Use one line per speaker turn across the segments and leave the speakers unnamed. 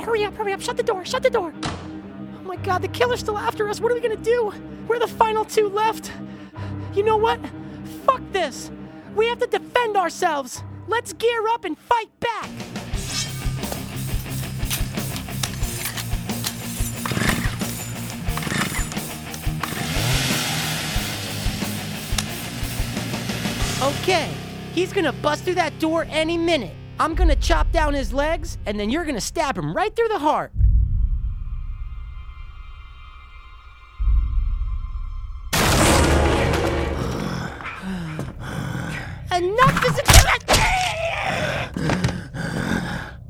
Hurry up, hurry up. Shut the door, shut the door. Oh my god, the killer's still after us. What are we gonna do? We're the final two left. You know what? Fuck this. We have to defend ourselves. Let's gear up and fight back. Okay, he's gonna bust through that door any minute. I'm gonna chop down his legs, and then you're gonna stab him right through the heart. Enough is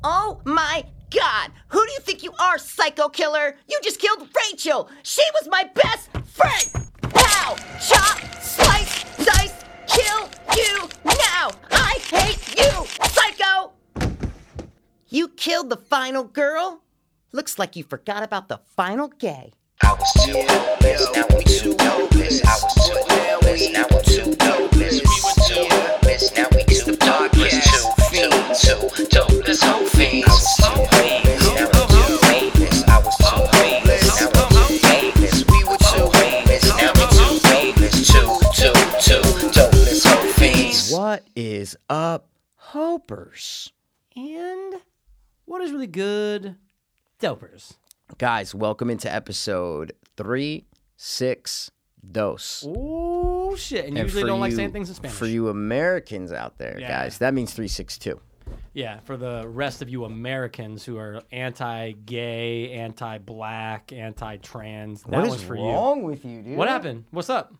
Oh my god! Who do you think you are, psycho killer? You just killed Rachel! She was my best friend! Pow! Chop! Slice! Dice! Kill you now! I hate you, psycho! You killed the final girl? Looks like you forgot about the final gay.
I was too hopeless, now I'm too hopeless. I was too hopeless, now I'm too hopeless. We were too hopeless, now we two hopeless. Two fiends, two dopeless hoe fiends. I was too hopeless, now I'm too hopeless. I was too hopeless, now I'm too hopeless. We were too hopeless, now we two hopeless. Two, two, two dopeless hoe fiends.
What is up, Hopers?
And what is really good? Dopers.
Guys, welcome into episode three, six, dose.
Oh shit! And,
And
usually
for
don't like
you-
saying things in Spanish.
For you Americans out there,
Yeah.
guys, that means 362.
Yeah, for the rest of you Americans who are anti-gay, anti-black, anti-trans, that
What
one's
is
for
wrong with you,
you.
dude?
What happened? What's up?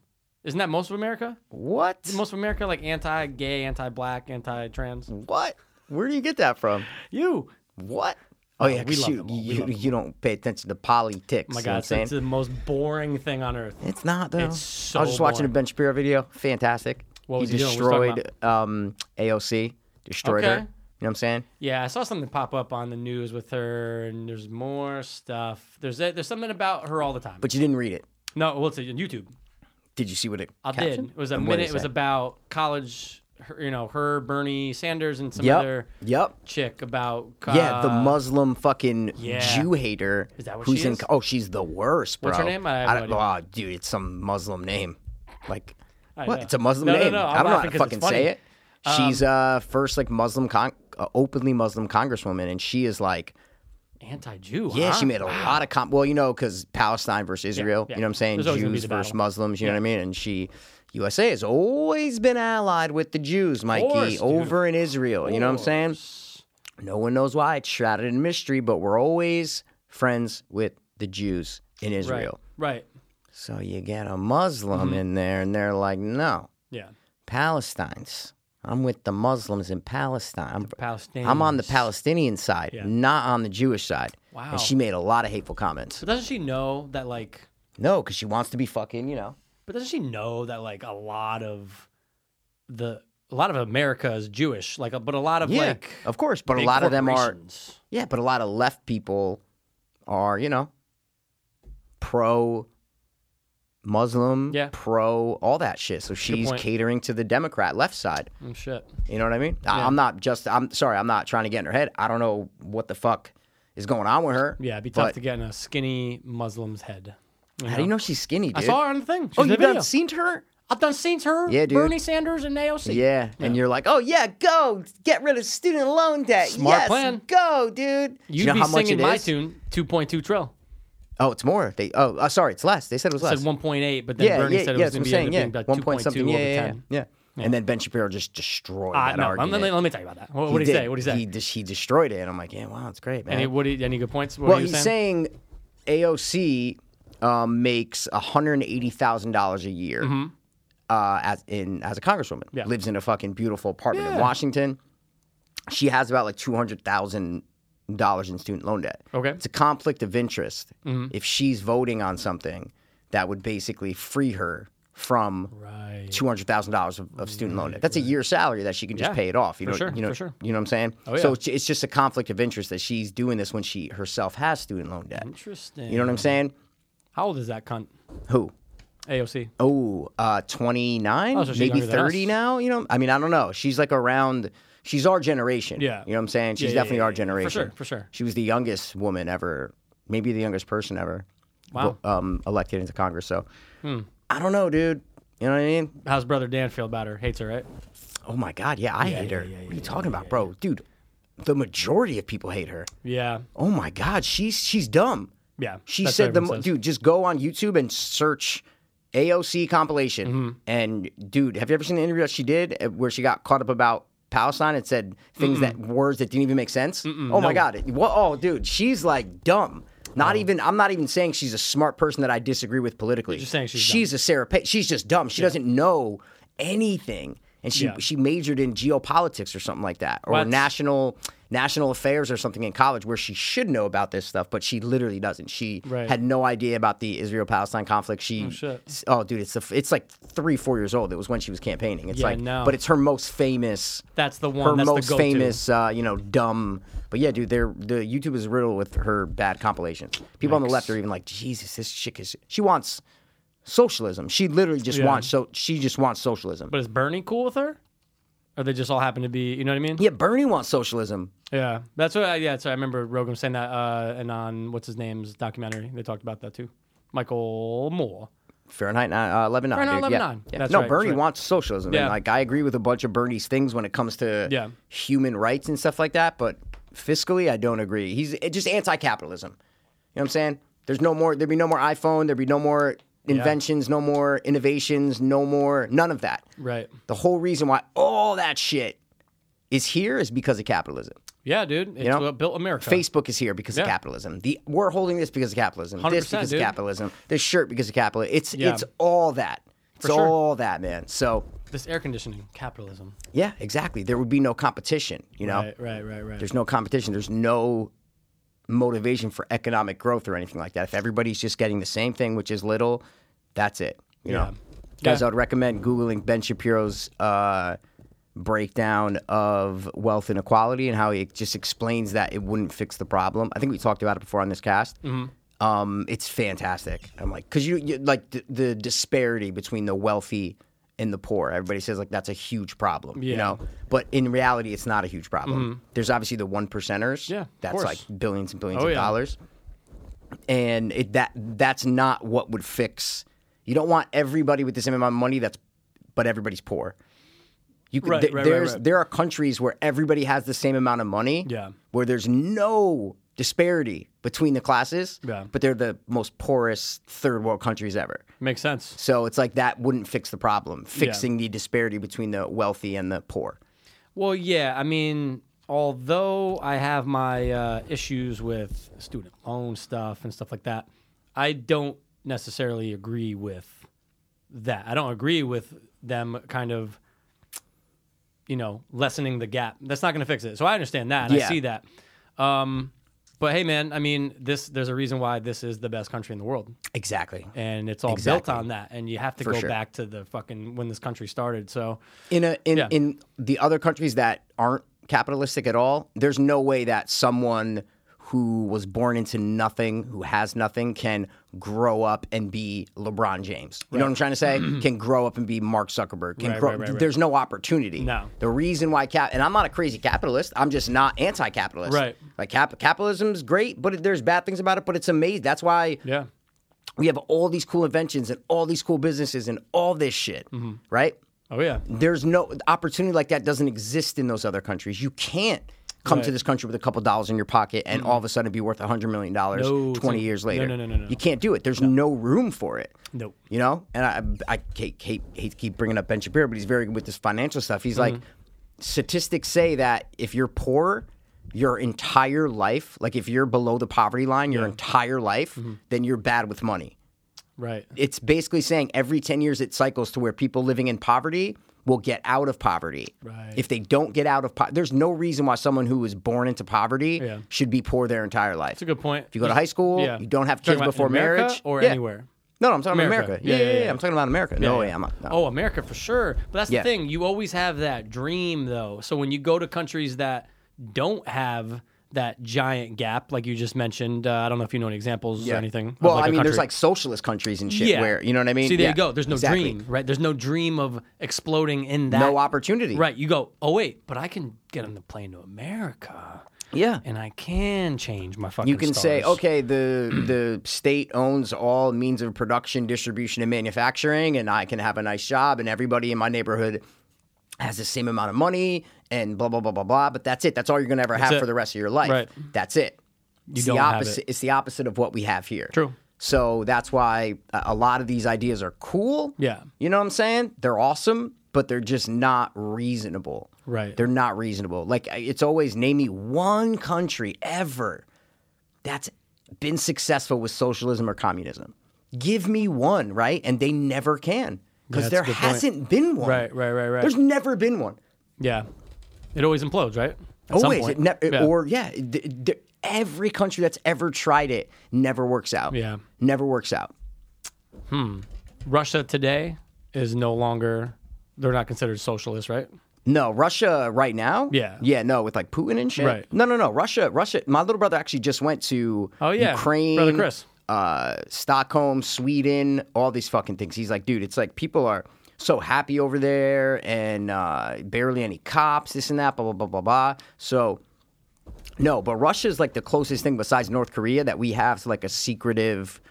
Isn't that most of America?
What?
Most of America like anti-gay, anti-black, anti-trans.
What? Where do you get that from?
You.
What? Oh, yeah,
we
'cause
love
you,
them all. We
you,
love them
you don't pay attention to politics.
Oh my
you know what
God,
I'm
it's, it's
saying?
the most boring thing on earth.
It's not though.
It's so
I was just watching a
boring.
Ben Shapiro video. Fantastic.
What was he doing? What was he talking
destroyed um, AOC. Destroyed her.
Okay.
You know what I'm saying?
Yeah, I saw something pop up on the news with her, and there's more stuff. There's uh, there's something about her all the time.
But you didn't read it.
no, well, it's on YouTube.
Did you see what it?
I did.
captioned?
It was a
And what
minute. It was
say?
about college. Her, you know, her, Bernie Sanders, and some
Yep.
other
Yep.
chick about.
yeah, the
uh,
Muslim fucking
yeah.
Jew hater.
Is that what
who's
she
in?
is?
Oh, she's the worst, bro.
What's her name? I have no
don't- Oh, dude, it's some Muslim name. Like,
I
what?
know.
It's a Muslim
No, no,
name.
no,
I
I'm
don't know how
laughing
to
'cause it's
fucking say
funny. Um,
it. She's uh first like Muslim con- uh, openly Muslim congresswoman, and she is like
Anti-Jew.
Yeah,
huh?
she made a lot of com Well, you know, because Palestine versus Israel,
yeah.
you know what I'm saying?
There's always gonna be
Jews
the
versus
battle.
Muslims, you know what I mean? And she, USA has always been allied with the Jews, Mikey,
course, dude.
over in Israel, you know what I'm saying? No one knows why. It's shrouded in mystery, but we're always friends with the Jews in
Right. Mm-hmm.
Israel.
Right.
So you get a Muslim in there, and they're like, no,
Yeah.
Palestine's. I'm with the Muslims in Palestine. I'm,
Palestinians.
I'm on the Palestinian side,
Yeah.
not on the Jewish side.
Wow.
And she made a lot of hateful comments.
But doesn't she know that like?
No, because she wants to be fucking, you know.
But doesn't she know that like a lot of the a lot of America is Jewish? Like, but a lot of like
of course. But a
big
lot of them are,
corporations.
yeah, but a lot of left people are, you know, pro Muslim,
Yeah.
pro all that shit. So she's
point.
catering to the Democrat left side.
Oh, shit.
You know what I mean? I, I'm not just, I'm sorry, I'm not trying to get in her head. I don't know what the fuck is going on with her.
Yeah, it'd be tough
but
to get in a skinny Muslim's head.
How do you know she's skinny, dude?
I saw her on the thing. She's
Oh,
in the
you've done
video.
seen her?
I've done seen her,
Yeah, dude.
Bernie Sanders, and AOC.
Yeah. And you're like, oh, yeah, go get rid of student loan debt.
Smart
yes,
plan.
Go, dude. Do
You'd
know
be
how much
singing
it
my
is?
tune, 2.2 trill.
Oh, it's more. They oh, uh, sorry, it's less. They said it was
Said
less.
1.8, but then Bernie said it was
that's
going
what
to
I'm
be ended
saying,
up
yeah.
being about
one point
2.2
something,
over
yeah, yeah,
10.
yeah, yeah. And then Ben Shapiro just destroyed
Uh,
that
no, let,
argument.
me, let me tell you about that. What, what did he say? What did he say?
He, dis- he destroyed it, and I'm like, yeah, wow, it's great, man.
any, what did, any good points? What
well,
were you
he's saying, AOC um, makes 180 thousand dollars a year uh, as in as a congresswoman.
Mm-hmm. Yeah.
Lives in a fucking beautiful apartment in
Yeah.
Washington. She has about like two hundred thousand dollars in student loan debt.
Okay. Mm-hmm.
it's a conflict of interest if she's voting on something that would basically free her from
Right.
two hundred thousand dollars of, of student loan debt. That's a year's salary that she can just
Yeah,
pay it off. You
for
know,
sure,
you know,
for sure.
you know what I'm saying.
Oh, yeah.
So it's, it's just a conflict of interest that she's doing this when she herself has student loan debt.
Interesting.
You know what I'm saying?
How old is that cunt?
Who?
AOC.
Oh, uh, 29,
Oh, so she's
maybe
younger than us.
30 now. You know, I mean, I don't know. She's like around she's our generation.
Yeah.
You know what I'm saying? She's
yeah,
definitely
yeah,
our
yeah, for
generation.
sure, for sure.
She was the youngest woman ever, maybe the youngest person ever
Wow. Hmm.
vo- um, elected into Congress. So I don't know, dude. You know what I mean?
How's brother Dan feel about her? Hates her, right?
Oh my God. Yeah, I hate
yeah,
her.
yeah,
what are you
yeah,
talking about, bro? Dude, the majority of people hate her.
Yeah.
Oh my God. She's, she's dumb.
Yeah.
She
That's what
said the
everyone
mo-
says.
dude, just go on YouTube and search AOC compilation.
Mm-hmm.
And dude, have you ever seen the interview that she did uh, where she got caught up about Palestine and said things that words that didn't even make sense? oh my god. It- What oh dude, she's like dumb. Not even I'm not even saying she's a smart person that I disagree with politically.
just saying she's
a Sarah Pa- she's just dumb. She doesn't know anything. And she
Yeah.
she majored in geopolitics or something like that. Or
What?
national national affairs or something in college where she should know about this stuff, but she literally doesn't. She
Right.
had no idea about the Israel Palestine conflict. She, oh,
shit.
dude, it's the f it's like three four years old. It was when she was campaigning. It's
Yeah,
like,
no.
but it's her most famous.
That's the one.
Her
that's
most
the go-to.
famous, uh, you know, dumb. But yeah, dude, they're, the YouTube is riddled with her bad compilations. People on the left are even like, Jesus, this chick is. She wants socialism. She literally just
Yeah.
wants so. She just wants socialism.
But is Bernie cool with her? Or they just all happen to be, you know what I mean?
yeah, Bernie wants socialism.
Yeah. That's what I, yeah, so I remember Rogan saying that uh, and on what's his name's documentary. They talked about that too. Michael Moore.
Fahrenheit nine, uh, 11
Fahrenheit
dude.
11-9.
Yeah. Yeah.
That's
no,
right,
Bernie
that's right.
wants socialism.
Yeah.
And, like, I agree with a bunch of Bernie's things when it comes to
Yeah.
human rights and stuff like that, but fiscally, I don't agree. He's it- just anti capitalism. You know what I'm saying? There's no more, there'd be no more iPhone, there'd be no more inventions, no more innovations, no more, none of that.
Right.
The whole reason why all that shit is here is because of capitalism.
Yeah, dude. It's
know?
what built America.
Facebook is here because of
Yeah.
capitalism. The we're holding this because of capitalism. This
100%,
because
dude.
of capitalism. This shirt because of capitalism. It's
Yeah.
it's all that. It's
sure.
all that, man. So
This air conditioning, capitalism.
yeah, exactly. There would be no competition. You know,
Right, right, right, right.
there's no competition. There's no motivation for economic growth or anything like that. If everybody's just getting the same thing, which is little, that's it. You know, guys,
Yeah.
I'd recommend googling Ben Shapiro's. Uh, breakdown of wealth inequality and how he just explains that it wouldn't fix the problem. I think we talked about it before on this cast.
Mm-hmm.
Um, it's fantastic. I'm like, because you, you like the, the disparity between the wealthy and the poor. Everybody says like that's a huge problem, you
Yeah. Mm-hmm.
know, but in reality, it's not a huge problem. There's obviously the one percenters.
Yeah, of
that's
course.
like billions and billions
Oh,
of
yeah.
dollars and it, that that's not what would fix. You don't want everybody with the same amount of money. That's but everybody's poor. You could,
Right,
th-
right, right,
there's
right.
there are countries where everybody has the same amount of money.
Yeah.
where there's no disparity between the classes.
Yeah.
but they're the most poorest third world countries ever.
Makes sense.
So it's like that wouldn't fix the problem. Fixing the disparity between the wealthy and the poor.
Well, yeah, I mean, although I have my uh, issues with student loan stuff and stuff like that, I don't necessarily agree with that. I don't agree with them kind of, you know, lessening the gap. That's not going to fix it. So I understand that. And I
Yeah.
see that. Um, but hey, man, I mean, this there's a reason why this is the best country in the world.
Exactly.
and it's all
Exactly.
built on that. And you have to
For
go
sure.
back to the fucking when this country started. So
in a in,
Yeah.
in the other countries that aren't capitalistic at all, there's no way that someone who was born into nothing, who has nothing, can grow up and be LeBron James. You know what I'm trying to say? can grow up and be Mark Zuckerberg. Can
Right,
grow,
right, right, right.
There's no opportunity.
No.
The reason why cap and I'm not a crazy capitalist. I'm just not anti-capitalist.
Right.
Like cap- capitalism's great, but it, there's bad things about it. But it's amazing. That's why
yeah,
we have all these cool inventions and all these cool businesses and all this shit. Right
oh yeah,
there's no opportunity like that doesn't exist in those other countries. You can't come to
Right.
this country with a couple dollars in your pocket and all of a sudden be worth a hundred million dollars
No,
twenty
it's-
years
no,
later.
no, no, no, no.
You can't do it. There's no, room for it.
Nope.
You know, and I I hate, hate, hate to keep bringing up Ben Shapiro, but he's very good with this financial stuff. He's like,
Mm-hmm.
statistics say that if you're poor. Your entire life, like if you're below the poverty line, your entire life,
Mm-hmm.
then you're bad with money
right.
it's basically saying every 10 years it cycles to where people living in poverty will get out of poverty.
Right.
If they don't get out of poverty, there's no reason why someone who was born into poverty
Yeah.
should be poor their entire life.
It's a good point.
If you go to high school,
Yeah.
you don't have
Talking
kids
about in
before
America
marriage.
or
Yeah.
anywhere.
No, no, I'm talking about
America.
America. Yeah yeah, yeah, I'm talking about America. no
Yeah,
way,
yeah.
I'm not. No.
Oh, America for sure. But that's
Yeah.
the thing. You always have that dream, though. So when you go to countries that don't have that giant gap, like you just mentioned. Uh, I don't know if you know any examples or anything. of,
Well,
like,
I
a
mean, there's
country.
like socialist countries and shit
Yeah.
where you know what I mean.
See, there
Yeah,
you go. There's no
exactly.
dream, right? There's no dream of exploding in that.
no opportunity.
Right. You go, oh, wait, but I can get on the plane to America
Yeah.
and I can change my fucking
You can say,
stars.
okay, the the state owns all means of production, distribution, and manufacturing, and I can have a nice job, and everybody in my neighborhood has the same amount of money, and blah blah blah blah blah. But that's it. That's all you're gonna ever have
it.
for the rest of your life.
Right.
That's it. it's
don't
the
have
opposite.
it.
It's the opposite of what we have here.
True.
So that's why a a lot of these ideas are cool.
Yeah.
You know what I'm saying? They're awesome, but they're just not reasonable.
Right.
They're not reasonable. Like I- it's always name me one country ever that's been successful with socialism or communism. Give me one, right? And they never can because
That's a
there
good point.
hasn't been one.
Right, right, right, right.
There's never been one.
Yeah. It always implodes, right? At some
Always,
point.
it ne- it-
Yeah.
or yeah, it- th- th- every country that's ever tried it never works out.
Yeah.
never works out.
Russia today is no longer, they're not considered socialist, right?
No, Russia right now.
Yeah.
yeah, no, with like Putin and shit.
Right.
No, no, no, Russia, Russia. My little brother actually just went to
Oh, yeah.
Ukraine,
Brother Chris.
uh, Stockholm, Sweden, all these fucking things. He's like, dude, it's like people are so happy over there, and uh, barely any cops, this and that, blah blah blah blah blah. So. No, but Russia's like the closest thing besides North Korea that we have to like a secretive,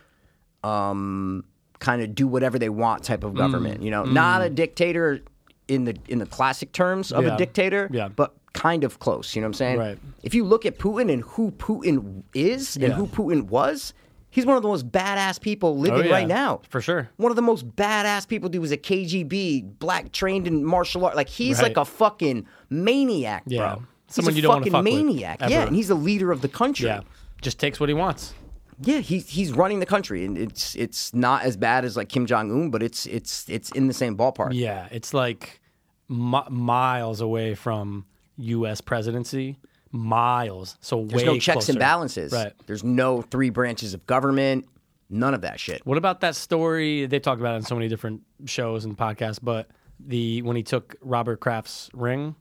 um, kind of do whatever they want type
Mm.
of government. You know, not a dictator in the in the classic terms of
Yeah.
a dictator,
Yeah.
but kind of close. You know what I'm saying?
Right.
If you look at Putin and who Putin is and
Yeah.
who Putin was, he's one of the most badass people living
Oh, yeah.
right now.
For sure.
One of the most badass people to do was a KGB, black trained in martial art. Like he's
Right.
like a fucking maniac,
Yeah.
bro. He's
Someone
a
you don't wanna
fucking
fuck with,
maniac.
ever.
yeah, and he's the leader of the country.
Yeah. Just takes what he wants.
Yeah, he's he's running the country, and it's it's not as bad as like Kim Jong Un, but it's it's it's in the same ballpark.
Yeah, it's like mi- miles away from U.S. presidency. Miles. So
There's
way
no checks
closer.
and balances.
Right.
There's no three branches of government. None of that shit.
What about that story? They've talked about it in so many different shows and podcasts, but the when he took Robert Kraft's ring.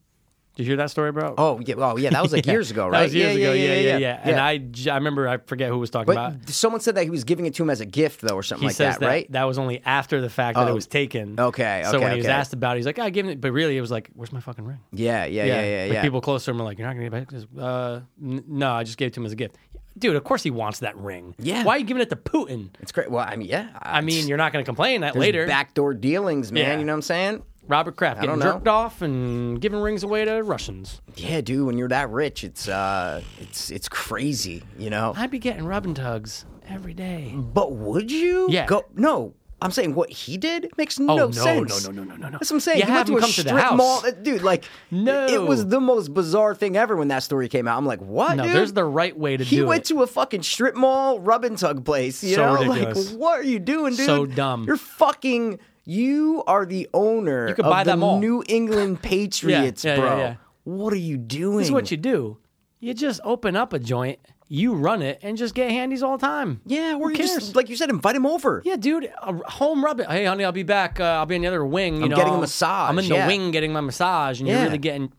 Did you hear that story, bro?
Oh yeah, oh yeah, that was like years ago, right?
That was years
yeah,
ago.
Yeah, yeah, yeah.
And I, j- I remember, I forget who was talking
but
about. it.
someone said that he was giving it to him as a gift though, or something
He
like
says
that,
that,
right?
that was only after the fact that it
Oh.
was taken.
Okay,
So
okay,
when he was
okay.
asked about it, he's like, I gave it, but really it was like, where's my fucking ring?
yeah, yeah, yeah, yeah,
Like
yeah.
people close to him are like, "You're not gonna get back." this?" Uh, n- no, I just gave it to him as a gift, dude. Of course he wants that ring.
Yeah.
Why are you giving it to Putin?
it's great. Well, I mean, yeah.
I mean, you're not gonna complain that later.
backdoor dealings, man.
Yeah.
You know what I'm saying?
Robert Kraft getting
don't know.
jerked off and giving rings away to Russians.
Yeah, dude. When you're that rich, it's uh, it's it's crazy. You know.
I'd be getting rubbing tugs every day.
But would you?
Yeah. Oh,
Go no. I'm saying what he did makes
no,
no,
no,
sense.
no, no, no, no, no.
That's what I'm saying.
You
he
have
went to
him
a
come to
strip
the house.
mall, Uh, dude. Like,
No.
it was the most bizarre thing ever when that story came out. I'm like, what?
No,
dude?
there's the right way to
He
do
went
it.
to a fucking strip mall, rub and tug place. You
So
know,
ridiculous.
like, what are you doing, dude?
So dumb.
You're fucking. You are the owner you
could
of
buy
the
that mall.
New England Patriots,
yeah, yeah,
bro.
yeah.
What are you doing?
This is what you do. You just open up a joint, you run it, and just get handies all the time.
yeah, or
Who
you
cares?
just like you said, invite him over.
Yeah, dude, a home rub it. Hey, honey, I'll be back. Uh, I'll be in the other wing. You
I'm
know,
getting a massage,
I'm in the
yeah.
wing getting my massage, and you're
Yeah.
really getting.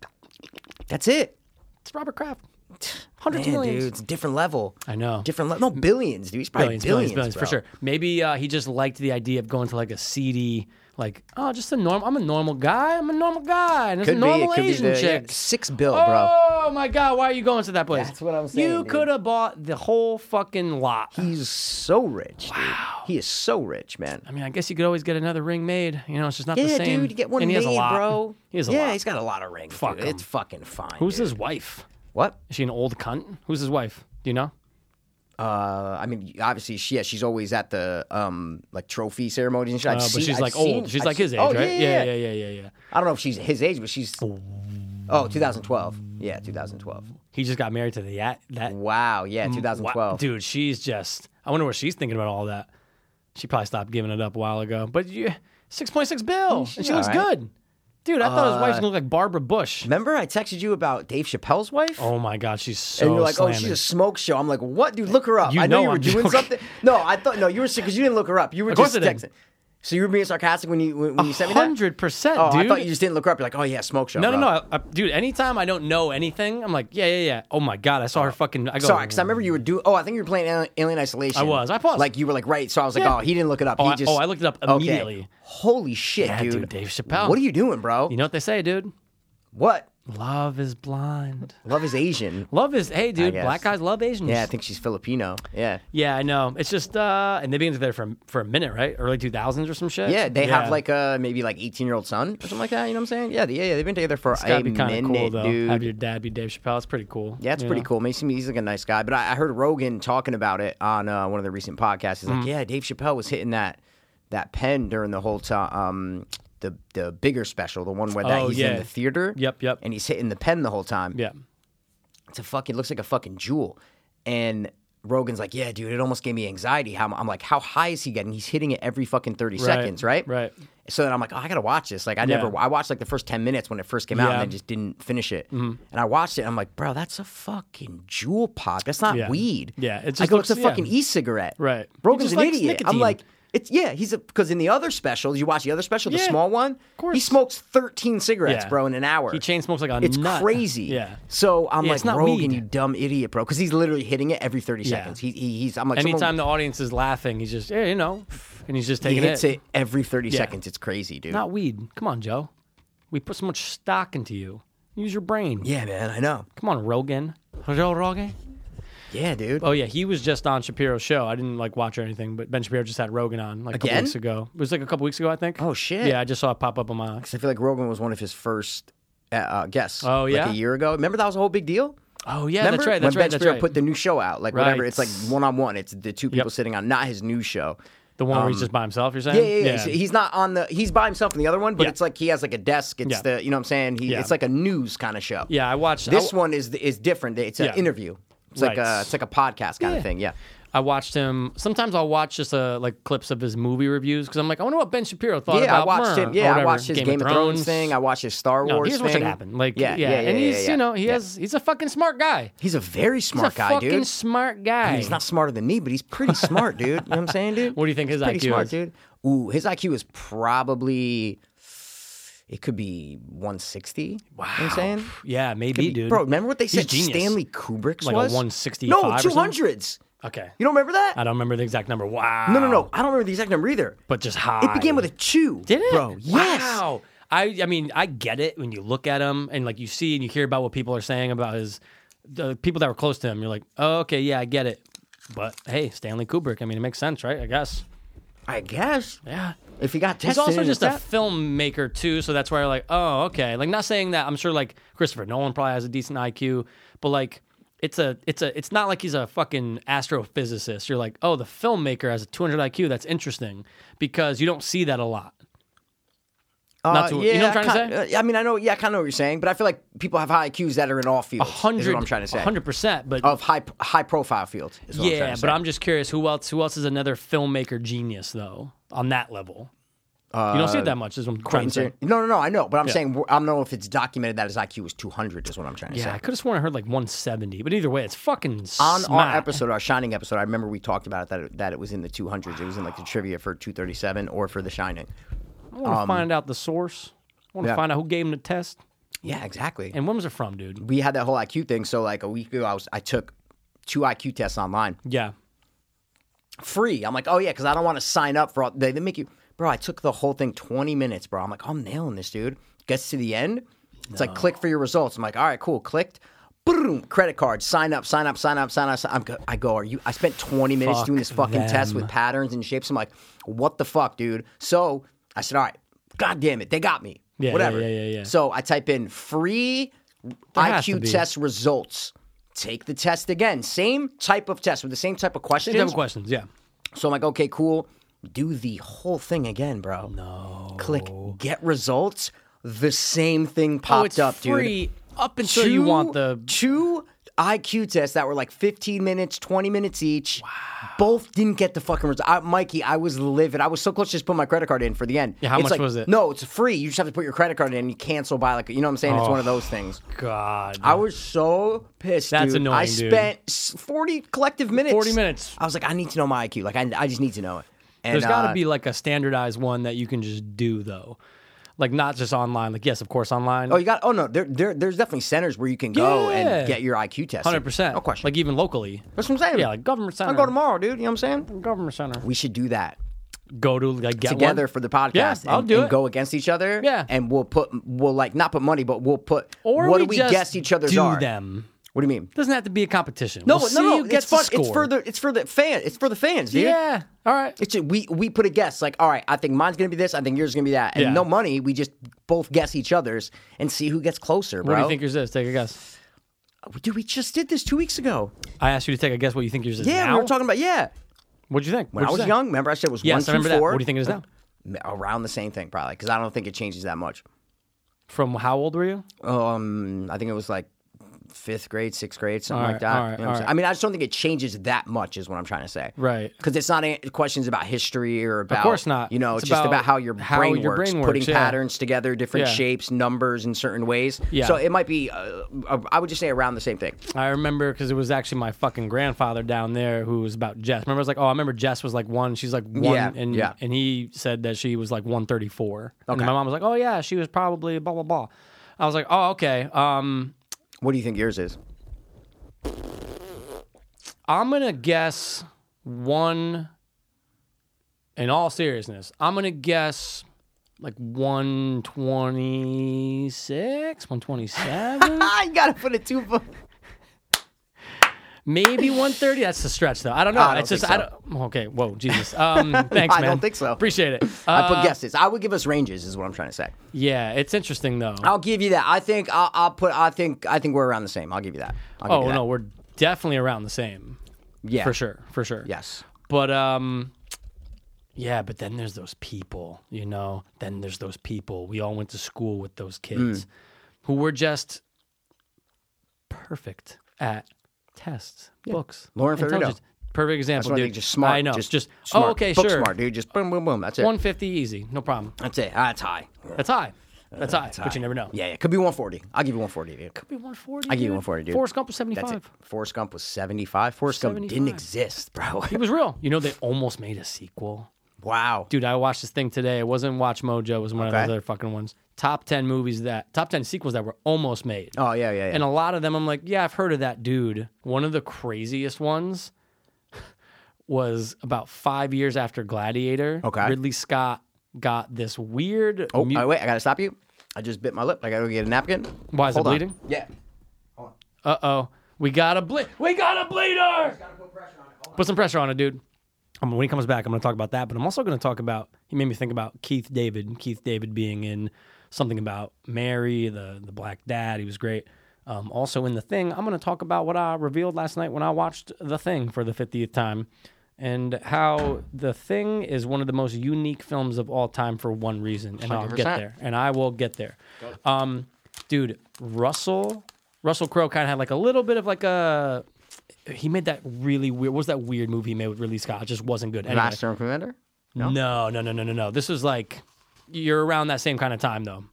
That's it.
It's Robert Kraft. Hundreds of
Man,
millions.
dude, it's a different level.
I know.
Different level. No, billions, dude. He's probably
Billions,
billions,
billions, billions, for
bro.
sure. Maybe uh, he just liked the idea of going to like a seedy, like oh, just a normal. I'm a normal guy. I'm a normal guy. And it's a
Could be. It
normal
could be
Asian
the yeah,
chick.
six bill, bro.
oh my god, why are you going to that place?
That's what I'm saying,
You
dude.
could have bought the whole fucking lot.
He's so rich, dude. He is so rich, man.
I mean, I guess you could always get another ring made. You know, it's just not the
Yeah,
same.
dude. You get one
and he
made,
has a lot.
bro.
He has a
yeah,
lot.
he's got a lot of rings.
Fuck
dude.
him.
It's fucking fine.
Who's
dude.
his wife?
What?
Is she an old cunt? Who's his wife? Do you know?
Uh, I mean, obviously, she, yeah, she's always at the um like trophy ceremonies and shit. I've
Uh,
seen-
but she's
I've
like
seen-
old. She's
I've
like his age,
seen- oh,
right?
Yeah, yeah,
yeah, yeah, yeah, yeah.
I don't know if she's his age, but she's. Oh, 2012. Yeah, 2012.
He just got married to the that that
Wow. Yeah,
Wow,
2012.
Mm, dude, she's just. I wonder what she's thinking about all that. She probably stopped giving it up a while ago. But you, six point six bill, and she looks
all right. Uh,
good, dude. I thought his wife was gonna look like Barbara Bush.
Remember, I texted you about Dave Chappelle's wife.
Oh my god, she's so.
and you're like,
slamming.
oh, she's a smoke show. I'm like, what, dude? Look her up.
You
I
know
you were
I'm
doing
joking.
something. No, I thought no, you were because you didn't look her up. You were
course
just
I didn't.
texting. So you were being sarcastic when you when, when you sent me that.
Hundred percent,
Oh,
dude.
I thought you just didn't look her up. You're like, oh yeah, smoke show.
no, no,
bro.
no, I, I, dude. Anytime I don't know anything, I'm like, yeah, yeah, yeah. Oh my god, I saw her fucking. I go,
Sorry, because I remember you were doing. Oh, I think you were playing Alien- Alien Isolation.
I was. I paused.
Like you were like right. So I was like,
Yeah.
oh, he didn't look it up.
Oh,
he
I-
just.
oh, I looked it up
Okay.
immediately.
Holy shit,
Yeah,
dude.
dude, Dave Chappelle.
What are you doing, bro?
You know what they say, dude?
what?
Love is blind.
Love is Asian.
Love is hey, dude.
guess.
Black guys love Asians.
Yeah, I think she's Filipino. Yeah.
Yeah, I know. It's just uh, and they've been there for for a minute, right? Early two thousands or some shit.
Yeah, they have like a maybe like 18 year old son or something like that. You know what I'm saying? Yeah, yeah, yeah. They've been together for
It's
a
gotta be kind
minute,
of cool though.
dude.
Have your dad be Dave Chappelle. It's pretty cool.
Yeah, it's
you
pretty
know?
cool. Makes him he's like a nice guy. But I, I heard Rogan talking about it on uh, one of the recent podcasts. He's
Mm-hmm.
like, yeah, Dave Chappelle was hitting that that pen during the whole time. Um, the the bigger special, the one where that
Oh,
he's in
yeah.
the theater.
Yep, yep.
And he's hitting the pen the whole time.
Yeah.
It's a fucking looks like a fucking jewel. And Rogan's like, yeah, dude, it almost gave me anxiety. How I'm like, how high is he getting? He's hitting it every fucking 30 seconds, right?
Right.
So then I'm like, oh, I gotta watch this. Like I never, I watched like the first ten minutes when it first came out, and
Yeah. Mm-hmm.
I just didn't finish it. And I watched it. and I'm like, bro, that's a fucking jewel pop. That's not
Yeah.
weed.
Yeah, it
I
just
go,
looks-
it's a
yeah.
fucking e-cigarette.
Right. He
Rogan's
just
an
likes
idiot. I'm
nicotine.
like, it's yeah. He's a because in the other special, you watch the other special, the
Yeah,
small one. Of
course.
He smokes 13 cigarettes,
Yeah.
bro, in an hour.
He chain smokes like a
It's
nut.
crazy.
Yeah.
So I'm
Yeah,
like,
it's not
Rogan,
weed.
you dumb idiot, bro, because he's literally hitting it every 30
Yeah.
seconds. He, he, he's. I'm like, someone-
Anytime the audience is laughing, he's just yeah, you know, and he's just
he
taking
hits it every 30
Yeah.
seconds. It's crazy, dude.
Not weed. Come on, Joe. We put so much stock into you. Use your brain.
Yeah, man, I know.
Come on, Rogan. Joe Rogan.
Yeah, dude.
Oh yeah, he was just on Shapiro's show. I didn't like watch or anything, but Ben Shapiro just had Rogan on like a couple
Again?
weeks ago. It was like a couple weeks ago, I think.
Oh, shit.
Yeah, I just saw it pop up on my.
I feel like Rogan was one of his first uh, uh, guests.
Oh, yeah?
like a year ago. Remember that was a whole big deal.
Oh yeah,
Remember
that's right.
when
That's
Ben
right. That's
Shapiro
right.
put the new show out, like whatever.
Right.
It's like one on one. It's the two people
Yep.
sitting on, not his new show.
the one where he's just by himself. You're saying?
Yeah, yeah, Um, yeah. So He's not on the. He's by himself in the other one, but
Yeah.
it's like he has like a desk. It's
Yeah.
the, you know what I'm saying? He,
Yeah.
It's like a news kind of show.
Yeah, I watched I
This
w-
one is is different. It's an
Yeah.
interview. It's like
Right.
a it's like a podcast kind
Yeah.
of thing. Yeah.
I watched him. Sometimes I'll watch just uh, like clips of his movie reviews because I'm like, I wonder what Ben Shapiro thought
Yeah,
about.
I watched
Meh,
him.
or
Yeah, I
whatever.
watched his Game, of, Thrones. thing. I watched his Star
no,
Wars
here's
thing.
what should happen. Like, yeah, and he's
yeah.
you know he
Yeah.
has he's a fucking smart guy.
He's a very
He's a
smart guy,
fucking
dude.
smart guy.
He's not smarter than me, but he's pretty smart, dude. You know what I'm saying, dude?
What do you think
He's
his
pretty
IQ
smart,
is?
dude? Ooh, his IQ is probably it could be 160. Wow. You know what I'm saying?
Yeah, maybe, dude.
Bro, remember what they
He's
said
genius.
Stanley Kubrick's
Like a
was?
165
No,
or something?
200s.
Okay.
You don't remember that?
I don't remember the exact number. Wow.
no, no, no. I don't remember the exact number either.
But just high.
it began with a chew.
Did it?
Bro, yes.
Wow. I, I mean, I get it when you look at him and like you see and you hear about what people are saying about his, the people that were close to him. You're like, oh, okay, yeah, I get it. But hey, Stanley Kubrick. I mean, it makes sense, right? I guess.
I guess.
Yeah.
If he got tested.
He's also
and
just
it's
a filmmaker too, so that's why you're like, oh, okay. Like, not saying that I'm sure like Christopher Nolan probably has a decent IQ, but like, it's a, it's a, it's not like he's a fucking astrophysicist. You're like, oh, the filmmaker has a 200 IQ. That's interesting because you don't see that a lot.
that-
not to- you know what I'm
I
trying to
kinda- uh, I mean, I know, yeah, I kind of know what you're saying, but I feel like people have high IQs that are in all fields. is
hundred.
what I'm trying to say.
Hundred percent. But
Of high high profile fields. Is what I'm
yeah,
trying to say.
but I'm just curious who else who else is another filmmaker genius though on that level. you
Uh,
don't see it that much. Is what I'm trying to say.
No, no, no. I know, but I'm saying I don't know if it's documented that his IQ was 200. Is what I'm trying to
Yeah, I
say.
could have sworn I heard like 170, but either way, it's fucking
On
smack.
our episode, our Shining episode, I remember we talked about it that it, that it was in the 200s. It was in like the trivia for 237 or for The Shining.
I want to find out the source. I want to
Um, yeah.
find out who gave him the test
Yeah, exactly.
and when was it from, dude.
we had that whole IQ thing. So like a week ago, I was I took two IQ tests online.
Yeah,
free. I'm like, oh yeah, because I don't want to sign up for all. They, they make you, bro. I took the whole thing 20 minutes, bro. I'm like, I'm nailing this, dude. Gets to the end, it's like click for your results. I'm like, all right, cool. Clicked. Boom, credit card, sign up, sign up, sign up, sign up. Sign I'm, go- I go, are you? I spent 20 minutes
Fuck
doing this fucking test
them.
with patterns and shapes. I'm like, what the fuck, dude? So I said, all right, god damn it, they got me.
Yeah, yeah,
Whatever.
yeah, yeah, yeah.
So I type in free
has to
IQ
be.
test results. Take the test again. Same type of test with the same type of questions.
different questions. Yeah,
So I'm like, okay, cool. Do the whole thing again, bro. No. Click get results. The same thing popped
oh, it's
up, dude.
free up until you want the
two IQ tests that were like 15 minutes, 20 minutes each. Wow. Both didn't get the fucking results. I, Mikey, I was livid. I was so close to just put my credit card in for the end.
Yeah, how
It's
much
like,
was it?
No, it's free. You just have to put your credit card in and you cancel by like you know what I'm saying? It's
Oh.
one of those things.
God.
I was so pissed.
That's
dude.
annoying,
I
dude.
spent s- forty collective minutes.
40 minutes.
I was like, I need to know my IQ. Like, I, I just need to know it. And,
There's got to
uh,
be like a standardized one that you can just do though, like not just online. Like yes, of course online.
Oh, you got. Oh no, there, there, there's definitely centers where you can go
Yeah.
and get your IQ tested.
Hundred percent.
no question.
Like even locally.
That's what I'm saying.
Yeah, like government center.
I'll go tomorrow, dude. You know what I'm saying?
Government center.
We should do that
Go to like get
together
one.
for the podcast.
Yeah,
and,
I'll do
and
it.
Go against each other.
Yeah.
and we'll put, we'll like not put money, but we'll put.
Or
what
we
do we
just
guess each other's
do
are?
them.
What do you mean?
Doesn't have to be a competition.
No,
We'll see
no, no.
who
It's
gets
fun.
the score.
It's for the it's for the fan. It's for the fans, dude.
Yeah. All right.
It's just, we we put a guess like, all right, I think mine's gonna be this, I think yours is gonna be that, and
Yeah.
no money. We just both guess each other's and see who gets closer,
What
bro. Oh,
do you think yours is? Take a guess.
Dude, we just did this two weeks ago.
I asked you to take a guess. What you think yours is?
Yeah,
now?
we were talking about yeah.
What'd you think?
When I was young, remember I said it was
Yes, I
one, two,
remember that.
four.
What do you think it is now?
Around the same thing, probably, because I don't think it changes that much.
From how old were you?
Um, I think it was like fifth grade, sixth grade, something
All right,
like that.
all right,
You know what I'm
all
saying?
right.
I mean, I just don't think it changes that much, is what I'm trying to say.
Right.
Because it's not a- questions about history or about.
course not.
You know,
It's
it's just
about
about, how your
how
brain
your
works,
brain
putting
works, yeah.
patterns together, different
Yeah.
shapes, numbers in certain ways.
Yeah.
So it might be, uh, uh, I would just say around the same thing.
I remember because it was actually my fucking grandfather down there who was about Jess. Remember, I was like, oh, I remember Jess was like one. She's like one,
Yeah,
and
yeah.
and he said that she was like one thirty four. And my mom was like, oh yeah, she was probably blah blah blah. I was like, oh okay. Um,
What do you think yours is?
I'm gonna guess one. In all seriousness, I'm gonna guess like one twenty six, one twenty seven.
Ah, you gotta put it two. fo-
Maybe 130. That's the stretch, though. I don't know.
Ah, I don't
it's just
think
I don't. Okay. Whoa, Jesus. Um, thanks,
I
man.
don't think so.
Appreciate it.
I
Uh,
put guesses. I would give us ranges, is what I'm trying to say.
yeah, it's interesting though.
I'll give you that. I think I'll, I'll put. I think I think we're around the same. I'll give you that. I'll give
oh
you that.
no, we're definitely around the same
yeah,
for sure, for sure.
Yes.
But um, yeah. But then there's those people, you know. Then there's those people. We all went to school with those kids
Mm.
who were just perfect at tests, books.
Lauren Ferrigno.
intelligence. Perfect
That's
example,
what I
dude.
think. Just smart.
I know.
Just,
Just,
smart.
oh, okay,
Book
sure.
smart, dude. Just boom, boom, boom. That's it.
150 easy, no problem.
That's it. Ah, That's high.
That's high. That's high, but you never know.
Uh, Yeah, yeah. Could be 140. I'll give you 140, dude.
Could be 140.
I give you 140, dude.
Forrest Gump was
That's
75.
it. Forrest Gump was 75. Forrest Gump
75.
didn't exist, bro.
He was real. You know, they almost made a sequel.
wow.
Dude, I watched this thing today. It wasn't Watch Mojo. It was one of
Okay.
those other fucking ones. Top 10 movies that, top 10 sequels that were almost made.
Oh, yeah, yeah, yeah.
And a lot of them, I'm like, yeah, I've heard of that dude. One of the craziest ones was about five years after Gladiator.
Okay.
Ridley Scott got this weird.
oh,
mu-
uh, wait. I got to stop you. I just bit my lip. I got to go get a napkin.
Why is it
Hold on.
bleeding?
Yeah.
Uh oh. We got a ble- We got a bleeder. Put some pressure on it, dude. Um, when he comes back, I'm going to talk about that, but I'm also going to talk about. He made me think about Keith David. Keith David being in something about Mary, the the black dad. He was great. Um, also in the thing, I'm going to talk about what I revealed last night when I watched the thing for the 50th time, and how the thing is one of the most unique films of all time for one reason, and I'll get
100%.
there, and I will get there. Um, dude, Russell Russell Crowe kind of had like a little bit of like a he made that really weird. What was that weird movie he made with Ridley Scott? It just wasn't good. Anyway,
Master and Commander?
no, no, no, no, no, no. This was like you're around that same kind of time though.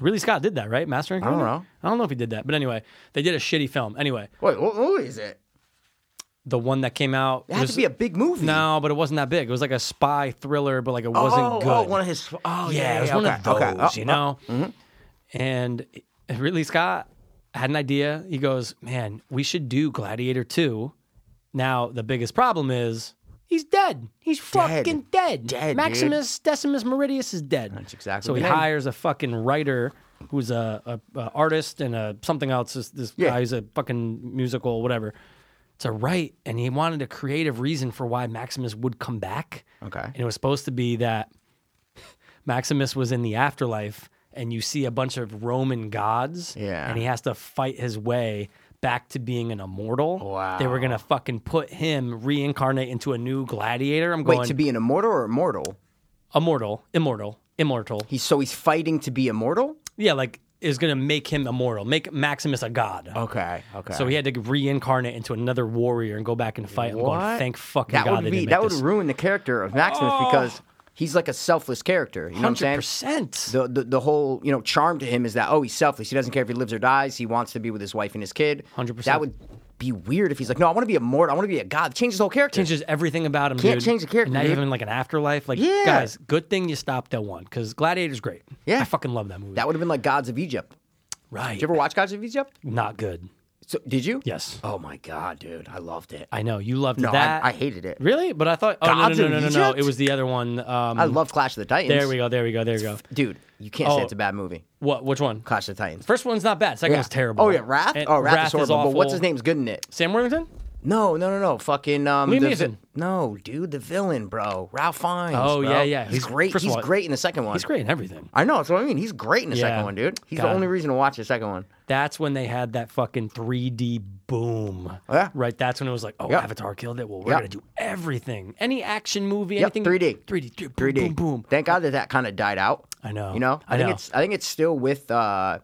Ridley Scott did that, right? Master and
don't
Commander?
know.
I don't know if he did that, but anyway, they did a shitty film. Anyway,
Wait, what movie is it?
the one that came out
It had to be a big movie.
no, but it wasn't that big. It was like a spy thriller, but like it wasn't
oh,
good.
Oh, one of his. Oh, yeah.
yeah, it was
yeah,
one
okay,
of those,
okay. Oh,
you know. And Ridley Scott had an idea. He goes, "Man, we should do Gladiator 2." Now the biggest problem is he's dead. He's fucking dead.
Dead,
Maximus Decimus Meridius is dead. That's
exactly
So he
what I mean.
hires a fucking writer who's a, a, a artist and a something else. This, this
Yeah.
guy who's a fucking musical whatever to write, and he wanted a creative reason for why Maximus would come back.
oh, Okay.
and it was supposed to be that Maximus was in the afterlife, and you see a bunch of Roman gods.
Yeah.
And he has to fight his way back to being an immortal.
Wow.
They were going to fucking put him reincarnate into a new gladiator. I'm
Wait,
going
to be an immortal or immortal?
immortal, immortal, immortal.
He's so he's fighting to be immortal?
yeah, like is going to make him immortal, make Maximus a god.
Okay, okay.
So he had to reincarnate into another warrior and go back and fight. I'm going,
What?
thank fucking
that
God
would
they
be
didn't
that
make
would
this.
ruin the character of Maximus because he's like a selfless character. You know what I'm saying?
100%.
The, the the whole you know charm to him is that oh he's selfless. He doesn't care if he lives or dies. He wants to be with his wife and his kid.
100%.
That would be weird if he's like, no, I want to be a mortal. I want to be a god. Change his whole character.
changes everything about him.
Can't
dude.
change the character,
Not
dude.
even like an afterlife. Like,
Yeah.
guys, good thing you stopped at one because Gladiator's great.
Yeah.
I fucking love that movie.
That would have been like Gods of Egypt.
right.
Did you ever watch Gods of Egypt?
Not good.
So, did you?
Yes.
Oh my god, dude, I loved it.
I know you loved
no,
that.
I, I hated it.
Really? But I thought. Oh no
Gods
no
of
no no no! no.
Egypt?
It was the other one. Um,
I love Clash of the Titans.
There we go. There we go. There we go.
Dude, you can't say
Oh.
it's a bad movie.
What? Which one?
Clash of the Titans.
First one's not bad. Second one's terrible.
Oh yeah, Wrath.
And
oh, Wrath, is horrible.
awful.
But what's his name's good in it?
Sam Worthington.
No, no, no, no. Fucking um,
Liam
the
Neeson.
vi- no, dude, the villain, bro. Ralph Fiennes.
Oh,
bro.
yeah, yeah.
He's,
He's-
great.
first of
He's
all,
great in the second one.
He's great in everything.
I know. That's what I mean. He's great in the
Yeah.
second one, dude. He's the
God.
only reason to watch the second one.
That's when they had that fucking 3D boom.
Yeah.
Right. That's when it was like, oh,
Yeah.
Avatar killed it. Well, we're
Yeah.
gonna do everything. Any action movie,
Yep,
anything.
3D.
3D. 3D. Boom,
3D.
boom. boom.
Thank God that that kind of died out.
I know.
You know.
I
think
know.
It's, I think it's still with uh,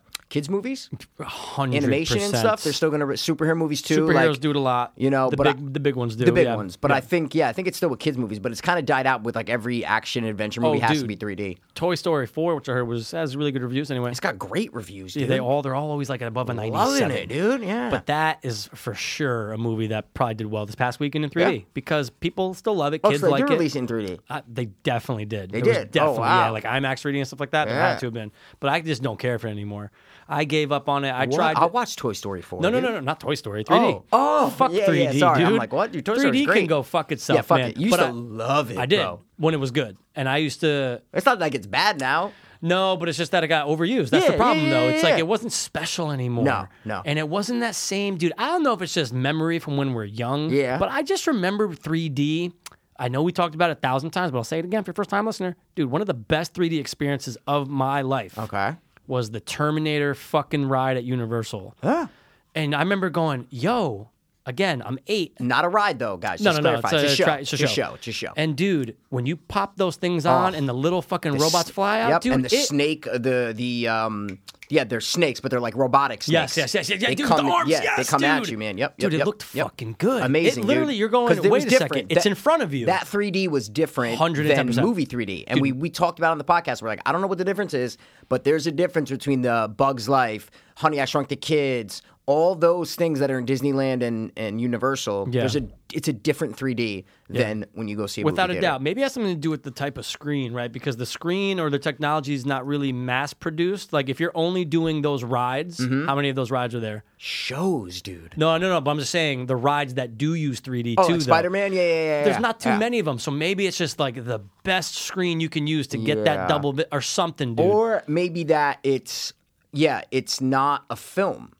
kids movies,
100%.
animation and stuff. They're still gonna re- superhero movies too.
Superheroes
like,
do it a lot.
you know,
the
but I-
big, the big ones do.
the big
yeah.
ones. But
Yeah.
I think yeah, I think it's still with kids movies, but it's kind of died out with like every action adventure movie
Oh,
has
dude.
to be 3D.
Toy Story 4, which I heard was has really good reviews anyway.
It's got great reviews,
Yeah,
dude.
they all they're all always like above a 97.
loving it, dude. Yeah.
But that is for sure a movie that probably did well this past weekend in 3D
Yeah.
because people still love it.
oh,
Kids
so they
like
do
it.
release it in 3D.
Uh, they definitely did. They
did? Oh,
definitely, yeah,
wow.
like IMAX reading and stuff like that. There
Yeah.
had to have been, but I just don't care for it anymore. I gave up on it. I
What?
tried.
I watched Toy Story 4.
no, no,
dude.
no, no, not Toy Story. 3D.
Oh, oh,
fuck
yeah,
3D,
yeah, sorry.
dude.
I'm like, what? Dude, Toy
3D
Story's
can
great.
go fuck itself.
Yeah, fuck
man.
it. You used
but
to
I,
love it,
I did
bro.
when it was good, and I used to
It's not like it's bad now.
no, but it's just that it got overused. That's
Yeah,
the
yeah,
problem,
yeah,
though.
yeah,
It's like
yeah.
it wasn't special anymore.
No, no.
And it wasn't that same, dude. I don't know if it's just memory from when we're young.
Yeah.
But I just remember 3D. I know we talked about it a thousand times, but I'll say it again for your first time listener. Dude, one of the best 3D experiences of my life
Okay.
was the Terminator fucking ride at Universal. And I remember going, yo, again, I'm eight.
Not a ride though, guys.
No,
Just
no, no. It's a,
clarify. It's a show.
tri- it's a
It's a show. It's a show.
And dude, when you pop those things on and the little fucking robots
s-
fly out,
Yep.
dude,
and the
it-
snake, uh, the the um, yeah, they're snakes, but they're like robotic
Yes,
snakes.
yes, yes, yes, yes,
They
dude,
come,
the arms,
yeah, they
yes,
come at
dude.
you, man. Yep,
Dude,
yep,
it
yep,
looked
yep.
fucking good.
amazing.
It literally-
dude.
you're going,
'Cause it
wait
was
a second,
different.
it's
That-
in front of you.
That 3D was different than
110%.
movie 3D, and we we talked about it on the podcast. We're like, I don't know what the difference is, but there's a difference between the Bugs Life, Honey I Shrunk the Kids, all those things that are in Disneyland and and Universal.
Yeah.
There's a it's a different 3D than when you go see a movie
Without a
theater.
doubt. Maybe it has something to do with the type of screen, right? Because the screen or the technology is not really mass produced. Like if you're only doing those rides,
Mm-hmm.
how many of those rides are there?
Shows, dude.
No, no, no. But I'm just saying the rides that do use 3D
Oh,
too.
like
though,
Spider-Man. Yeah, yeah, yeah.
There's
yeah.
not too
Yeah.
many of them, so maybe it's just like the best screen you can use to get
Yeah.
that double bit or something, dude.
Or maybe that it's yeah, it's not a film.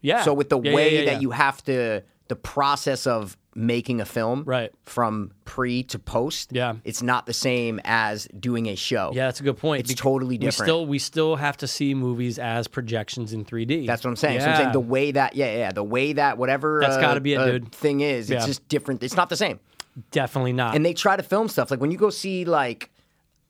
yeah.
So with the
Yeah, yeah,
way
yeah, yeah.
that you have to the process of making a film
Right.
from pre to post,
Yeah.
it's not the same as doing a show.
Yeah, that's a good point.
It's totally
We
different.
still we still have to see movies as projections in 3D.
That's what I'm saying. So I'm saying the way that yeah, yeah, the way that whatever
That's
uh,
gotta be it,
uh,
dude.
thing is, it's
Yeah.
just different. It's not the same.
definitely not.
And they try to film stuff. Like when you go see like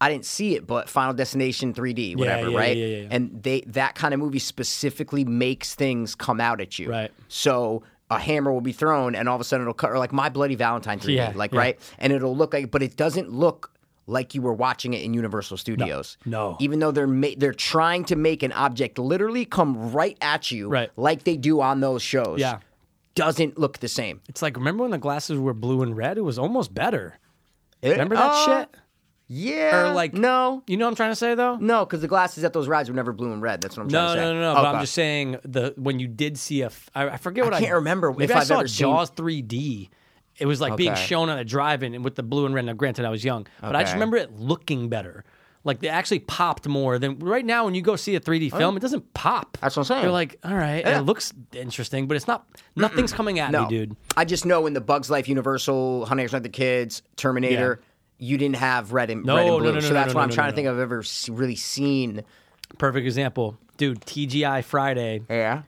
I didn't see it, but Final Destination 3D, whatever,
yeah,
right?
yeah, yeah, yeah.
And they that kind of movie specifically makes things come out at you.
Right.
So a hammer will be thrown and all of a sudden it'll cut or like my bloody Valentine 3D,
Yeah,
like
yeah.
right? And it'll look like but it doesn't look like you were watching it in Universal Studios.
no.
Even though they're ma- they're trying to make an object literally come right at you
Right.
like they do on those shows.
Yeah.
Doesn't look the same.
It's like remember when the glasses were blue and red? It was almost better. Remember that
Uh,
shit?
Yeah.
Or like
no.
You know what I'm trying to say though?
No, because the glasses at those rides were never blue and red. That's what I'm trying
No,
to say.
no, no, no.
Oh,
But I'm
God.
just saying the when you did see a, f- I, I forget what I
can't remember
Maybe
if
I
I've
saw
ever seen-
Jaws 3D. It was like being
Okay.
shown on a drive-in and with the blue and red. Now, granted, I was young, but I just
Okay.
remember it looking better. Like they actually popped more than right now. When you go see a 3D film, it doesn't pop.
Oh. That's what I'm saying.
You're like, all right,
Yeah.
it looks interesting, but it's not. Nothing's coming at
No.
me, dude.
I just know in the Bugs Life Universal, Honey, I Shrunk the Kids, Terminator, you didn't have red and,
No,
red and
no,
blue.
no, no,
so
no,
that's
no,
why
no,
I'm
no,
trying
no,
to think I've ever se- really seen.
Perfect example, dude. TGI Friday.
Yeah.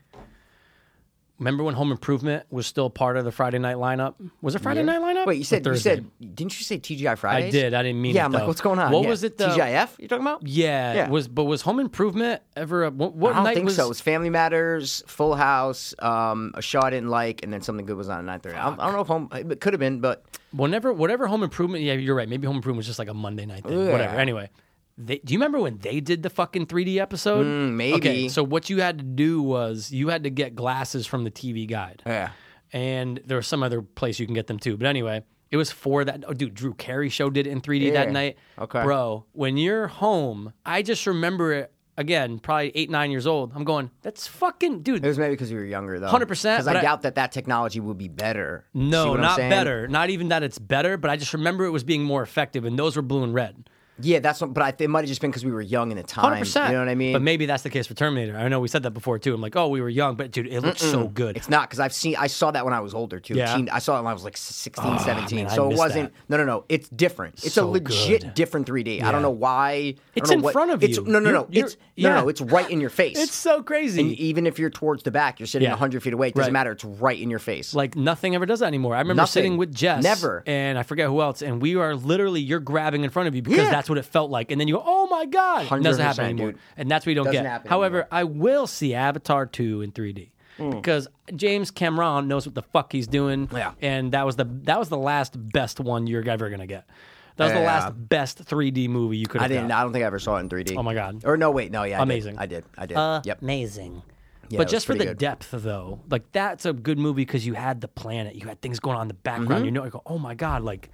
Remember when Home Improvement was still part of the Friday night lineup? Was it Friday night lineup?
Mm-hmm. Wait, you
Or
said you
Thursday?
said didn't you say TGI Fridays?
did. I didn't mean
Yeah,
it,
I'm like,
though.
what's going on?
What
Yeah.
was it, though?
TGIF? You're talking about?
Yeah,
Yeah.
was but was Home Improvement ever? A, what, what
I don't
night
think
was?
so. It was Family Matters, Full House, um, a show I didn't like, and then something good was on at 9:30. I don't- I don't know if home it could have been, but
Whenever, whatever Home Improvement. Yeah, you're right. Maybe Home Improvement was just like a Monday night thing.
Yeah.
Whatever. Anyway, they, do you remember when they did the fucking 3D episode?
mm, maybe.
Okay, so what you had to do was you had to get glasses from the TV guide.
yeah.
and there was some other place you can get them too. But anyway, it was for that. Oh, dude, Drew Carey show did it in 3D that
Yeah.
night.
Okay.
bro, when you're home, I just remember it again, probably eight, nine years old. I'm going, that's fucking dude.
It was maybe because we were younger, though.
100%,
Because
but
I
I-
doubt that that technology would be better. See
No,
what I'm
not
saying?
better. Not even that it's better, but I just remember it was being more effective, and those were blue and red.
Yeah, that's what. But I, it might have just been because we were young in the time.
Hundred percent.
You know what I mean?
But maybe that's the case for Terminator. I know we said that before too. I'm like, oh, we were young, but dude, it looked so good.
It's not because I've seen. I saw that when I was older too.
Yeah. Ah,
Teen- I saw it when I was like 16, 17.
man, I
so it
missed
wasn't. No, no, no. It's different. It's a
So
legit
good.
different 3D. I don't know why. I
It's
don't know
in
what-
front of
it's,
you.
No, no,
You're-
no. It's
you're-
no,
yeah.
no. It's right in your face.
It's so crazy.
And even if you're towards the back, you're sitting
Yeah.
100 feet away. It doesn't
Right.
matter. It's right in your face.
like nothing ever does that anymore. I remember
Nothing.
sitting with Jess,
Never.
and I forget who else, and we are literally you're grabbing in front of you because
Yeah.
that's what it felt like, and then you go, oh my god, it doesn't happen
100%,
anymore,
dude.
and that's what you don't
Doesn't
get.
happen
However, I will see Avatar two in 3D. Because James Cameron knows what the fuck he's doing,
Mm. Yeah.
and that was the that was the last best one you're ever gonna get. That was the
Yeah.
last best 3D movie you could
I
have
didn't.
done.
I don't think I ever saw it in 3D.
Oh my God.
Or no, wait, no, yeah, I did.
Amazing.
I did. I did. yep.
amazing.
Yeah, it
but
was
just for the
pretty good.
depth, though, like that's a good movie because you had the planet, you had things going on in the background. You know, you go, oh my god, like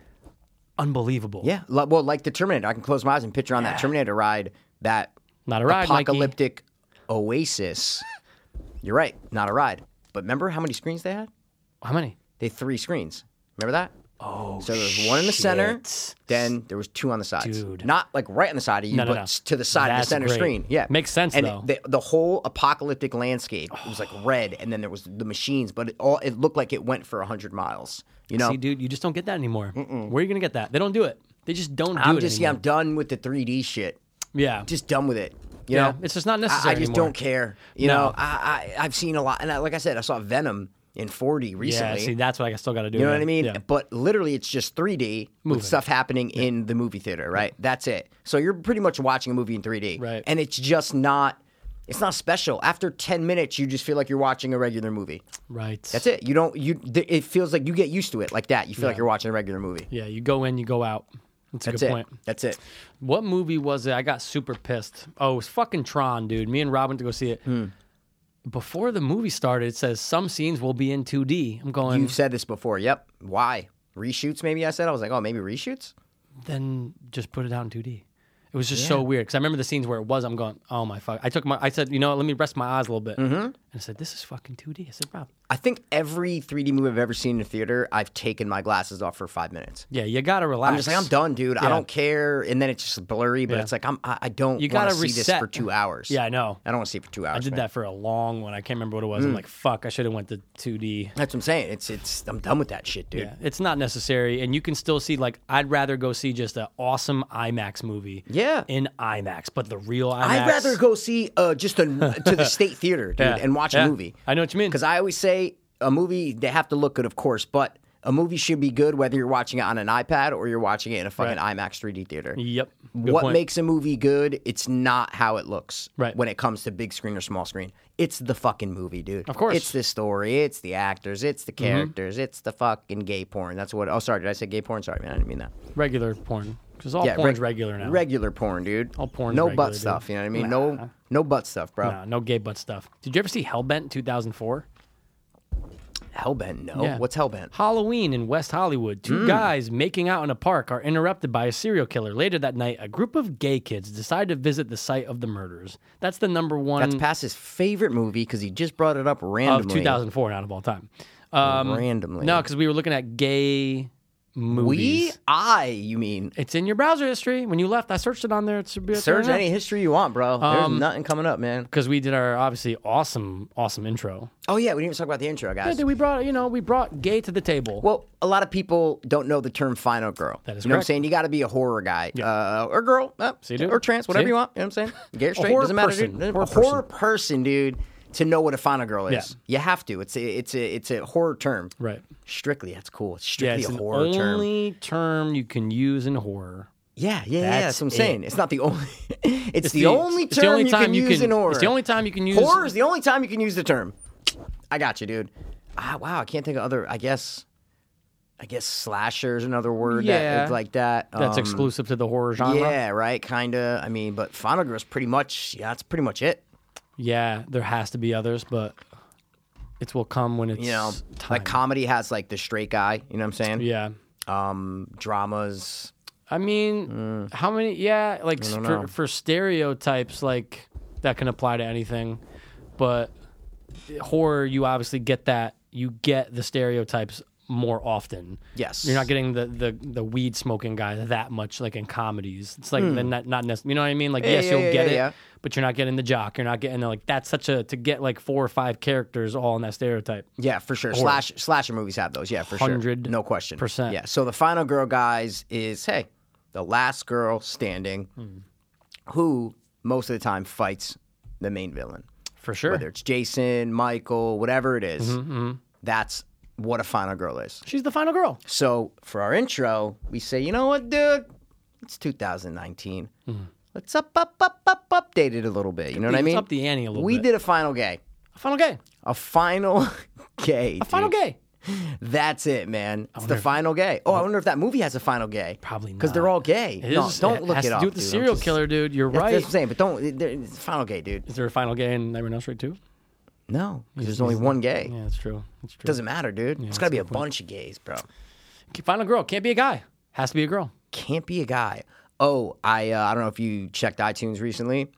unbelievable.
Mm-hmm. Yeah, li- well, like the Terminator, I can close my eyes and picture on that Terminator ride that
Not a ride, Mikey.
apocalyptic oasis. You're right, not a ride. But remember how many screens they had?
How many?
They had three screens. Remember that? Oh, so there was one in the center.
shit.
Then there was two on the sides,
Dude.
not like right on the side of you,
No, no,
but
no.
s- to the side of
That's
the center
great.
screen. Yeah,
Makes sense,
And
though. Oh.
The, the whole apocalyptic landscape it was like red, and then there was the machines, but it all it looked like it went for hundred miles. You know,
See, dude, you just don't get that anymore. Where are you gonna get that? They don't do it. They just don't do
I'm
it
just yeah, I'm
anymore.
done with the 3D shit.
yeah,
just done with it. You
Yeah,
know,
it's just not
I-
necessary
I, just
anymore.
don't care. You
No.
know, I, I I've seen a lot, and I, like I said, I saw Venom in 4D
yeah.
recently.
See, that's what I still got to do.
you know
man.
what I mean?
Yeah.
But literally, it's just 3D with stuff happening in the movie theater, right? That's it. So you're pretty much watching a movie in 3D,
Right.
And it's just not. It's not special. After 10 minutes, you just feel like you're watching a regular movie.
Right.
That's it. You don't. You. th- It feels like you get used to it like that. You feel like you're watching a regular movie.
Yeah, you go in, you go out. That's a
That's
good
it.
point.
That's it.
What movie was it? I got super pissed. Oh, it was fucking Tron, dude. Me and Rob went to go see it.
Hmm.
Before the movie started, it says some scenes will be in 2D. I'm going,
You've said this before. Yep. Why reshoots? Maybe I said I was like, oh, maybe reshoots.
then just put it out in 2D. It was just so weird because I remember the scenes where it was. I'm going, oh my fuck. I took my, I said, you know, what, let me rest my eyes a little bit.
Mm-hmm.
And I said, this is fucking 2D. I said, Rob,
I think every 3D movie I've ever seen in a theater, I've taken my glasses off for five minutes.
yeah, you gotta relax.
I'm just like, I'm done, dude.
Yeah.
I don't care. And then it's just blurry, but
Yeah.
it's like, I'm, I, I don't
You
want
gotta
to see this
reset.
for two hours.
Yeah, I know.
I don't Mm. want to see it for two hours.
I did that for a long one. I can't remember what it was. I'm like, fuck, I should have went to 2D.
That's what I'm saying. It's, it's, I'm done with that shit, dude.
Yeah, it's not necessary, and you can still see. Like, I'd rather go see just an awesome IMAX movie.
Yeah.
in IMAX, but the real IMAX.
I'd rather go see uh, just a, to the state theater, dude,
Yeah.
and watch
Yeah.
a movie.
I know what you mean.
Because I always say a movie, they have to look good, of course, but a movie should be good whether you're watching it on an iPad or you're watching it in a fucking IMAX 3D theater.
Yep. Good
what
point.
makes a movie good? It's not how it looks
Right.
when it comes to big screen or small screen. It's the fucking movie, dude. Of
course. Mm-hmm.
It's the story, it's the actors, it's the characters, it's the fucking gay porn. That's what. Oh, sorry. Did I say gay porn? Sorry, man. I didn't mean that.
regular porn because all
reg-
porn's regular now.
Regular porn, dude.
All porn's
No
regular,
butt
dude.
stuff. You know what I mean? No, no butt stuff, bro.
Nah, no gay butt stuff. Did you ever see Hellbent 2004?
Hellbent, no.
Yeah.
What's Hellbent?
Halloween in West Hollywood. Two guys making out in a park are interrupted by a serial killer. Later that night, a group of gay kids decide to visit the site of the murders. That's the number one
That's Pass's favorite movie because he just brought it up
of
randomly.
2004, not of all time. Um,
Randomly.
No, because we were looking at gay movies.
We, I, you mean?
It's in your browser history. When you left, I searched it on there. It should be
Search any history you want, bro.
Um,
There's nothing coming up, man.
because we did our obviously awesome, awesome intro.
Oh yeah, we didn't even talk about the intro, guys.
Yeah, dude, we brought you know we brought gay to the table.
Well, a lot of people don't know the term final girl.
That is
You know what I'm
correct.
saying? You got to be a horror guy uh, or girl uh,
dude?
or trans, whatever
See?
you want. You know what I'm saying? Gay or straight,
horror
doesn't matter.
person.
Dude.
Horror
a horror person, dude, to know what a final girl is. You have to. It's a, it's a, it's a horror term.
right.
Strictly, that's cool. It's
Yeah,
strictly
it's
a
the
horror term.
only term you can use in horror.
Yeah, yeah, yeah. That's what I'm
That's
saying. It's not the only. It's, the, only
it's
term you can use in horror.
It's the only time you can use.
horror is the only time you can use the term. I got you, dude. Ah, wow, I can't think of other. I guess, I guess slasher is another word that
Yeah.
is like that.
That's
Um,
exclusive to the horror genre.
Yeah, right. Kinda. I mean, but Final Girl's pretty much. Yeah, that's pretty much it.
Yeah, there has to be others, but It will come when it's
You know,
time.
like comedy has like the straight guy. You know what I'm saying?
yeah.
Um, dramas.
I mean, how many? Yeah, like
Mm. know.
for, for stereotypes, like that can apply to anything. But horror, you obviously get that. You get the stereotypes more often.
Yes.
you're not getting the the, the weed smoking guy that much. Like in comedies, it's like the not not necessarily. You know what I mean? Like yes,
Hmm. yeah,
you'll
yeah,
get
yeah,
it,
yeah.
but you're not getting the jock. You're not getting like that's such a to get like four or five characters all in that stereotype.
Yeah, for sure. Slash slasher movies have those. Yeah, for sure.
100%.
No question. Yeah. So the final girl, guys, is hey, the last girl standing,
Hmm.
who most of the time fights the main villain,
For sure,
whether it's Jason, Michael, whatever it is,
Mm-hmm,
That's what a final girl is.
she's the final girl.
So for our intro, we say, you know what, dude? It's 2019.
Hmm.
Let's up, up, up, up, update it a little bit. You know what I
Let's
mean?
up the ante a little
we
bit.
did a final gay.
Final gay,
A final gay. A
final gay.
That's it, man. It's the final gay. Oh, I wonder if that movie has a final gay.
Probably
because they're
not.
all gay.
It
no,
is-
don't look
has
it
to
up.
do with the
dude. I'm
serial
just-
killer, dude. You're
That's,
right.
that's what I'm saying, but don't. they're- It's final gay, dude.
Is there a final gay in everyone else right too?
No, 'cause there's only one gay.
Yeah, that's true. That's true.
Doesn't matter, dude. it's gotta be a bunch of gays, bro.
final girl can't be a guy. Has to be a girl.
Can't be a guy. Oh, I uh, I don't know if you checked iTunes recently.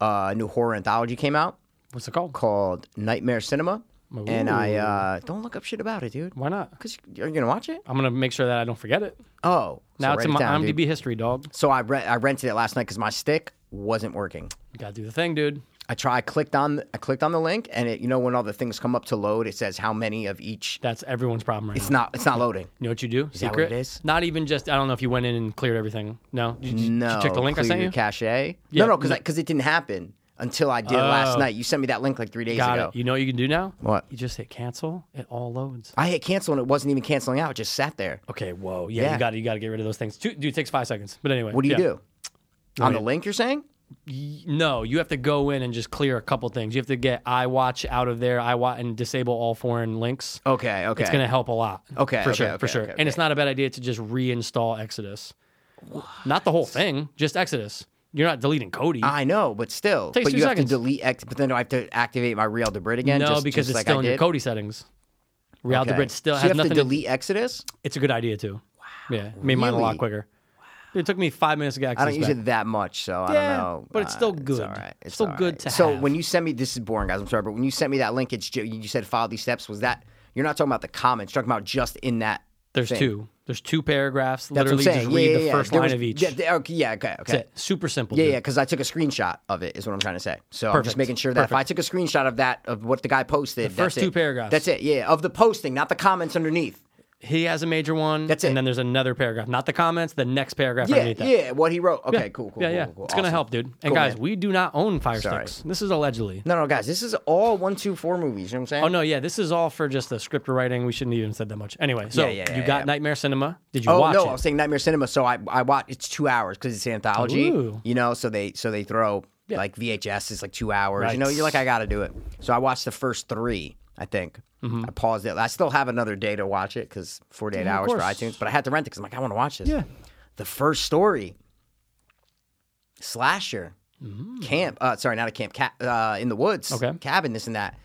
Uh, a new horror anthology came out
What's it called?
called Nightmare Cinema, and I uh, don't look up shit about it, dude.
Why not?
Because you're gonna watch it.
I'm gonna make sure that I don't forget it.
Oh,
Now it's
so write
in
it
my
down,
IMDb
dude.
history, dog.
So I re- I rented it last night because my stick wasn't working.
You gotta do the thing, dude.
I try. I clicked on. I clicked on the link, and it, you know when all the things come up to load, it says how many of each.
That's everyone's problem right
It's
now.
not. It's not loading.
You know what you do?
that
Secret.
what it is?
Not even just. I don't know if you went in and cleared everything. No. Did you, did you
No.
check the link I
clear
sent
your
you.
Cache.
Yeah,
no, no, because
no.
because it didn't happen until I did last
Oh.
night. You sent me that link like three days
Got
ago.
it. You know what you can do now?
What?
You just hit cancel. It all loads.
I hit cancel, and it wasn't even canceling out. It just sat there.
Okay. Whoa. Yeah.
Yeah.
You got to You got to get rid of those things. Two- Dude, it takes five seconds. But anyway.
What do you
yeah.
do? On the link, you're saying?
No, you have to go in and just clear a couple things. You have to get iWatch out of there, iWatch, and disable all foreign links.
Okay. Okay.
It's going to help a lot.
Okay,
For
okay,
sure.
okay,
for sure.
okay,
And it's not a bad idea to just reinstall Exodus. Not the whole thing, just Exodus. You're not deleting Cody.
I know, but still.
Takes
but
two
you have
seconds.
to delete. Ex- but then do I have to activate my Real Debrid again?
no,
just,
because
just
it's
like
still
I
in your
did?
Cody settings. Real
Okay.
okay. still
so
has
you have
nothing
to delete Exodus.
It's a good idea, too. Wow. Yeah. Made mine a lot
really?
quicker. It took me five minutes to get
I
Exodus.
don't use
back.
it that much, so I
Yeah,
don't know. Uh,
but it's still
It's
good.
all right.
It's still
all
good
right.
to
So
have.
when you sent me, this is boring, guys. I'm sorry, but when you sent me that link, it's ju- you said follow these steps. Was that you're not talking about the comments? You're talking about just in that.
There's
thing.
two. There's two paragraphs.
That's
Literally
what I'm
just
saying.
read
yeah,
the
yeah, yeah.
first
There
line
was-
of each.
Yeah, there- okay, yeah, okay,
That's
okay.
it. Super simple.
Yeah,
dude.
yeah, because I took a screenshot of it. Is what I'm trying to say. So I'm
Perfect.
just making sure that if I took a screenshot of that of what the guy posted, the
first two paragraphs.
That's it. Yeah, of the posting, not the comments underneath.
he has a major one.
That's it.
And then there's another paragraph, not the comments, the next paragraph
Yeah,
underneath that.
yeah, what he wrote. Okay,
Yeah.
cool, cool.
yeah,
cool,
yeah.
cool, cool.
It's gonna
Awesome.
help, dude. And
Cool,
guys,
man.
we do not own Fire
Sorry.
Sticks. This is allegedly.
No, no, guys, this is all one, two, four movies. You know what I'm saying?
Oh no, yeah. This is all for just the script writing. We shouldn't even said that much. Anyway, so
Yeah, yeah, yeah,
you got
yeah.
Nightmare Cinema. Did you
Oh
watch
no,
it?
I was saying Nightmare Cinema. So I I watch. It's two hours because it's anthology.
Ooh.
You know, so they so they throw like VHS is like two hours. You know,
Right.
you're like I got to do it. So I watched the first three. I think
Mm-hmm.
I paused it. I still have another day to watch it because 48
of
hours for
course.
iTunes. But I had to rent it because I'm like I want to watch this.
Yeah.
The first story. Slasher. Camp. Uh, sorry, not a camp. Ca- uh, in the woods.
Mm. Okay.
Cabin. This and that.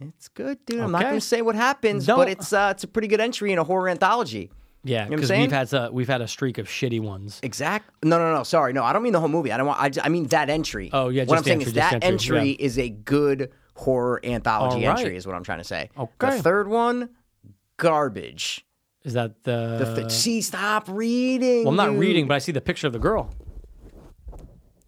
It's good, dude. I'm not
Okay.
going to say what happens, but
Don't-
it's uh, it's a pretty good entry in a horror anthology.
yeah,
what I'm
because
saying?
we've had a, we've had a streak of shitty ones.
Exact. No, no, no. Sorry, no. I don't mean the whole movie. I don't want. I, j- I mean that entry.
Oh, yeah,
What
just
I'm saying
entry,
is
just
that
entry,
entry, is a good horror anthology
All right.
entry. Is what I'm trying to say.
Okay.
The third one, garbage.
Is that the?
The th- see, stop
Uh,
reading.
well, I'm not
dude.
reading, but I see the picture of the girl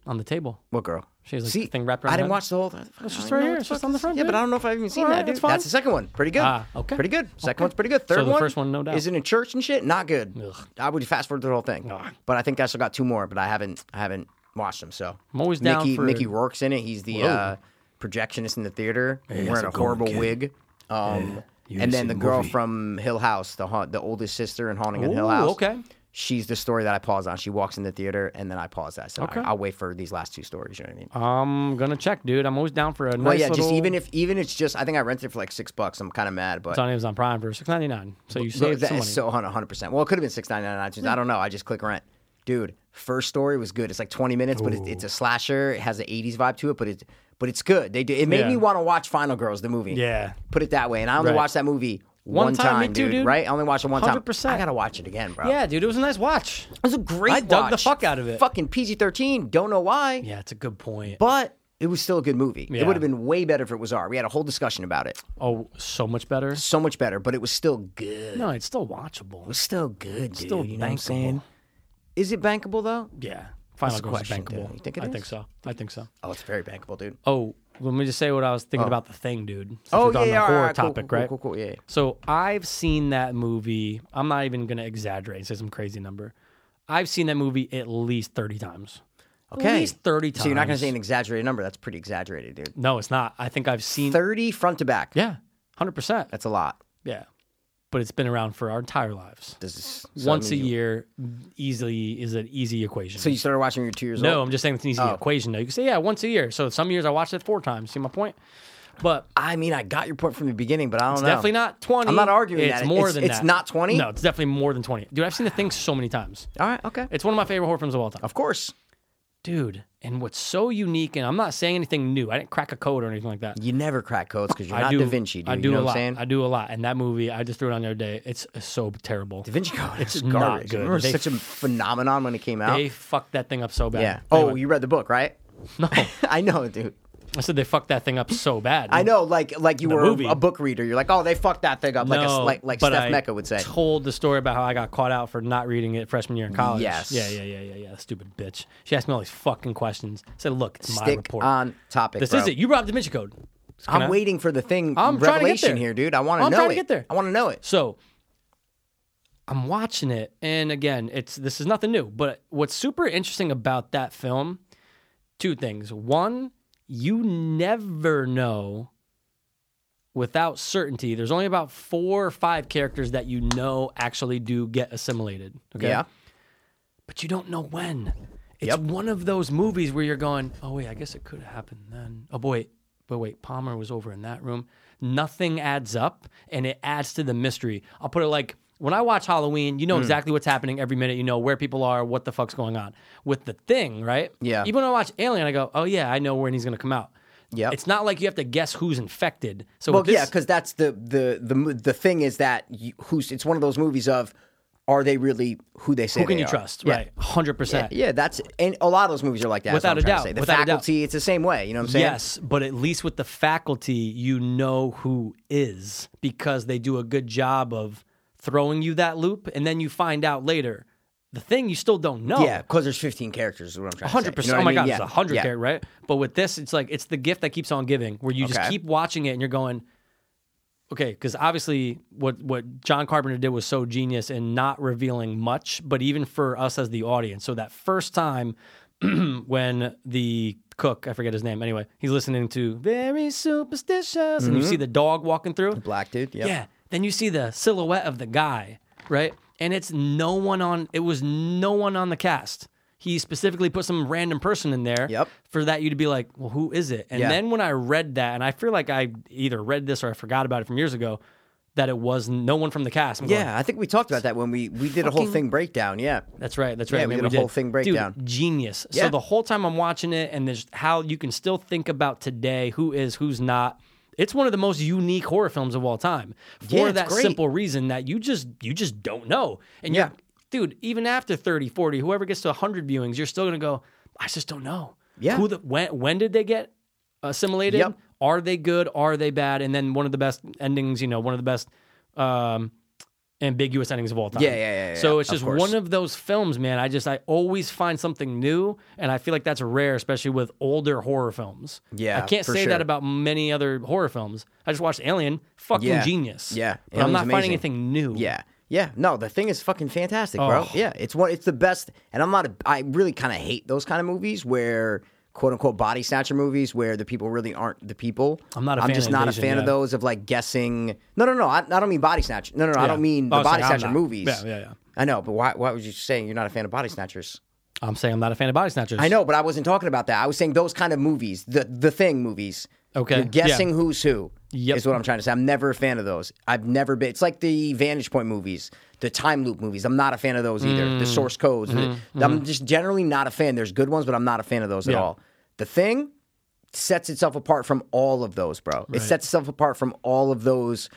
on the table.
What girl?
She has, like,
see,
the thing wrapped around
I
her head.
didn't watch the whole. thing.
It's just right here. It's just on the front.
Yeah, but
dude.
I don't know if I've even seen
All right,
that. Dude.
it's fine.
That's the second one. Pretty good.
Ah, okay.
Pretty good. Second one's pretty good. Third
the
one.
first one, no doubt.
Is in a church and shit. Not good.
Ugh.
I would fast forward through the whole thing.
Ugh.
But I think I still got two more. But I haven't. I haven't watched them. So
I'm always down
Mickey,
for-
Mickey Rourke's in it. He's the uh, projectionist in the theater. wearing a horrible wig. Um, and then the girl from Hill House, the haunt, the oldest sister in Haunting in Hill
Ooh,
House.
okay.
She's the story that I pause on. She walks in the theater, and then I pause that. So
Okay.
I'll wait for these last two stories. You know what I mean?
I'm gonna check, dude. I'm always down for a nice
Well, yeah,
little.
just even if even it's just I think I rented it for like six bucks. I'm kind of mad, but
it's on Amazon Prime for six ninety nine, so you
so
saved
that
some money.
is so 100. percent Well, it could have been six ninety nine iTunes. I don't know. I just click rent. Dude, first story was good. It's like 20 minutes, but it, it's a slasher. It has an 80s vibe to it, but it's but it's good. They do. It made
Yeah.
me want to watch Final Girls, the movie.
Yeah.
Put it that way. And I only
Right.
watched that movie
One
one,
time, me too,
dude,
dude.
Right? I only watched it one time.
100%.
I gotta watch it again, bro.
Yeah, dude, it was a nice watch.
It was a great
I dug the
watch.
fuck out of it.
Fucking PG thirteen. Don't know why.
Yeah, it's a good point.
But it was still a good movie.
Yeah.
It would have been way better if it was R. We had a whole discussion about it.
oh, so much better.
So much better, but it was still good.
No, it's still watchable.
It was still good, dude.
still
you know what I'm
bankable.
saying? Is it bankable though?
Yeah, Final
the
Girls is
question,
bankable.
dude. You think it
I
is?
think so. I think so.
Oh, it's very bankable, dude.
Oh, let me just say what I was thinking about the thing, dude. since
Oh,
we're
yeah,
on the
yeah, all
horror
right, cool,
topic,
cool,
right?
cool, cool, yeah, yeah.
So I've seen that movie. I'm not even gonna exaggerate and say some crazy number. I've seen that movie at least thirty times.
Okay.
At least thirty times.
So you're not gonna say an exaggerated number. That's pretty exaggerated, dude.
No, it's not. I think I've seen
Thirty front to back.
Yeah. Hundred percent.
That's a lot.
Yeah. But it's been around for our entire lives.
This is so, I
Once
mean,
a
you-
year easily is an easy equation.
So you Oh. started watching when you were two years
no,
old.
I'm just saying it's an easy equation. Now you can say, yeah, once a year. So some years I watched it four times. See my point? But
I mean, I got your point from the beginning, but I don't know.
Definitely not 20.
I'm not arguing
it's
that.
more
It's-
than
it's
that.
not 20?
No, it's definitely more than 20. Dude, I've seen the thing so many times.
All right. Okay.
It's one of my favorite horror films of all time.
Of course.
Dude, and what's so unique, and I'm not saying anything new. I didn't crack a code or anything like that.
You never crack codes because you're
I
not
do,
Da Vinci. Dude.
I do
you
a
know what
lot.
I'm saying?
I do a lot. And that movie, I just threw it on the other day. It's, it's so terrible.
Da Vinci Code
It's
is
not
garbage.
good.
Remember, it was
They-
such a phenomenon when it came out.
They fucked that thing up so bad.
yeah. Oh,
Anyway,
you read the book, right?
no.
I know, dude.
I said they fucked that thing up so bad.
I know, like like you were
movie.
a book reader. You're like, oh, they fucked that thing up, like a,
No,
like, like
but
Steph
I
Mecca would say.
Told the story about how I got caught out for not reading it freshman year in college.
Yes.
Yeah, yeah, yeah, yeah, yeah. Stupid bitch. She asked me all these fucking questions. I said, look, it's my
Stick
report.
on topic.
this
bro.
is it. You robbed the Mitchell code. Can
I'm
I-
waiting for the thing
I'm trying to get
revelation
there.
here, dude. I want to
I'm
know
trying to
it.
get there.
I want to know it.
So I'm watching it, and again, it's this is nothing new. But what's super interesting about that film, two things. One, you never know without certainty. There's only about four or five characters that you know actually do get assimilated. Okay.
Yeah.
But you don't know when. It's
Yep.
one of those movies where you're going, oh wait, I guess it could have happened then. Oh boy, but wait, Palmer was over in that room. Nothing adds up, and it adds to the mystery. I'll put it like when I watch Halloween, you know
Hmm.
exactly what's happening every minute. You know where people are, what the fuck's going on. With the thing, right?
Yeah.
Even when I watch Alien, I go, oh yeah, I know when he's gonna come out.
Yep.
It's not like you have to guess who's infected. So
Well,
with this,
yeah, because that's the the the mo- the thing is that you, who's it's one of those movies of are they really who they say
who can
they
you
are?
trust?
Yeah.
Right, hundred
Yeah,
percent.
yeah, that's and a lot of those movies are like that. is what
Without
I'm
a
trying to
doubt,
say. the
without a doubt.
faculty, it's the same way. You know what I'm saying?
Yes, but at least with the faculty, you know who is because they do a good job of throwing you that loop, and then you find out later the thing you still don't know.
Yeah, because there's 15 characters. Is what I'm trying
hundred
to say. You
percent.
know
Oh my
what I mean?
god,
yeah.
it's a hundred
yeah.
carat, right? But with this, it's like it's the gift that keeps on giving, where you just
Okay.
keep watching it and you're going, okay, because obviously what what John Carpenter did was so genius in not revealing much, but even for us as the audience. So that first time when the cook, I forget his name, anyway, he's listening to very superstitious, and
Mm-hmm.
you see the dog walking through.
Black dude. Yeah.
Yeah. Then you see the silhouette of the guy, right? And it's no one on. It was no one on the cast. He specifically put some random person in there
Yep.
for that you to be like, well, who is it? And
Yeah.
then when I read that, and I feel like I either read this or I forgot about it from years ago, that it was no one from the cast. I'm going,
Yeah, I think we talked about that when we we did a whole thing breakdown. Yeah.
That's right. That's right.
Yeah,
man,
we did a whole thing breakdown.
Dude, genius. So
Yeah.
the whole time I'm watching it, and there's how you can still think about today who is, who's not. It's one of the most unique horror films of all time
Yeah,
for
it's
that
great.
simple reason that you just you just don't know. And you're-
Yeah.
dude, even after 30, 40, whoever gets to 100 viewings, you're still going to go, I just don't know.
Yeah.
Who the when when did they get assimilated?
Yep.
Are they good? Are they bad? And then one of the best endings, you know, one of the best um ambiguous endings of all time.
Yeah, yeah, yeah, yeah,
So it's
of
just
course.
one of those films, man. I just I always find something new, and I feel like that's rare, especially with older horror films.
Yeah,
I can't
for
say
sure.
that about many other horror films. I just watched Alien, fucking
Yeah.
genius.
Yeah,
but I'm
Alien's
not finding
amazing.
anything new.
Yeah. Yeah. No, the thing is fucking fantastic, bro.
Oh.
Yeah, it's one. It's the best. And I'm not. A, I really kind of hate those kind of movies where quote unquote body snatcher movies where the people really aren't the people.
I'm not a
I'm
fan
just
of
not
Invasion,
a fan
yeah.
of those of like guessing. No, no, no. I, I don't mean body snatcher. No, no, no. I
Yeah.
don't mean
I
the
was
body
saying, I'm
snatcher
not.
movies.
Yeah, yeah, yeah.
I know, but why? Why was you saying you're not a fan of body snatchers?
I'm saying I'm not a fan of body snatchers.
I know, but I wasn't talking about that. I was saying those kind of movies, the the thing movies.
Okay,
You're guessing who's who.
Yep.
Is what I'm trying to say. I'm never a fan of those. I've never been. It's like the Vantage Point movies, the Time Loop movies. I'm not a fan of those either. The
Mm.
Source Codes. the- I'm just generally not a fan. There's good ones, but I'm not a fan of those
Mm-hmm. Yeah.
at all. The Thing, sets itself apart from all of those, bro. It sets itself apart from all of those.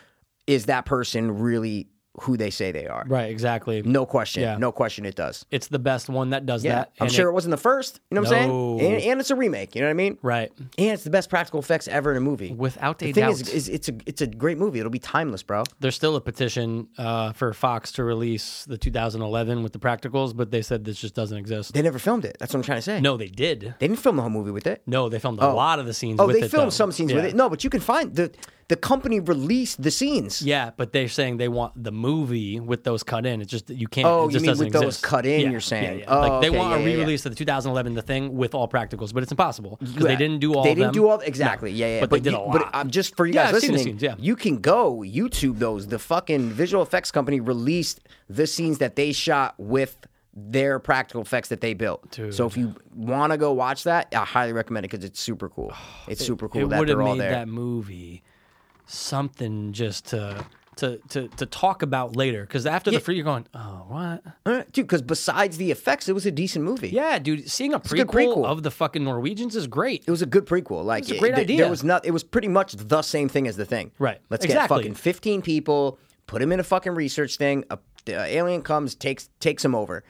Is that person really who they say they are?
Right, exactly.
No question.
Yeah.
No question it does.
It's the best one that does
Yeah.
that.
I'm
and
sure it,
it-
wasn't the first. You know what I'm
No.
saying? And, and it's a remake. You know what I mean?
right.
And it's the best practical effects ever in a movie.
Without
the
a
thing
doubt.
Is, is it's a it's a great movie. It'll be timeless, bro.
There's still a petition uh, for Fox to release the 2011 with the practicals, but they said this just doesn't exist.
They never filmed it. That's what I'm trying to say.
No, they did.
They didn't film the whole movie with it.
No, they filmed a lot of the scenes.
Oh,
with
they
it,
filmed
though.
some scenes with
Yeah.
it. No, but you can find the the company released the scenes.
Yeah, but they're saying they want the movie with those cut in. It's just you can't.
Oh,
it
you
just
mean
doesn't
with those
exist.
cut in,
Yeah,
you're
yeah,
saying.
yeah.
Oh,
like they
okay,
want
yeah,
a
yeah, yeah.
re-release of the 2011 the thing with all practicals, but it's impossible because they
Yeah.
didn't do all.
They
of
didn't
them.
do all exactly.
No,
Yeah, yeah.
But, they did a
you,
lot.
But I'm just for you
Yeah,
guys
I've seen the
listening.
scenes, yeah.
You can go YouTube those. The fucking visual effects company released the scenes that they shot with their practical effects that they built. So if you want to go watch that, I highly recommend it because it's super cool. It's super cool
it
that
would have
they're all
made
there.
that movie something just to to to, to talk about later. Because after the free, you're going, oh, what?
Uh, Dude, because besides the effects, it was a decent movie.
Yeah, dude, seeing a
a good
prequel,
prequel.
of the fucking Norwegians is great.
It was a good prequel. Like
a great
it- th- There
idea.
was not. It was pretty much the same thing as the thing.
Right.
Let's
Exactly.
get fucking fifteen people, put them in a fucking research thing. A, the alien comes, takes takes them over.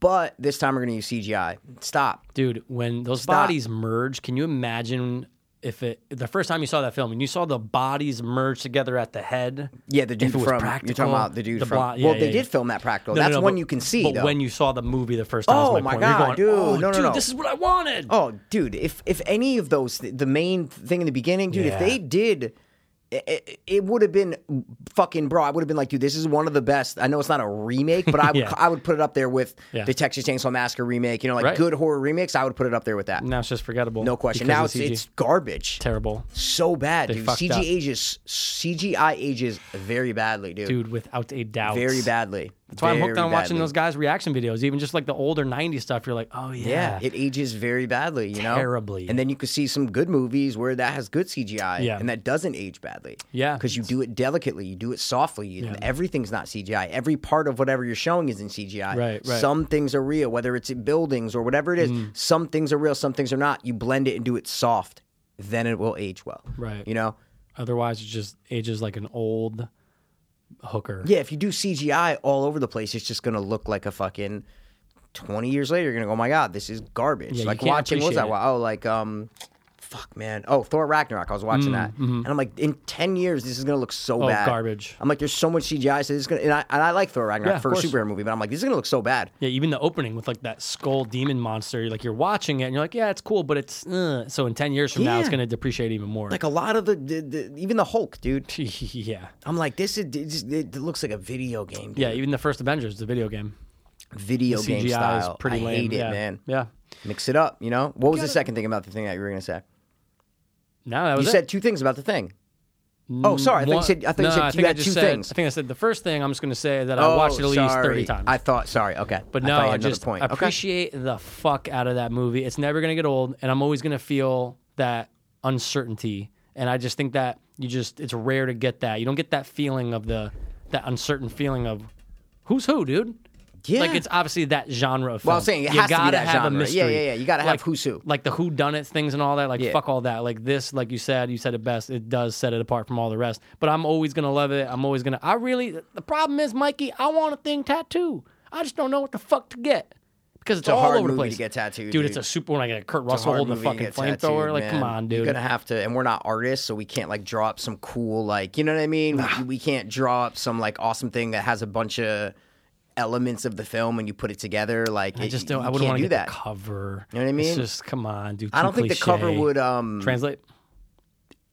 But this time we're gonna use CGI. Stop.
Dude, when those bodies merge, can you imagine if it the first time you saw that film and you saw the bodies merge together at the head?
Yeah, the dude
if it was
from you're
practical,
talking about the dude from.
blonde-
well,
yeah,
they
yeah,
did
yeah.
film that practical.
No, no,
That's
no,
one
but-
you can see
But
though.
when you saw the movie the first time,
Oh,
was
my
point. You're
God,
going,
dude.
"Oh,
No, no,
dude,
no.
this is what I wanted.
Oh, dude, if if any of those, the main thing in the beginning, dude, if
Yeah.
they did, it, it would have been fucking bro. I would have been like, dude, this is one of the best. I know it's not a remake, but I would,
Yeah.
I would put it up there with
Yeah.
the Texas Chainsaw Massacre remake. You know, like
Right.
good horror remakes. I would put it up there with that.
Now it's just forgettable.
No question.
because
now
of
it's,
CG.
it's garbage.
terrible.
So bad,
They
dude.
fucked
CG
up.
ages, CGI ages very badly, dude.
Dude, without a doubt.
very badly.
That's why I'm hooked
Very
on watching
badly.
those guys' reaction videos, even just like the older 90s stuff. You're like, oh, yeah.
Yeah, it ages very badly, you know.
Terribly.
And then you could see some good movies where that has good CGI,
Yeah.
and that doesn't age badly.
Yeah.
because you do it delicately, you do it softly. You, Everything's not CGI. Every part of whatever you're showing is in CGI.
Right, right. Mm.
Some things are real, whether it's in buildings or whatever it is. Some things are real, some things are not. You blend it and do it soft, then it will age well.
Right.
You know.
Otherwise, it just ages like an old hooker.
Yeah, if you do CGI all over the place, it's just gonna look like a fucking. Twenty years later, you're gonna go, oh my god, this is garbage.
you
like
can't
watching, what was that?
appreciate
Oh, like um, fuck, man. Oh, Thor Ragnarok. I was watching that, and I'm like, in ten years, this is gonna look so
Mm, mm-hmm. Oh,
bad.
garbage.
I'm like, there's so much CGI. So this is gonna, and I, and I like Thor Ragnarok
Yeah, of
for a
course.
superhero movie, but I'm like, this is gonna look so bad.
Yeah, even the opening with like that skull demon monster, like you're watching it and you're like, yeah, it's cool, but it's uh. so in 10 years from now, it's
Yeah.
going to depreciate even more.
Like a lot of the, the, the even the Hulk, dude.
yeah.
I'm like, this is it, just, it looks like a video game. Dude.
Yeah, even the first Avengers, the video game.
video
CGI
game style.
is pretty
I
lame.
hate it,
yeah.
man.
Yeah.
Mix it up, you know. What was the second thing about the thing that you were gonna say?
No, that was
You
it.
said two things about the thing. Oh, sorry. I thought you
One-
said. I thought
no,
you said
I
you
think I
had
just
two
said,
things.
I think I said the first thing I'm just going to say that I watched it at
Oh,
least
sorry.
30 times.
I thought. Sorry. Okay.
But
I
no,
thought you
I
had another
just
point. Okay.
appreciate the fuck out of that movie. It's never gonna get old, and I'm always gonna feel that uncertainty. And I just think that you just it's rare to get that. You don't get that feeling of the that uncertain feeling of who's who, dude.
Yeah.
Like it's obviously that genre of film.
Well, I'm saying it
you
has to be
gotta
that
have
genre.
a
Yeah,
mystery.
yeah, yeah. You gotta have
Like-
who's who.
Like the who done it things and all that. Like
Yeah.
fuck all that. Like this, like you said, you said it best. It does set it apart from all the rest. But I'm always gonna love it. I'm always gonna I really the problem is, Mikey, I want a thing tattoo. I just don't know what the fuck to get. Because it's,
a
all
hard
over the
movie
place.
to get tattooed,
dude, it's
dude.
a super when I get Kurt
It's a
Russell
hard
holding the
movie to
fucking
get tattooed,
flamethrower. Like, come
man.
on,
You're
dude.
gonna have to, and we're not artists, so we can't like draw up some cool, like you know what I mean. we, we can't draw up some like awesome thing that has a bunch of elements of the film, and you put it together. Like
I
it-
just don't
you
I wouldn't
can't
want to
do
get
that.
the cover.
You know what I mean?
It's just come on, dude.
I don't
too
think the cover
cliche.
would. Um,
translate.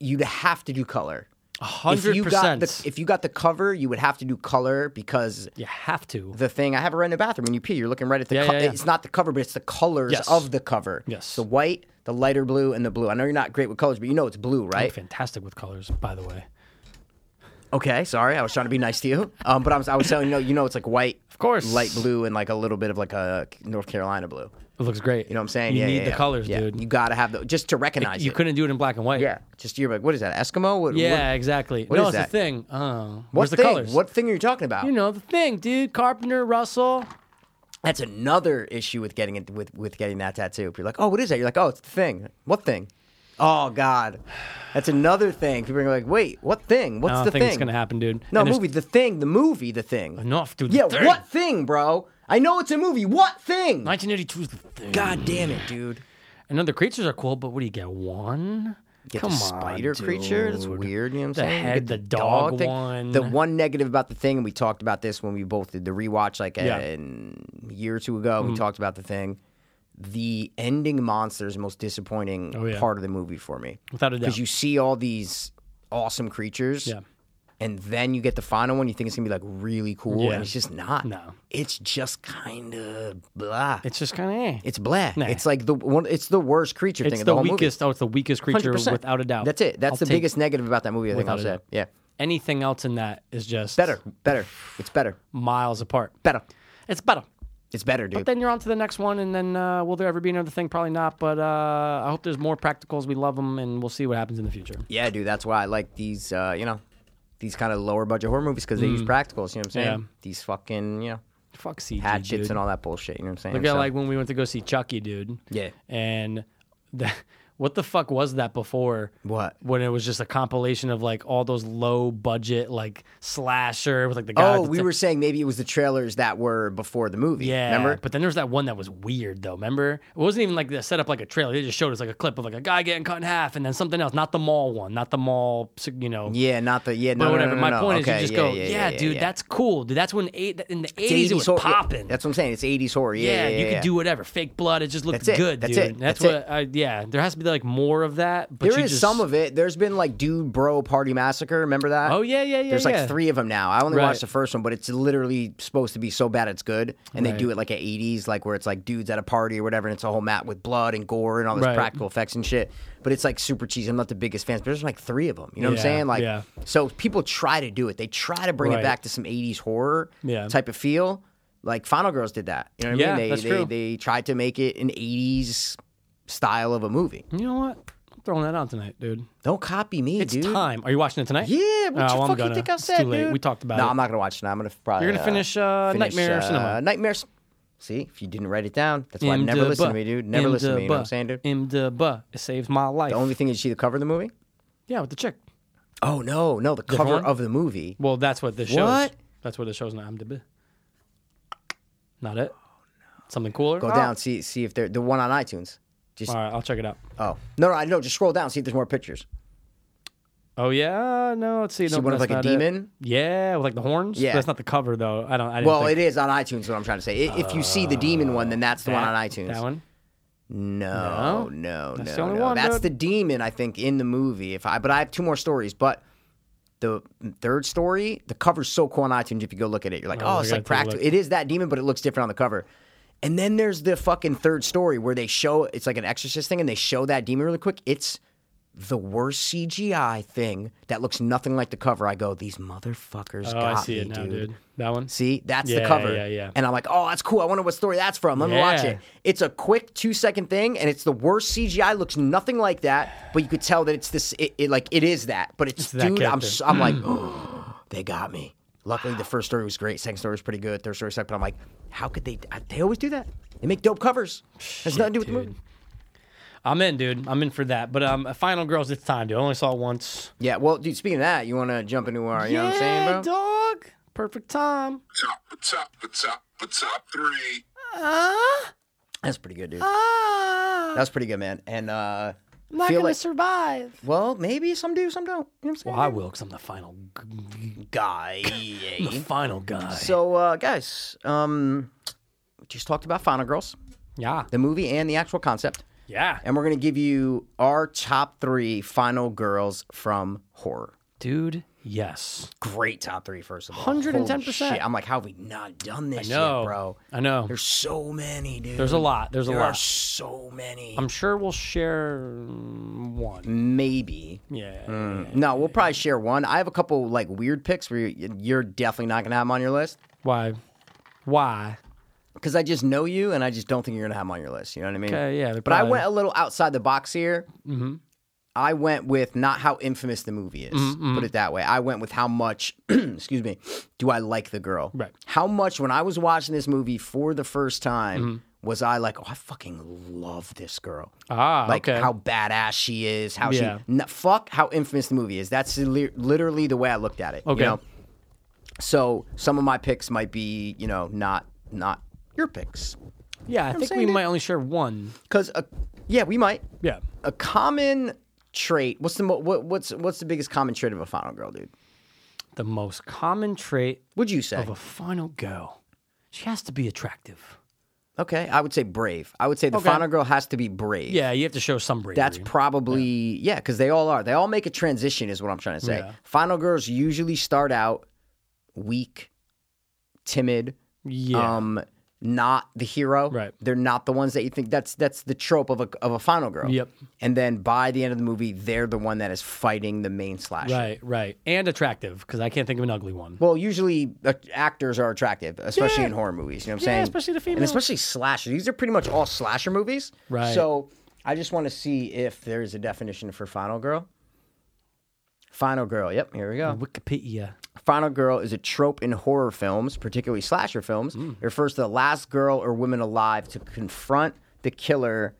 you'd have to do color. If
Hundred
you got
percent.
the if you got the cover, you would have to do color because
You have to.
the thing. I have it right in the bathroom. When you pee, you're looking right at the.
Yeah,
co-
yeah, yeah.
It's not the cover, but it's the colors
Yes.
of the cover.
Yes.
The white, the lighter blue, and the blue. I know you're not great with colors, but you know it's blue,
I'm
right?
fantastic with colors, by the way.
Okay. Sorry, I was trying to be nice to you. Um, but I was, I was telling you, no, you know, it's like white, of
course.
light blue, and like a little bit of like a North Carolina blue.
It looks great.
You know what I'm saying?
You
yeah,
need
yeah,
the
yeah.
colors,
Yeah.
dude.
You gotta have the just to recognize
you
it.
couldn't do it in black and white.
Yeah. Just you're like, what is that? Eskimo? What,
Yeah,
What,
exactly.
what
no,
is
it's
that?
the thing. Oh,
what
where's the
thing?
colors?
What thing are you talking about?
You know the thing, dude. Carpenter, Russell.
That's another issue with getting it with with getting that tattoo. If you're like, oh, what is that? You're like, oh, it's the thing. What thing? Oh God, that's another thing. People are like, "Wait, what thing? What's
I don't
the
think
thing?"
it's gonna happen, dude.
No
And there's-
movie, the thing, the movie, the thing.
Enough, dude.
Yeah,
The thing.
what thing, bro? I know it's a movie. What thing?
1982 is the thing.
God damn it, dude.
I know the creatures are cool, but what do you get? One?
Get
Come
the
on,
spider
dude.
creature. That's weird. You know what I'm
The
saying? You
head,
get
the dog one.
The one negative about the thing, and we talked about this when we both did the rewatch like a,
Yeah. Mm-hmm.
an- a year or two ago. We talked about the thing. The ending monster is the most disappointing
Oh, yeah.
part of the movie for me.
Without a doubt.
Because you see all these awesome creatures.
Yeah.
And then you get the final one, you think it's gonna be like really cool,
Yeah.
and it's just not.
No.
It's just kind of blah.
It's just kind of. Eh.
It's blah.
Nah.
It's like the one. It's the worst creature
It's
thing
the,
of the whole movie.
weakest. Oh, it's the weakest creature
100%.
without a doubt.
That's it. That's
I'll
the
take
biggest negative about that movie. I think I'll
Without a
say.
doubt.
Yeah,
Anything else in that is just
better, better. It's better,
miles apart.
better.
It's better.
It's better, dude.
Then you're on to the next one, and then uh, will there ever be another thing? Probably not. But uh, I hope there's more practicals. We love them, and we'll see what happens in the future.
yeah, dude. That's why I like these. Uh, you know, these kind of lower budget horror movies because they use practicals. You know what I'm saying?
Mm. Yeah.
These fucking you know
Fuck CG,
hatchets
dude.
and all that bullshit. You know what I'm saying?
Look at
So-
like when we went to go see Chucky, dude.
Yeah.
And the, what the fuck was that before?
What?
When it was just a compilation of like all those low budget like slasher with like the guy.
Oh,
with
we
the-
were saying maybe it was the trailers that were before the movie.
Yeah,
remember?
But then there was that one that was weird though. Remember, it wasn't even like set up like a trailer. They just showed us like a clip of like a guy getting cut in half, and then something else. Not the mall one. Not the mall. You know.
Yeah, not the yeah.
But
No, no,
whatever.
No, no,
My
no.
point
okay,
is, you just
yeah,
go,
yeah,
yeah,
yeah, yeah,
dude,
yeah.
that's cool, dude. That's when eight in the
It's
eighties it was
horror. yeah,
popping.
That's what I'm saying. It's 80s horror. Yeah,
yeah,
yeah, yeah
you
yeah.
could do whatever. Fake blood. It just looked
That's it.
good,
That's
dude.
it.
That's,
That's
what. I, yeah, there has to be like more of that. But
There
you
is
just,
some of it. There's been like Dude Bro Party Massacre. Remember that?
Oh yeah, yeah, yeah.
There's
yeah.
like three of them now. I only
Right.
watched the first one, but it's literally supposed to be so bad it's good. And they
Right.
do it like at 80s, like where it's like dudes at a party or whatever, and it's a whole map with blood and gore and all this
Right.
practical effects and shit. But it's like super cheesy. I'm not the biggest fan, but there's like three of them. You know what
Yeah,
I'm saying? Like,
yeah.
so people try to do it. They try to bring
Right.
it back to some 80s horror
Yeah.
type of feel. Like Final Girls did that. You know what I
Yeah,
mean? They,
that's
they,
true.
they tried to make it an 80s style of a movie.
You know what? I'm throwing that on tonight, dude.
Don't copy me,
It's
dude.
time. Are you watching it tonight?
Yeah,
Oh,
what the
I'm
fuck
gonna.
you think I
It's
said,
too late.
dude?
We talked about
no,
it.
I'm not gonna watch it. now. I'm gonna probably.
You're gonna finish, uh, Nightmare
uh,
Cinema.
Nightmare C- See, if you didn't write it down, that's why
Im
never
da
listen
ba.
to me, dude. Never
Im
listen
da
to me. You know what
ba.
I'm saying, dude?
Im da ba. It saved my life.
The only thing is, you see the cover of the movie?
yeah, with the chick.
Oh no, no, the cover
one?
of the movie.
Well, that's what this shows.
What?
That's what it shows on IMDb. Not it. Something cooler.
Go
Oh.
down, see, see if they're the one on iTunes. Just
All right, I'll check it out.
oh no, no, I know. Just scroll down, see if there's more pictures.
Oh yeah, no, let's see.
See
no,
one of,
that's
like, a
not it.
demon?
Yeah, with like the horns.
Yeah.
that's not the cover though. I don't. I didn't
Well,
think
it is on iTunes. Is what I'm trying to say. I- If you see the demon one, then that's the one
that-
on iTunes.
That one.
No, no,
That's the
no,
only
no.
one,
That's
dude.
the demon, I think, in the movie. If I, but I have two more stories. But the third story, the cover's so cool on iTunes. If you go look at it, you're like,
Oh,
oh,
I
it's
gotta take a
like
look.
practical. It is that demon, but it looks different on the cover. And then there's the fucking third story where they show it's like an exorcist thing, and they show that demon really quick. It's the worst CGI thing that looks nothing like the cover. I go, these motherfuckers
Oh,
got
I see
me,
it now, dude. That one.
See, that's
Yeah,
the cover.
yeah, yeah.
And I'm like, oh, that's cool. I wonder what story that's from. Let me watch
Yeah.
it. It's a quick two second thing, and it's the worst CGI. Looks nothing like that, but you could tell that it's this. It, it like it is that, but it's,
that
dude. I'm
character.
s- I'm like, oh, they got me. Luckily, the first story was great. Second story was pretty good. Third story sucked. But I'm like, how could they? I- They always do that. They make dope covers. Has nothing to do with the
dude.
movie.
I'm in, dude. I'm in for that. But um, Final Girls, it's time, dude. I only saw it once.
Yeah. Well, dude. Speaking of that, you want to jump into our? You know what I'm saying, bro?
dog. Perfect time.
top, the top, the top, the top three.
Ah,
That's pretty good, dude. That's pretty good, man. And uh,
I'm not
feel
gonna
like,
survive.
well, maybe some do, some don't. You know what I'm saying?
Well, I will, cause I'm the final g- guy. I'm the final guy.
So, uh, guys, um, we just talked about Final Girls,
yeah,
the movie and the actual concept,
yeah,
and we're gonna give you our top three Final Girls from horror.
dude. Yes.
Great top three, first of all.
110%.
Holy shit. I'm like, how have we not done this
No,
yet, bro?
I know.
There's so many, dude.
There's a lot. There's a
There are
lot.
so many.
I'm sure we'll share mm, one.
Maybe.
Yeah.
Mm. No, we'll probably share one. I have a couple like weird picks where you- you're definitely not gonna have them on your list
Why? Why?
because I just know you and I just don't think you're gonna have them on your list. You know what I mean?
Okay, yeah, they're
But I
probably-
went a little outside the box here. Mm-hmm. I went with not how infamous the movie is.
Mm-hmm,
Put it that way. I went with how much. excuse me. Do I like the girl?
Right.
How much when I was watching this movie for the first time
Mm-hmm.
was I like, oh, I fucking love this girl.
Ah,
like
okay.
how badass she is, how
Yeah.
she n- fuck how infamous the movie is. That's li- literally the way I looked at it.
Okay.
You know? So some of my picks might be, you know, not not your picks
Yeah, I think we
saying, dude?
might only share one.
because yeah, we might.
Yeah.
A common trait. What's the mo- what, what's what's the biggest common trait of a final girl, dude?
The most common trait
Would you say?
of a final girl. She has to be attractive.
okay, I would say brave. I would say the
Okay.
final girl has to be brave.
Yeah, you have to show some bravery.
That's probably yeah, because they all are. They all make a transition, is what I'm trying to say.
Yeah.
Final girls usually start out weak, timid,
yeah.
um, not the hero.
Right.
They're not the ones that you think. That's that's the trope of a of a final girl.
Yep.
And then by the end of the movie, they're the one that is fighting the main slasher.
right, right, and attractive because I can't think of an ugly one.
Well, usually uh, actors are attractive, especially
Yeah.
in horror movies. You know what I'm
Yeah,
saying?
especially the
and
females.
especially slasher. These are pretty much all slasher movies.
Right.
So I just want to see if there is a definition for final girl. Final girl. Yep. Here we go.
Wikipedia.
Final girl is a trope in horror films, particularly slasher films.
Hmm.
It refers to the last girl or woman alive to confront the killer.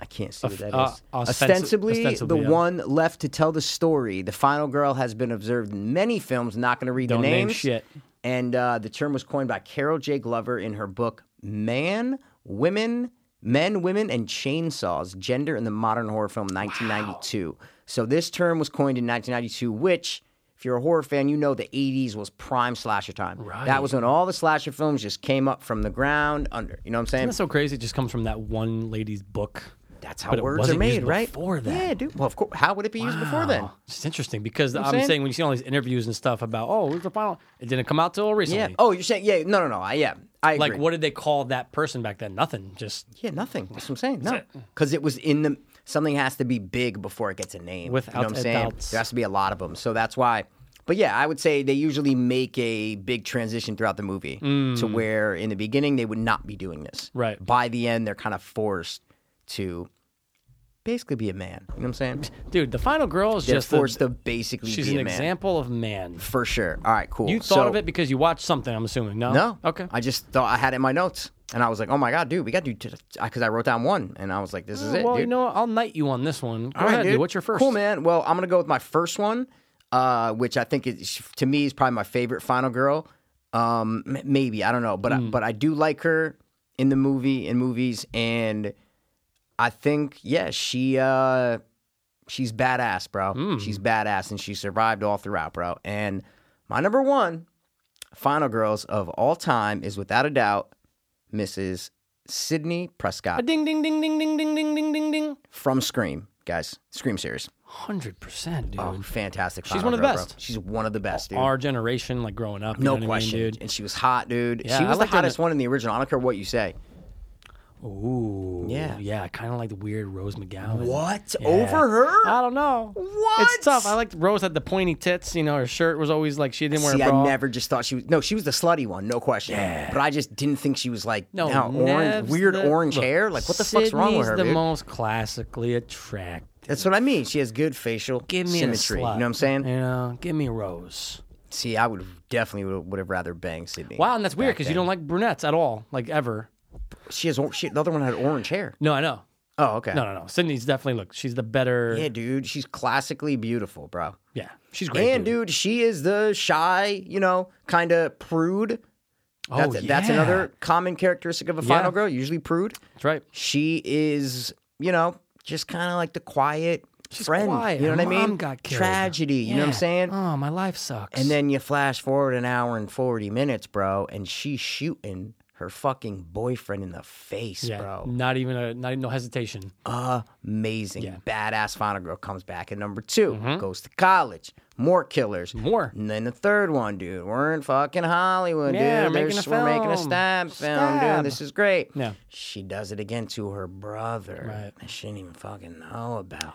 I can't see what that is.
uh, ostensi-
ostensibly,
ostensibly,
the
yeah.
one left to tell the story. The final girl has been observed in many films. Not going to read
Don't
the
name
names.
shit.
And uh, the term was coined by Carol J. Glover in her book "Man, Women, Men, Women, and Chainsaws: Gender in the Modern Horror Film" 1992. So this term was coined in 1992, which, if you're a horror fan, you know the 80s was prime slasher time.
Right.
That was when all the slasher films just came up from the ground under. You know what I'm saying?
That's so crazy. It just comes from that one lady's book.
That's how
But it
words
wasn't
are made,
used
right?
before that.
Yeah, dude. Well, of course. How would it be used before then?
Wow. It's interesting because I'm
saying?
saying when you see all these interviews and stuff about oh, where's the final? It didn't come out till recently.
Yeah. Oh, you're saying yeah? No, no, no. I yeah. I
like
agree.
what did they call that person back then? Nothing. Just
Yeah, nothing. That's what I'm saying. No, because it was in the something has to be big before it gets a name. you
Without
know what I'm
a
saying?
doubt.
There has to be a lot of them. So that's why. But yeah, I would say they usually make a big transition throughout the movie to where in the beginning they would not be doing
Mm.
this.
Right.
By the end, they're kind of forced to basically be a man. You know what I'm saying?
dude, the final girl is
They're
just
forced
the,
to basically
she's
be
an
a man.
example of man.
For sure. All right, cool.
You thought
So-
of it because you watched something. I'm assuming. No.
No.
Okay.
I just thought I had it in my notes. And I was like, oh my God, dude, we got to do, because I wrote down one. And I was like, this is it.
Oh, well,
dude.
you know, what? I'll knight you on this one. Go
All right,
ahead, dude.
dude.
What's your first?
Cool, man. Well, I'm gonna go with my first one, uh, which I think is to me is probably my favorite Final Girl. Um, m- maybe I don't know, but I, but I do like her in the movie in movies, and I think yeah, she uh, she's badass, bro. She's badass, and she survived all throughout, bro. And my number one Final Girls of all time is without a doubt Mrs. Sydney Prescott
Ding ding ding ding ding ding ding ding ding ding.
from Scream, guys. Scream series.
Hundred percent, dude.
Oh, fantastic.
She's
Final
one of the
Girl, bro.
best.
She's one of the best, dude.
Our generation, like growing up, you
no
know what I mean,
question.
dude.
And she was hot, dude.
Yeah,
she
I
was the
liked her in
hottest
the-
one in the original. I don't care what you say.
Ooh,
Yeah.
yeah. Kind of like the weird Rose McGowan.
What?
Yeah.
Over her?
I don't know.
What?
It's tough. I liked Rose had the pointy tits. You know, her shirt was always like she didn't wear
See,
a bra.
I never just thought she was. No, she was the slutty one, no question. But I just didn't think she was like,
No,
no, orange,
Nev's
weird
the-
orange
look,
hair. Like, what the fuck's wrong
Sydney's
with her,
the
dude?
most classically attractive.
That's what I mean. She has good facial
Give me
symmetry.
a
You
slut.
know what I'm saying?
You know, give me Rose.
See, I would definitely would, would have rather banged Sydney.
Wow, and that's weird
back
because you
then.
don't like brunettes at all, like ever.
She has or- she, the other one had orange hair.
No, I know.
Oh, okay.
No, no, no. Sydney's definitely look. She's the better.
Yeah,
Yeah,
dude, she's classically beautiful, bro.
she's great.
and dude. she is the shy, you know, kind of prude.
oh,
That's, that's
yeah.
another common characteristic of a
Yeah.
final girl, usually prude.
That's right.
She is, you know, just kind of like the quiet
She's
friend.
quiet.
You know
Her
what I mean?
mom got killed.
Tragedy. You know what I'm
Yeah.
saying?
Oh, my life sucks.
And then you flash forward an hour and 40 minutes, bro, and she's shooting her fucking boyfriend in the face,
yeah,
bro. Uh,
not even a not even no hesitation.
Amazing. Badass final girl comes back. And number 2 goes to college. More killers.
Mm-hmm. More.
And then the third one, dude, we're in fucking Hollywood,
Yeah,
dude.
we're making
There's-
a
we're making a
film.
stab, film,
Stab.
dude. This is great.
Yeah.
She does it again to her brother.
Right.
that She didn't even fucking know about.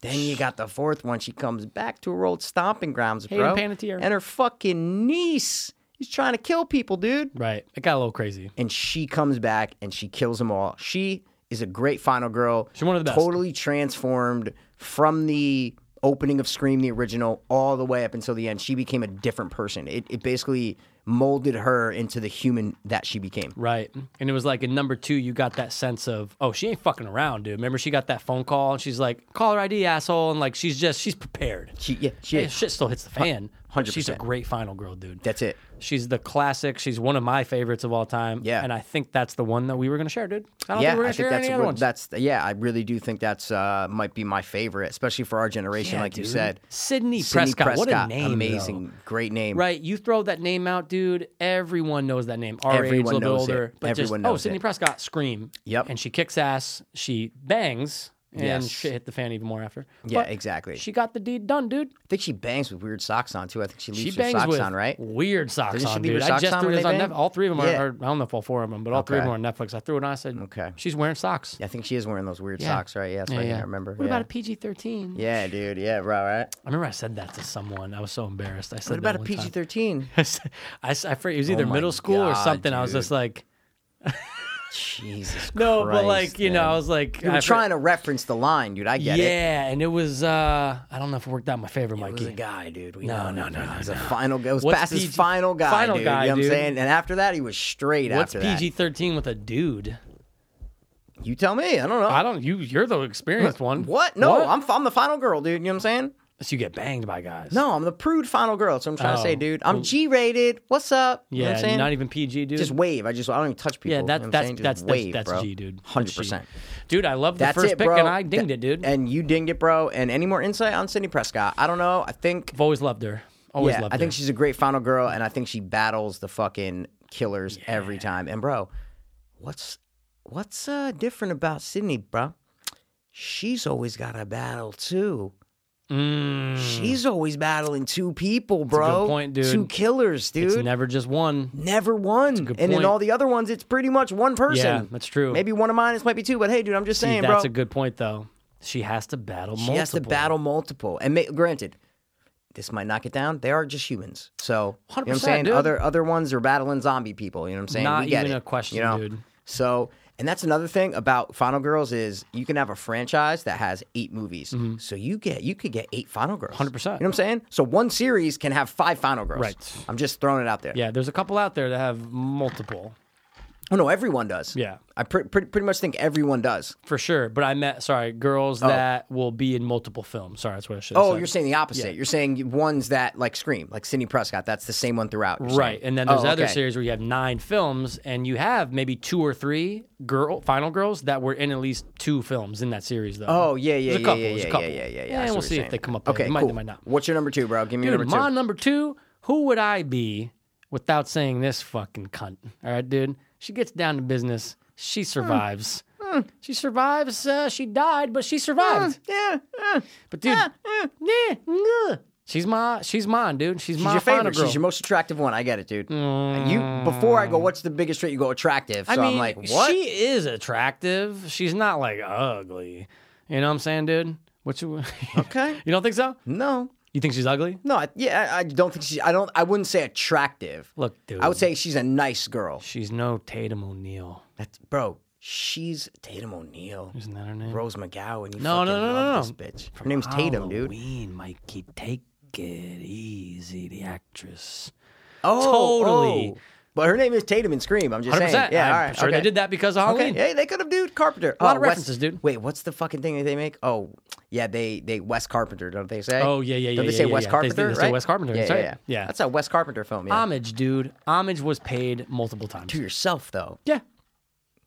Then you got the fourth one. She comes back to her old stomping grounds,
Hayden
bro.
Panettiere.
And her fucking niece is trying to kill people, dude.
Right. It got a little crazy.
And she comes back and she kills them all. She is a great final girl.
She's one of the best.
Totally transformed from the opening of Scream, the original, all the way up until the end. She became a different person. It, it basically molded her into the human that she became.
Right. And it was like in number two, you got that sense of, oh, she ain't fucking around, dude. Remember, she got that phone call and she's like, caller ID, asshole. And like, she's just, she's prepared.
She, yeah, she
Yeah,
is.
shit still hits the fan.
100%.
She's a great final girl, dude.
That's it.
She's the classic. She's one of my favorites of all time.
Yeah.
And I think that's the one that we were going to share, dude. I don't
yeah,
think we're going to
I think
share
that's
any
a
other
real-
ones.
that's yeah. I really do think that's uh, might be my favorite, especially for our generation, like you
dude.
said.
Sydney
Sidney
Prescott, what a name, though.
amazing, great name.
Right, you throw that name out, dude. Everyone knows that name. Our age, a
Everyone
little bit
knows
older,
it.
but just
Everyone
oh,
knows
Sydney
it.
Prescott, scream.
Yep.
And she kicks ass. She bangs, and
Yes.
shit hit the fan even more after.
Yeah,
But
exactly.
She got the deed done, dude.
I think she bangs with weird socks on too. I think she leaves
She
her
bangs
socks
with
on, right?
weird socks
Doesn't she
on,
leave her
dude. I
socks
just
on
threw
when
this
they
on
bang?
Netflix. All three of them
Yeah.
are, are. I don't know if all four of them, but all three of
Okay.
them are on Netflix. I threw it on. I said,
Okay.
she's wearing socks.
I think she is wearing those weird
Yeah.
socks, right? Yeah, that's right.
yeah.
I remember.
What
yeah.
about a PG thirteen?
Yeah, dude. Yeah, right, right.
I remember I said that to someone. I was so embarrassed. I said
What about
that
a
one
PG
time.
thirteen?
I, s- I s- I fr- it was either
Oh my
middle school or
God,
something. I was just
dude.
like,
Jesus Christ.
no, but like you know,
man.
I was like,
You
I
were
fr-
trying to reference the line, dude. I get it.
yeah, and it was uh, I don't know if it worked out in my favor,
It was
Mikey.
a guy, dude. We
No,
know
no,
him,
no,
dude.
no,
It was a
no.
final guy. It was
What's
past his
PG
final guy,
Final
dude.
guy,
you know what I'm
dude.
saying? And after that, he was straight
What's
after
PG thirteen with a dude?
that. You tell me. I don't know.
I don't. You you're the experienced one.
what? No, I'm I'm the final girl, dude. You know what I'm saying?
so you get banged by guys.
No, I'm the prude final girl. That's what I'm trying to
Oh.
say, dude. I'm G-rated. What's up? You know what
yeah,
I'm saying?
not even PG, dude.
just wave. I just I don't even touch people.
yeah,
you know
that's
what I'm
that's
saying? Just
that's that's,
wave,
that's
bro.
G, dude. That's
Hundred
G.
percent.
dude. I love the
That's
first
it,
pick,
bro.
and I dinged
Th-
it, dude.
And you dinged it, bro. And any more insight on Sydney Prescott? I don't know. I think
I've always loved her. Always
yeah,
loved
I
her.
think she's a great final girl, and I think she battles the fucking killers every time. And bro, what's what's uh, different about Sydney, bro? She's always got a battle too.
Mm.
She's always battling two people, bro.
point, dude.
Two killers, dude.
it's never just one.
Never one.
good
and in
point.
all the other ones, it's pretty much one person.
Yeah, that's true.
Maybe one of mine is might be two, but hey, dude, I'm just
See,
saying,
that's
bro.
a good point, though. She has to battle.
she has to battle multiple. And ma- granted, this might knock it down. They are just humans, so you know what I'm
100%,
saying.
dude.
Other other ones are battling zombie people. You know what I'm saying?
Not
we get
even
it,
a question,
you know?
dude.
So. And that's another thing about Final Girls is you can have a franchise that has eight movies,
Mm-hmm.
so you get you could get eight Final Girls.
100%.
You know what I'm saying? So one series can have five Final Girls.
Right.
I'm just throwing it out there.
Yeah, there's a couple out there that have multiple.
Oh no, everyone does.
Yeah.
I pre- pre- pretty much think everyone does.
For sure, but I met sorry girls that will be in multiple films. Sorry, that's what I should.
Oh,
said.
you're saying the opposite. You're saying ones that like scream, like Sidney Prescott. That's the same one throughout. you're
right,
saying.
and then there's
Oh,
other
okay.
series where you have nine films, and you have maybe two or three girl final girls that were in at least two films in that series. Though.
Oh yeah, yeah,
There's a
yeah,
couple,
yeah,
there's
yeah,
a
yeah,
couple.
yeah, yeah, yeah. I
And
see
we'll
what
see
you're
if they
saying.
come up.
Okay,
they might,
cool.
they might not.
What's your number two, bro? Give me
Dude,
your number
my
two.
number two, who would I be without saying this fucking cunt? All right, dude. She gets down to business. She survives. She survives. Uh, she died, but she survived.
Yeah, yeah.
But dude, Hmm. yeah, yeah. she's my, she's mine, dude. She's,
she's
my
your
final
favorite.
girl.
She's your most attractive one. I get it, dude. You before I go, what's the biggest trait? You go attractive. So
Mm. I mean,
am like, what?
She is attractive. She's not like ugly. You know what I'm saying, dude? What you?
Okay.
you don't think so?
No,
You think she's ugly?
no. I, yeah, I I don't think she. I don't. I wouldn't say attractive.
Look, dude.
I would say she's a nice girl.
she's no Tatum O'Neal.
That's bro. She's Tatum O'Neal.
Isn't that her name?
Rose McGowan. You
Mm-hmm. No,
fucking
no, no,
love
no, no.
this bitch. Her name's Tatum, dude.
Halloween, Mikey, take it easy. The actress.
Oh,
Totally.
oh. But her name is Tatum in Scream. I'm just
100%.
saying. Yeah,
I'm
all right.
sure
okay.
they did that because of
Okay.
Halloween.
Hey, they could have, dude. Carpenter.
A
Oh,
lot of
Wes-
references, dude.
Wait, what's the fucking thing that they make? Oh, yeah, they they Wes Carpenter, don't they say?
Oh, yeah, yeah, yeah,
Don't they
yeah,
say
yeah,
Wes
yeah. They-
Carpenter?
they say
right?
Wes Carpenter,
Yeah,
that's
yeah,
right.
yeah,
Yeah. Um,
That's a Wes Carpenter film. Yeah.
Homage, dude. Homage was paid multiple times.
to yourself though.
Yeah.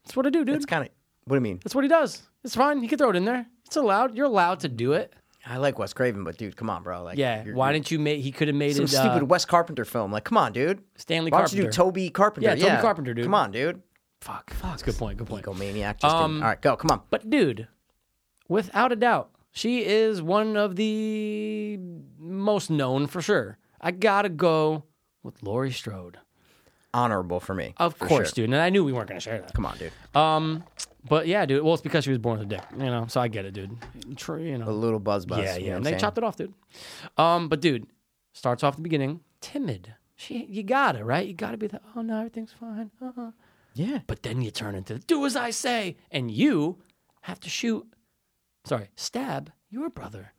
That's what I do, dude.
It's kind of. What do you mean?
That's what he does. It's fine. He can throw it in there. It's allowed. You're allowed to do it.
I like Wes Craven, but dude, come on, bro. Like,
Yeah.
you're-
Why didn't you make? He could have made
some
it.
stupid
uh,
Wes Carpenter film? Like, come on, dude.
Stanley
Why don't you do
Carpenter.
Toby Carpenter?
Yeah, Toby Carpenter, dude.
Come on, dude.
fuck. Fuck. That's a good point. Good point.
Egomaniac. Just
Um,
kidding. All right, go. Come on.
But dude, without a doubt, she is one of the most known for sure. I gotta go with Laurie Strode,
Honorable for me.
of
for
course,
sure.
dude. And I knew we weren't gonna share that. Um,
Come on, dude.
But yeah, dude. Well, it's because she was born with a dick, you know. So I get it, dude. Tr- you know.
A little buzz
Yeah,
buzz. you
yeah.
know
and
what I'm
they
saying?
chopped it off, dude. Um, but dude, starts off at the beginning, timid. She, you gotta right. You gotta be the. Oh no, everything's fine. Uh-huh.
Yeah.
But then you turn into do as I say, and you have to shoot, sorry, stab your brother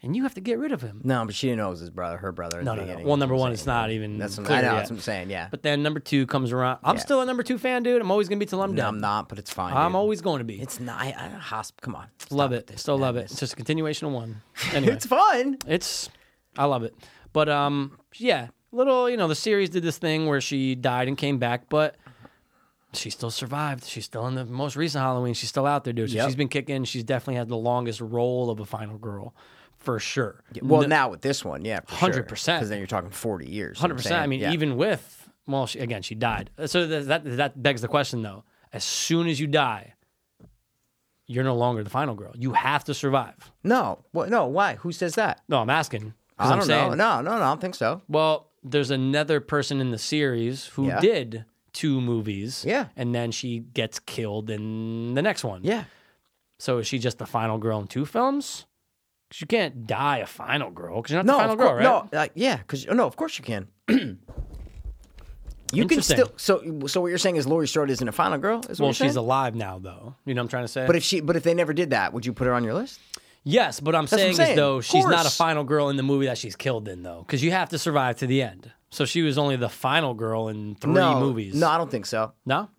and you have to get rid of him.
No, but she didn't know it was his brother, her brother. at
No,
the
no, no.
beginning.
Well, number
That's what
one,
I'm
it's
saying.
not even.
That's what
clear
I know.
yet.
That's what I'm saying. Yeah,
But then number two comes around. I'm
Yeah.
still a number two fan, dude. I'm always gonna be till I'm
no,
done.
I'm not. But it's fine.
I'm
dude.
always going to be.
It's not. I, I, hosp. Come on. Stop
love
with
it.
this
Still love it.
madness.
It's just a continuation of one. Anyway,
It's fun.
It's I love it. But um yeah, little you know, the series did this thing where she died and came back, but she still survived. She's still in the most recent Halloween. She's still out there, dude. So
Yep.
she's been kicking. She's definitely had the longest role of a final girl, for sure.
Well, now with this one, yeah, hundred
100%.
Because then you're talking forty years. you know what
Hundred
I'm
percent. I
saying?
mean,
Yeah.
even with well, she, again, she died. So th- that that begs the question though. As soon as you die, you're no longer the final girl. You have to survive.
no, what, no. Why? Who says that?
No, I'm asking. 'cause
I
I'm
don't
saying,
know. No, no, no. I don't think so.
Well, there's another person in the series who
Yeah.
did two movies.
Yeah.
And then she gets killed in the next one.
Yeah,
So is she just the final girl in two films? Because you can't die a final girl because you're not
no,
the final
of cour-
girl, right?
no, like, yeah, because no, of course you can. you can
Interesting.
still. So, so what you're saying is Laurie Strode isn't a final girl? Is what
Well,
you're
she's
saying?
alive now, though. You know what I'm trying to say?
But if she, but if they never did that, would you put her on your list?
yes, but I'm
what I'm
saying,
saying.
is though
Of
she's not a
course.
final girl in the movie that she's killed in, though, because you have to survive to the end. So she was only the final girl in three
no,
movies.
No, I don't think so.
no.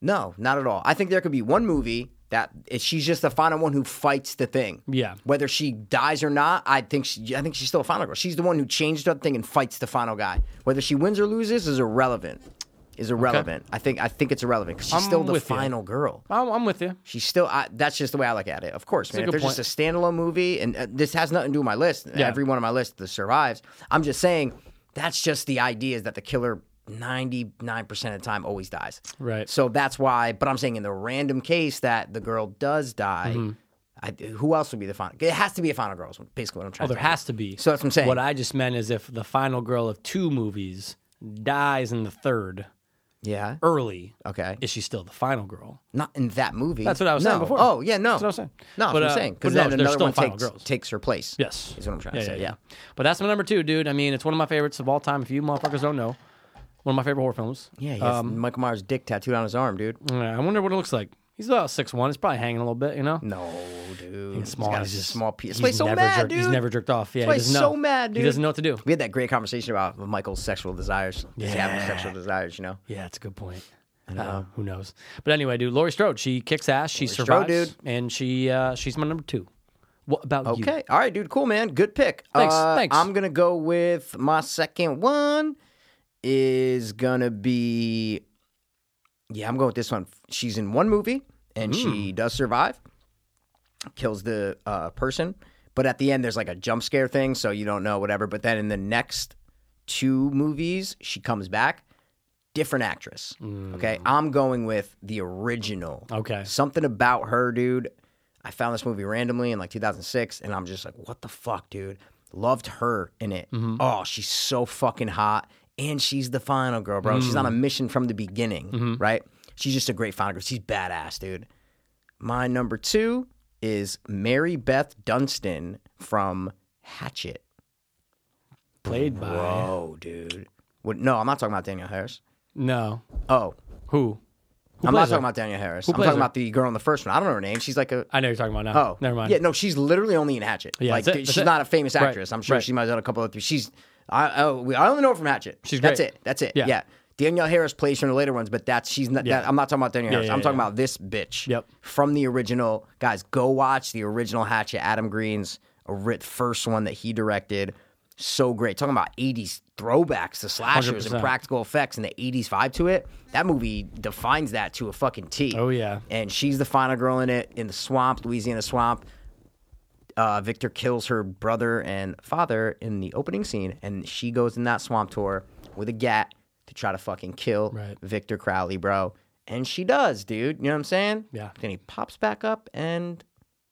No, not at all. I think there could be one movie that if she's just the final one who fights the thing.
Yeah.
Whether she dies or not, I think she, I think she's still a final girl. She's the one who changed up the thing and fights the final guy. Whether she wins or loses is irrelevant. Is irrelevant. I think I think it's irrelevant because she's
I'm
still the
with you.
final girl.
I'm, I'm with you.
She's still. I, that's just the way I look at it. Of course,
a
man. If
good
there's just a standalone movie, and uh, this has nothing to do with my list. Every one on my list that survives. I'm just saying that's just the idea is that the killer 99% of the time always dies.
Right.
So that's why. But I'm saying in the random case that the girl does die,
Mm-hmm.
I, who else would be the final? It has to be a final girl. Is basically what I'm trying.
Well,
to
Oh, there has to be.
So that's what I'm saying.
What I just meant is if the final girl of two movies dies in the third
Yeah.
early,
Okay.
is she still the final girl?
Not in that movie.
That's what I was
no.
saying before.
Oh yeah, no.
That's what I was saying.
No, that's
But,
what
uh,
I'm saying.
but
Because
no,
then
there's
another
still
one
final
takes,
girls.
takes her place.
Yes,
Is what I'm trying to say, yeah.
But that's my number two, dude. I mean, it's one of my favorites of all time. If you motherfuckers don't know, one of my favorite horror films.
Yeah, he has
Um,
Michael Myers' dick tattooed on his arm, dude.
Yeah, I wonder what it looks like. He's about six one. It's probably hanging a little bit, you know.
No, dude.
He's small.
got
He's
a
just
small piece.
He's
This place so
never
mad,
jerked-
dude.
He's never jerked off. Yeah,
This
he
place
doesn't know.
so mad,
He
doesn't
doesn't know what to do.
We had that great conversation about Michael's sexual desires. His
Yeah.
yeah. sexual desires, you know.
Yeah, that's a good point. Uh, who knows? But anyway, dude, Laurie Strode, she kicks ass, she
Strode,
survives,
dude.
and she uh, she's my number two. What about you?
Okay. All right, dude. Cool, man. Good pick.
Thanks,
Uh,
thanks.
I'm gonna go with my second one. Is gonna be. Yeah, I'm going with this one. She's in one movie and
Hmm.
she does survive, kills the uh, person, but at the end there's like a jump scare thing, so you don't know whatever. But then in the next two movies, she comes back, different actress. Okay, I'm going with the original.
Okay.
Something about her, dude. I found this movie randomly in like 2006, and I'm just like, what the fuck, dude? Loved her in it. Oh, she's so fucking hot. And she's the final girl, bro. She's on a mission from the beginning, right? She's just a great final girl. She's badass, dude. My number two is Mary Beth Dunstan from Hatchet.
Played by
Whoa, dude. What, no, I'm not talking about Daniel Harris.
no
Oh,
who?
I'm not
plays
talking
her?
about Daniel Harris. I'm
plays
talking
her?
about the girl in the first one. I don't know her name. She's like a
I know who you're talking about now.
oh,
never mind.
Yeah, no, she's literally only in Hatchet.
Yeah,
like
that's it,
dude,
that's
she's
it.
not a famous
Right,
actress. I'm sure
right.
she might have done a couple of three. She's I oh, we, I only know her from Hatchet.
She's
that's
great.
it. That's it.
Yeah.
Yeah. Danielle Harris plays her in the later ones, but that's she's not.
Yeah.
That, I'm not talking about Danielle Harris.
yeah,
I'm talking
yeah.
about this bitch.
Yep.
From the original, guys, go watch the original Hatchet. Adam Green's ri- first one that he directed. So great. Talking about 80s throwbacks to slashers and
100%.
practical effects and the 80s vibe to it. That movie defines that to a fucking T.
Oh, yeah.
And she's the final girl in it in the swamp, Louisiana swamp. Uh, Victor kills her brother and father in the opening scene, and she goes in that swamp tour with a gat to try to fucking kill
Right.
Victor Crowley, bro. And she does, dude. You know what I'm saying?
Yeah.
Then he pops back up, and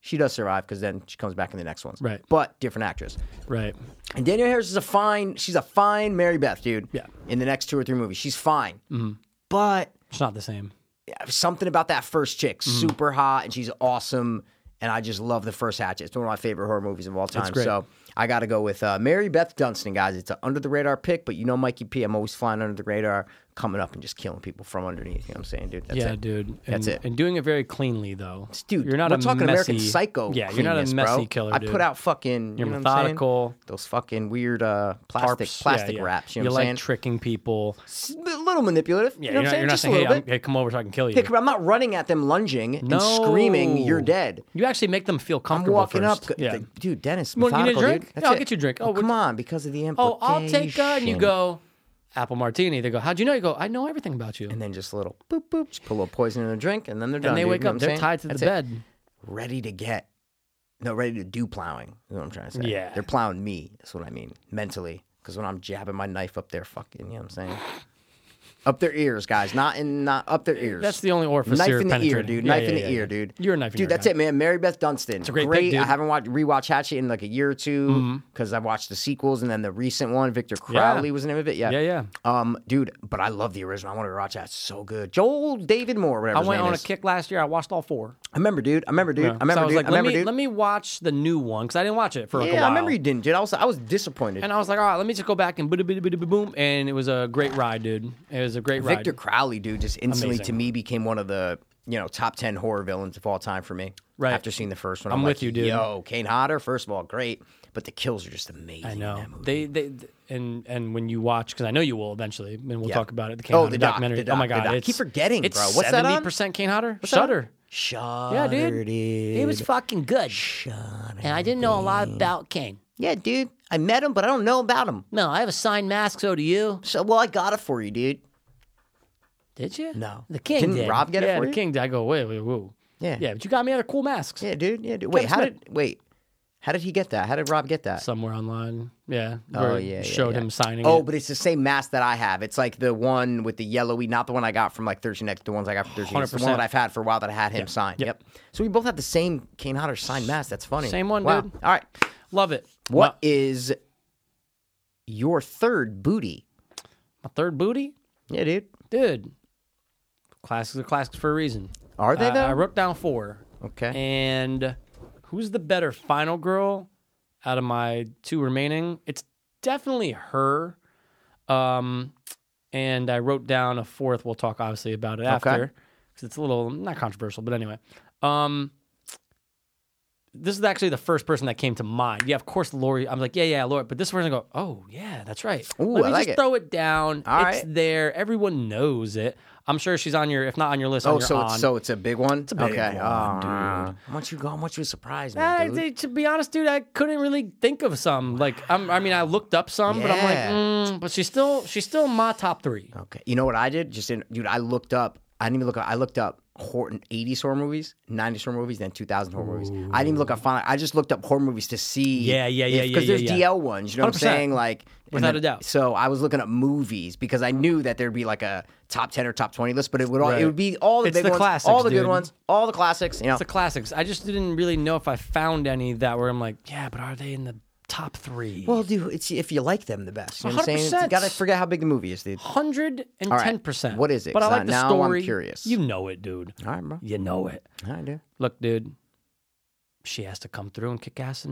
she does survive because then she comes back in the next ones.
Right.
But different actress.
Right.
And Danielle Harris is a fine. She's a fine Mary Beth, dude.
Yeah.
In the next two or three movies, she's fine. But
It's not the same. Mm-hmm.
something about that first chick, super hot, and she's awesome. And I just love the first Hatchet. It's one of my favorite horror movies of all time.
great.
So I got to go with uh, Mary Beth Dunstan, guys. It's an under the radar pick, but you know Mikey P. I'm always flying under the radar, coming up and just killing people from underneath. You know what I'm saying, dude? That's
yeah,
it.
dude. And,
That's it.
And doing it very cleanly, though.
Dude,
you're not
we're
a
talking
messy,
American Psycho.
Yeah, you're not a
cleanness,
messy
bro.
killer.
I
dude.
put out fucking.
You're
you know what I'm saying?
methodical.
Those fucking weird uh, plastic
tarps, yeah,
plastic
yeah.
wraps. You
you
know what
like
I'm saying?
tricking people.
It's a little manipulative.
Yeah,
you know
you're, not,
what I'm saying?
you're not
Just
saying,
a
hey,
little
I'm,
bit.
hey, come over so I can kill you.
Yeah, 'cause I'm not running at them lunging and
no.
screaming, you're dead.
You actually make them feel
I'm
comfortable.
walking
first.
up.
Yeah.
Th- Dude, Dennis,
Well, you need a
methodical,
drink?
dude.
Yeah,
That's
I'll
it.
get you a drink.
Well,
Oh,
come
we're-
on, because of the
oh,
implication.
I'll take uh, and you go apple martini. They go, how'd you know? You go, I know everything about you.
And
And,
then just a little boop, boop. Just put a little poison in their drink, and then they're done.
they
dude.
wake
You know
up.
what I'm
They're
saying?
tied to the
That's it.
bed.
Ready to get. No, ready to do plowing. Is what I'm trying to say.
Yeah.
They're plowing me. That's what I mean. Mentally. Because when I'm jabbing my knife up their fucking, you know what I'm saying? Up their ears, guys. Not in, not up their ears.
That's the only orifice
Knife
you're
in the ear,
penetrating.
dude.
Yeah,
Knife
yeah,
in the
yeah,
ear,
yeah.
dude.
You're a knife in the
Dude,
ear
that's
guy.
it, man. Mary Beth Dunstan. It's
a great pick, dude. Mm-hmm.
I haven't watched rewatched Hatchet in like a year or two because I watched the sequels and then the recent one. Victor Crowley was the name of it. Yeah,
Yeah, yeah.
Um, dude, but I love the original. I want to rewatch that. It's so good. Joel David Moore, whatever.
I
his
went
name
on a
is.
kick last year. I watched all four.
I remember, dude. I remember, dude. I remember,
so I was
dude.
like,
I
let
remember,
me
dude.
let me watch the new one because I didn't watch it for like a
yeah,
while.
I remember you didn't, dude. I was I was disappointed.
And I was like, all right, let me just go back and boom, boom, boom, boom, and it was a great ride, dude. It was a great ride.
Victor Crowley, dude, just instantly
Amazing.
to me became one of the you know top ten horror villains of all time for me.
Right.
after seeing the first one,
I'm
I'm,
with
like,
you, dude.
Yo, Kane Hodder, first of all, great, but the kills are just amazing.
I
In
know
that movie.
they they th- and and when you watch because I know you will eventually, and we'll
Yeah.
talk about it. The Kane
Oh,
Hodder
the doc,
documentary.
the
oh my
doc, the
god,
doc.
it's,
Keep forgetting,
it's
bro. What's that on?
percent Kane Hodder.
that on?
Shudder.
Shudder.
Yeah, dude. It was fucking good. And I didn't know a lot about Kane.
Yeah, dude. I met him, but I don't know about him.
No, I have a signed mask. So do you?
So, well, I got it for you, dude.
Did you?
No.
The King
Didn't
did.
Rob get it
yeah,
for
the
you?
King did. I go wait, wait, whoa.
Yeah.
Yeah, but you got me other cool masks
Yeah, dude. Yeah, dude. Wait, how
Smith.
did wait? How did he get that? How did Rob get that?
somewhere online. Yeah. where
Oh
it
yeah, yeah,
Showed
yeah.
him signing.
Oh,
it.
but it's the same mask that I have. It's like the one with the yellowy, not the one I got from like Thursday Next. The ones I got from Thursday Next. The one
100%.
that I've had for a while that I had him sign. Yep. So we both have the same Kane Hodder signed mask. That's funny.
Same one,
Wow.
dude.
All right.
love it.
What is your third booty?
My, my third booty,
Yeah, dude.
dude. Classics are classics for a reason.
Are they
Uh, I-
though?
I wrote down four.
okay.
And who's the better final girl out of my two remaining? It's definitely her. Um, and I wrote down a fourth. We'll talk obviously about it after because it's a little not controversial, but anyway. Um, this is actually the first person that came to mind. Yeah, of course, Lori. I'm like, yeah, yeah, Lori. But this person go, oh yeah, that's right.
Ooh,
Let
I
me
like
just
it.
throw it down.
All
it's
right.
there. Everyone knows it. I'm sure she's on your, if not on your list, on
Oh,
your
so
on.
it's, so it's a big one. It's a
big
okay.
one,
Aw.
dude.
How much you got? How much you surprised me,
Uh, I,
dude?
I- to be honest, dude, I couldn't really think of some. Like, I'm, I mean, I looked up some, but I'm
Yeah.
like, mm, but she's still, she's still my top three.
Okay. You know what I did? Just in, dude, I looked up. I didn't even look up. I looked up horror, 80s horror movies, 90s horror movies, then 2000 horror movies. I didn't even look up final. I just looked up horror movies to see.
Yeah, yeah, yeah, yeah,
Because
yeah,
there's
yeah.
DL ones. You know what I'm
100%.
saying? Like and
Without
then-
a doubt.
So I was looking up movies because I knew that there'd be like a top 10 or top 20 list, but it would all
Right.
it would be all the
It's
big
the
ones,
classics,
all the
dude.
good ones, all the classics. You know,
It's the classics. I just didn't really know if I found any that were. I'm like, yeah, but are they in the top three?
well, dude, it's if you like them the best. You know what I'm saying?
100%.
You gotta forget how big the movie is, dude.
hundred and
All
ten
right.
percent.
What is it?
But I
'Cause I-
like the
now I'm
story.
curious.
You know it, dude.
All right, bro.
You know it.
All right, dude.
Look, dude. She has to come through and kick ass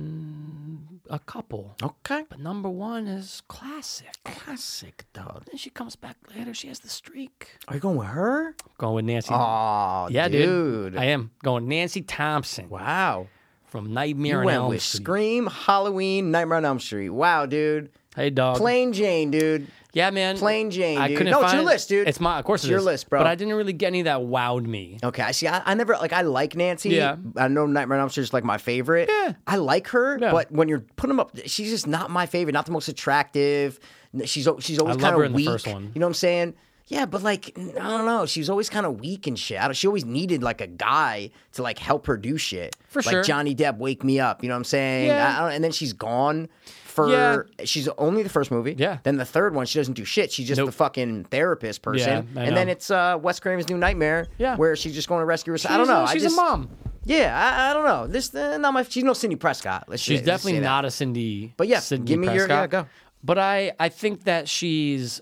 in a couple.
Okay.
But number one is classic.
Classic, dog.
Then she comes back later. She has the streak.
Are you going with her?
Going with Nancy.
Oh,
Yeah, dude.
dude.
I am going Nancy Thompson
Wow.
from Nightmare
You
on
went
Elm
with
Street.
Scream, Halloween, Nightmare on Elm Street. Wow, dude.
Hey, dog.
Plain Jane, dude.
yeah, man.
Plain Jane,
I
dude.
couldn't
No, it's
find
your list, dude.
It's my, of course,
It's
it
your
is.
list, bro.
But I didn't really get any that wowed me.
Okay, I see. I, I never like. I like Nancy.
Yeah.
I know Nightmare on Elm Street is like my favorite. Yeah. I like her,
Yeah.
but when you're putting them up, she's just not my favorite. Not the most attractive. N- She's al- she's always
I love
kind
her
of
in the
weak.
first one.
You know what I'm saying? Yeah, but like I don't know. She was always kind of weak and shit. I don't, she always needed like a guy to like help her do shit.
For
like
sure.
Johnny Depp, wake me up. You know what I'm saying?
Yeah.
I don't, and then she's gone for.
Yeah.
She's only the first movie.
Yeah.
Then the third one, she doesn't do shit. She's just
Nope.
the fucking therapist person.
I
and then
know.
it's uh, Wes Craven's new nightmare.
Yeah.
Where she's just going to rescue her. I don't
She's a-
know. I
She's
just-
a mom.
Yeah, I, I don't know. This uh, not my. She's no Cindy Prescott. Let's
She's
say- let's
definitely
say that.
not a Cindy.
But yeah,
Cindy
give me your- yeah,
Prescott.
go.
But I, I think that she's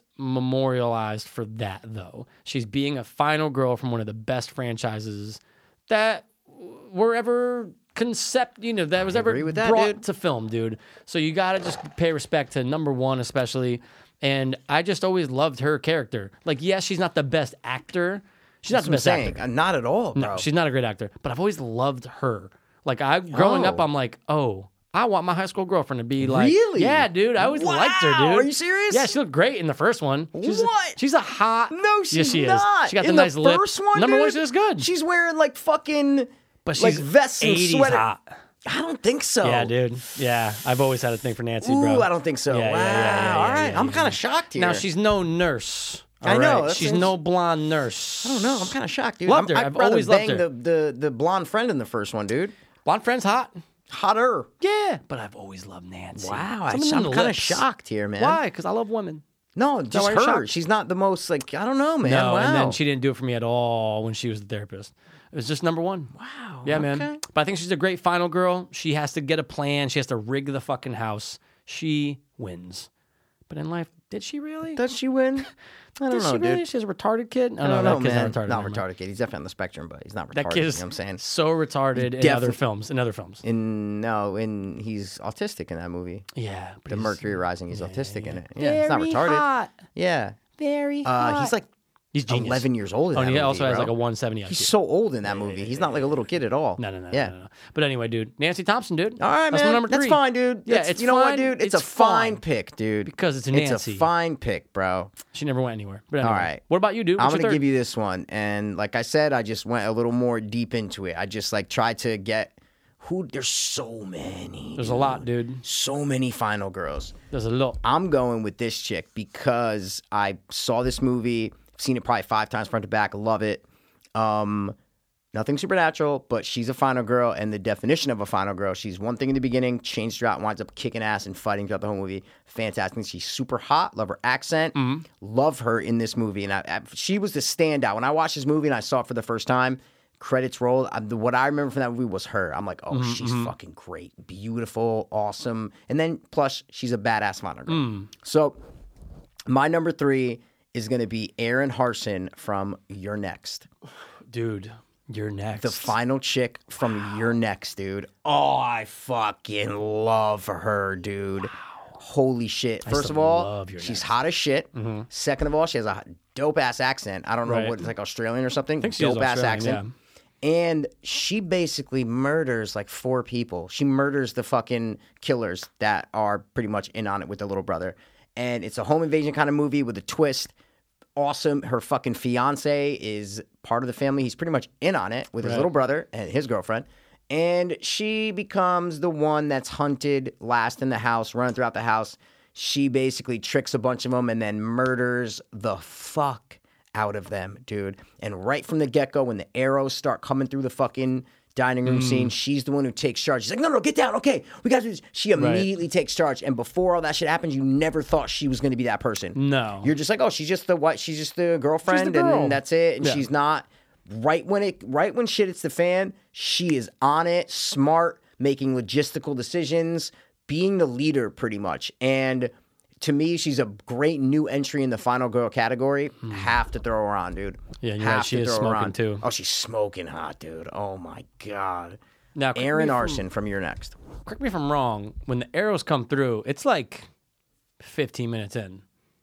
memorialized for that though. She's being a final girl from one of the best franchises that were ever concept, you know, that was ever
agree with that,
brought
dude.
to film, dude. So you gotta just pay respect to number one, especially. And I just always loved her character. Like, yes, she's not the best actor. She's not the
I'm
best actor.
saying. Uh, Not at all, bro.
No, she's not a great actor, but I've always loved her. Like I growing up,
Oh.
I'm like, oh, I want my high school girlfriend to be like,
Really?
Yeah, dude, I always liked her,
Wow,
dude.
are you serious?
Yeah, she looked great in the first one. She's
What?
A, she's a hot.
No, she's
yeah, she
not.
Is. She got
In
the nice
the
lips.
First one,
Number one,
dude,
she was good.
She's wearing like fucking,
but she's
like vests and
80s
sweater.
hot.
I don't think so.
Yeah, dude. Yeah, I've always had a thing for Nancy,
Ooh,
bro.
I don't think so.
Yeah, yeah,
wow.
yeah, yeah,
all
yeah,
right,
yeah,
I'm
yeah.
kind of shocked here.
Now she's no nurse.
I
all
know,
right?
that's-
She's no blonde nurse.
I don't know. I'm kind of shocked, dude.
Loved
I'm,
her.
I'd
I've
rather
always loved
bang
her.
The, the the blonde friend in the first one, dude.
Blonde friend's hot.
Hotter.
Yeah, but I've always loved Nancy.
Wow, I,
Something in
I'm
the
kind of
lips.
shocked here, man.
Why? Because I love women.
No, just
why
her.
you're shocked?
She's not the most like I don't know, man.
No,
Oh, wow.
and then she didn't do it for me at all when she was the therapist. It was just number one. Wow. Yeah,
okay.
man. But I think she's a great final girl. She has to get a plan. She has to rig the fucking house. She wins. But in life, did she really?
Does she win? I don't
did she
know, dude.
really? She has a retarded kid. Oh,
I
no,
don't
that
know,
kid's
man.
not retarded.
Not
never mind.
retarded kid. He's definitely on the spectrum, but he's not retarded.
That
you know
kid's
what I'm saying?
so retarded in other
definitely-
films. In other films.
In no, in he's autistic in that movie.
yeah. But
The
he's
Mercury Rising, he's autistic in it. Yeah, he's not
very
retarded.
Hot.
Yeah,
Very hot.
uh, he's like
he's genius.
11 years old. In
Oh,
that
and he
movie,
also has
bro.
like a 170 IQ.
He's so old in that movie. He's not like a little kid at all.
No, no, no,
Yeah.
no, no, no. But anyway, dude, Nancy Thompson, dude.
All right,
that's My
man.
number
That's
three.
fine, dude.
Yeah,
That's-
it's
you know
fine.
what, dude? It's, a fine,
fine.
pick, dude.
Because it's
It's
Nancy.
a fine pick, bro.
She never went anywhere. But anyway,
All right.
What about you, dude?
I'm
What's your
gonna
third?
give you this one, and like I said, I just went a little more deep into it. I just like tried to get who. There's so many,
There's a lot, dude.
so many final girls.
There's a lot.
I'm going with this chick because I saw this movie, seen it probably five times front to back, love it. Um, nothing supernatural, but she's a final girl, and the definition of a final girl, she's one thing in the beginning, changed throughout, winds up kicking ass and fighting throughout the whole movie. Fantastic. She's super hot, love her accent, love her in this movie. And I, I- she was the standout. When I watched this movie and I saw it for the first time, credits rolled. I, the- what I remember from that movie was her. I'm like, oh, she's fucking great, beautiful, awesome, and then plus she's a badass final girl. So my number three is going to be Aaron Harson from Your Next,
Dude, you're next.
the final chick from Your Next, dude. Oh, I fucking love her, dude. Holy shit! First
still
of all,
love Your
she's
Next. Mm-hmm.
hot as shit. Second of all, she has a dope ass accent. I don't know
Right.
what it's like Australian or something.
think she is
dope ass
Australian,
accent. And she basically murders like four people. She murders the fucking killers that are pretty much in on it with the little brother. And it's a home invasion kind of movie with a twist. Awesome. Her fucking fiance is part of the family. He's pretty much in on it with his little brother and his girlfriend. And she becomes the one that's hunted last in the house, running throughout the house. She basically tricks a bunch of them and then murders the fuck out of them, dude. And right from the get go, when the arrows start coming through the fucking dining room scene, she's the one who takes charge. She's like, no, no, get down. Okay, we got to do this. She immediately takes charge. And before all that shit happens, you never thought she was going to be that person.
No.
You're just like, oh, she's just the what? She's just the girlfriend,
girl.
and that's it. And
Yeah.
she's not. Right when it, right when shit hits the fan, she is on it, smart, making logistical decisions, being the leader pretty much. And to me, she's a great new entry in the final girl category. Have to throw her on, dude.
Hmm. Yeah, you're right.
Have
She
to
is
throw her
smoking,
on.
too.
Oh, she's smoking hot, dude. Oh my god.
Now, correct
Aaron
me if I'm-
Arson from your next.
Correct me if I'm wrong. When the arrows come through, it's like 15 minutes in.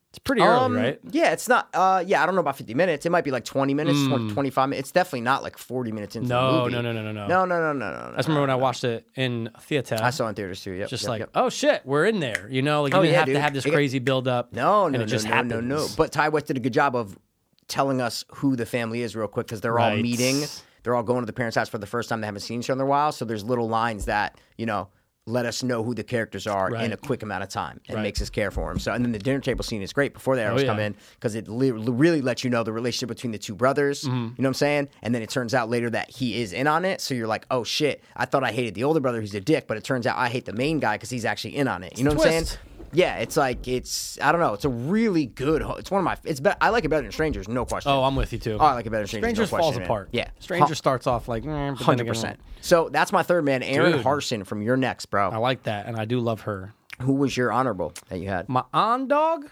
It's pretty
Um,
early, right?
Yeah, it's not. Uh, yeah, I don't know about 50 minutes. It might be like 20 minutes, 20, 25 minutes. It's definitely not like 40 minutes into the
Hmm. No,
movie.
no, no, no, no, no.
No, no, no, no, no.
I just remember when I watched it in theater.
I saw it in theaters too. Yep,
just
yep,
like,
yep.
oh shit, we're in there. You know, like you
Oh,
didn't
yeah,
have
dude.
to have this
It-
crazy build up.
no, no,
and
no,
it just
no,
happens.
no, no. But Ty West did a good job of telling us who the family is real quick because they're all
Right.
meeting. They're all going to the parents' house for the first time. They haven't seen each other in a while, so there's little lines that you know let us know who the characters are in
Right.
a quick amount of time and
Right. Oh,
makes us care for them. So, and then the dinner table scene is great before the arrows
yeah.
come in because it li- really lets you know the relationship between the two brothers.
Mm-hmm.
You know what I'm saying? And then it turns out later that he is in on it. So you're like, oh shit, I thought I hated the older brother who's a dick, but it turns out I hate the main guy because he's actually in on it. You know what I'm
twist.
saying? Yeah, it's like it's I don't know. It's a really good. ho- It's one of my. It's be, I like it better than Strangers, no question.
oh, I'm with you too.
I like it better than Strangers.
Strangers
no
falls
question, man.
apart.
Yeah,
Stranger starts off like mm, but then
hundred
again,
percent. So that's my third man, Aaron
Dude.
Harson from Your
I
Next, bro.
like that, and I do love her.
Who was your honorable that you had?
My on dog,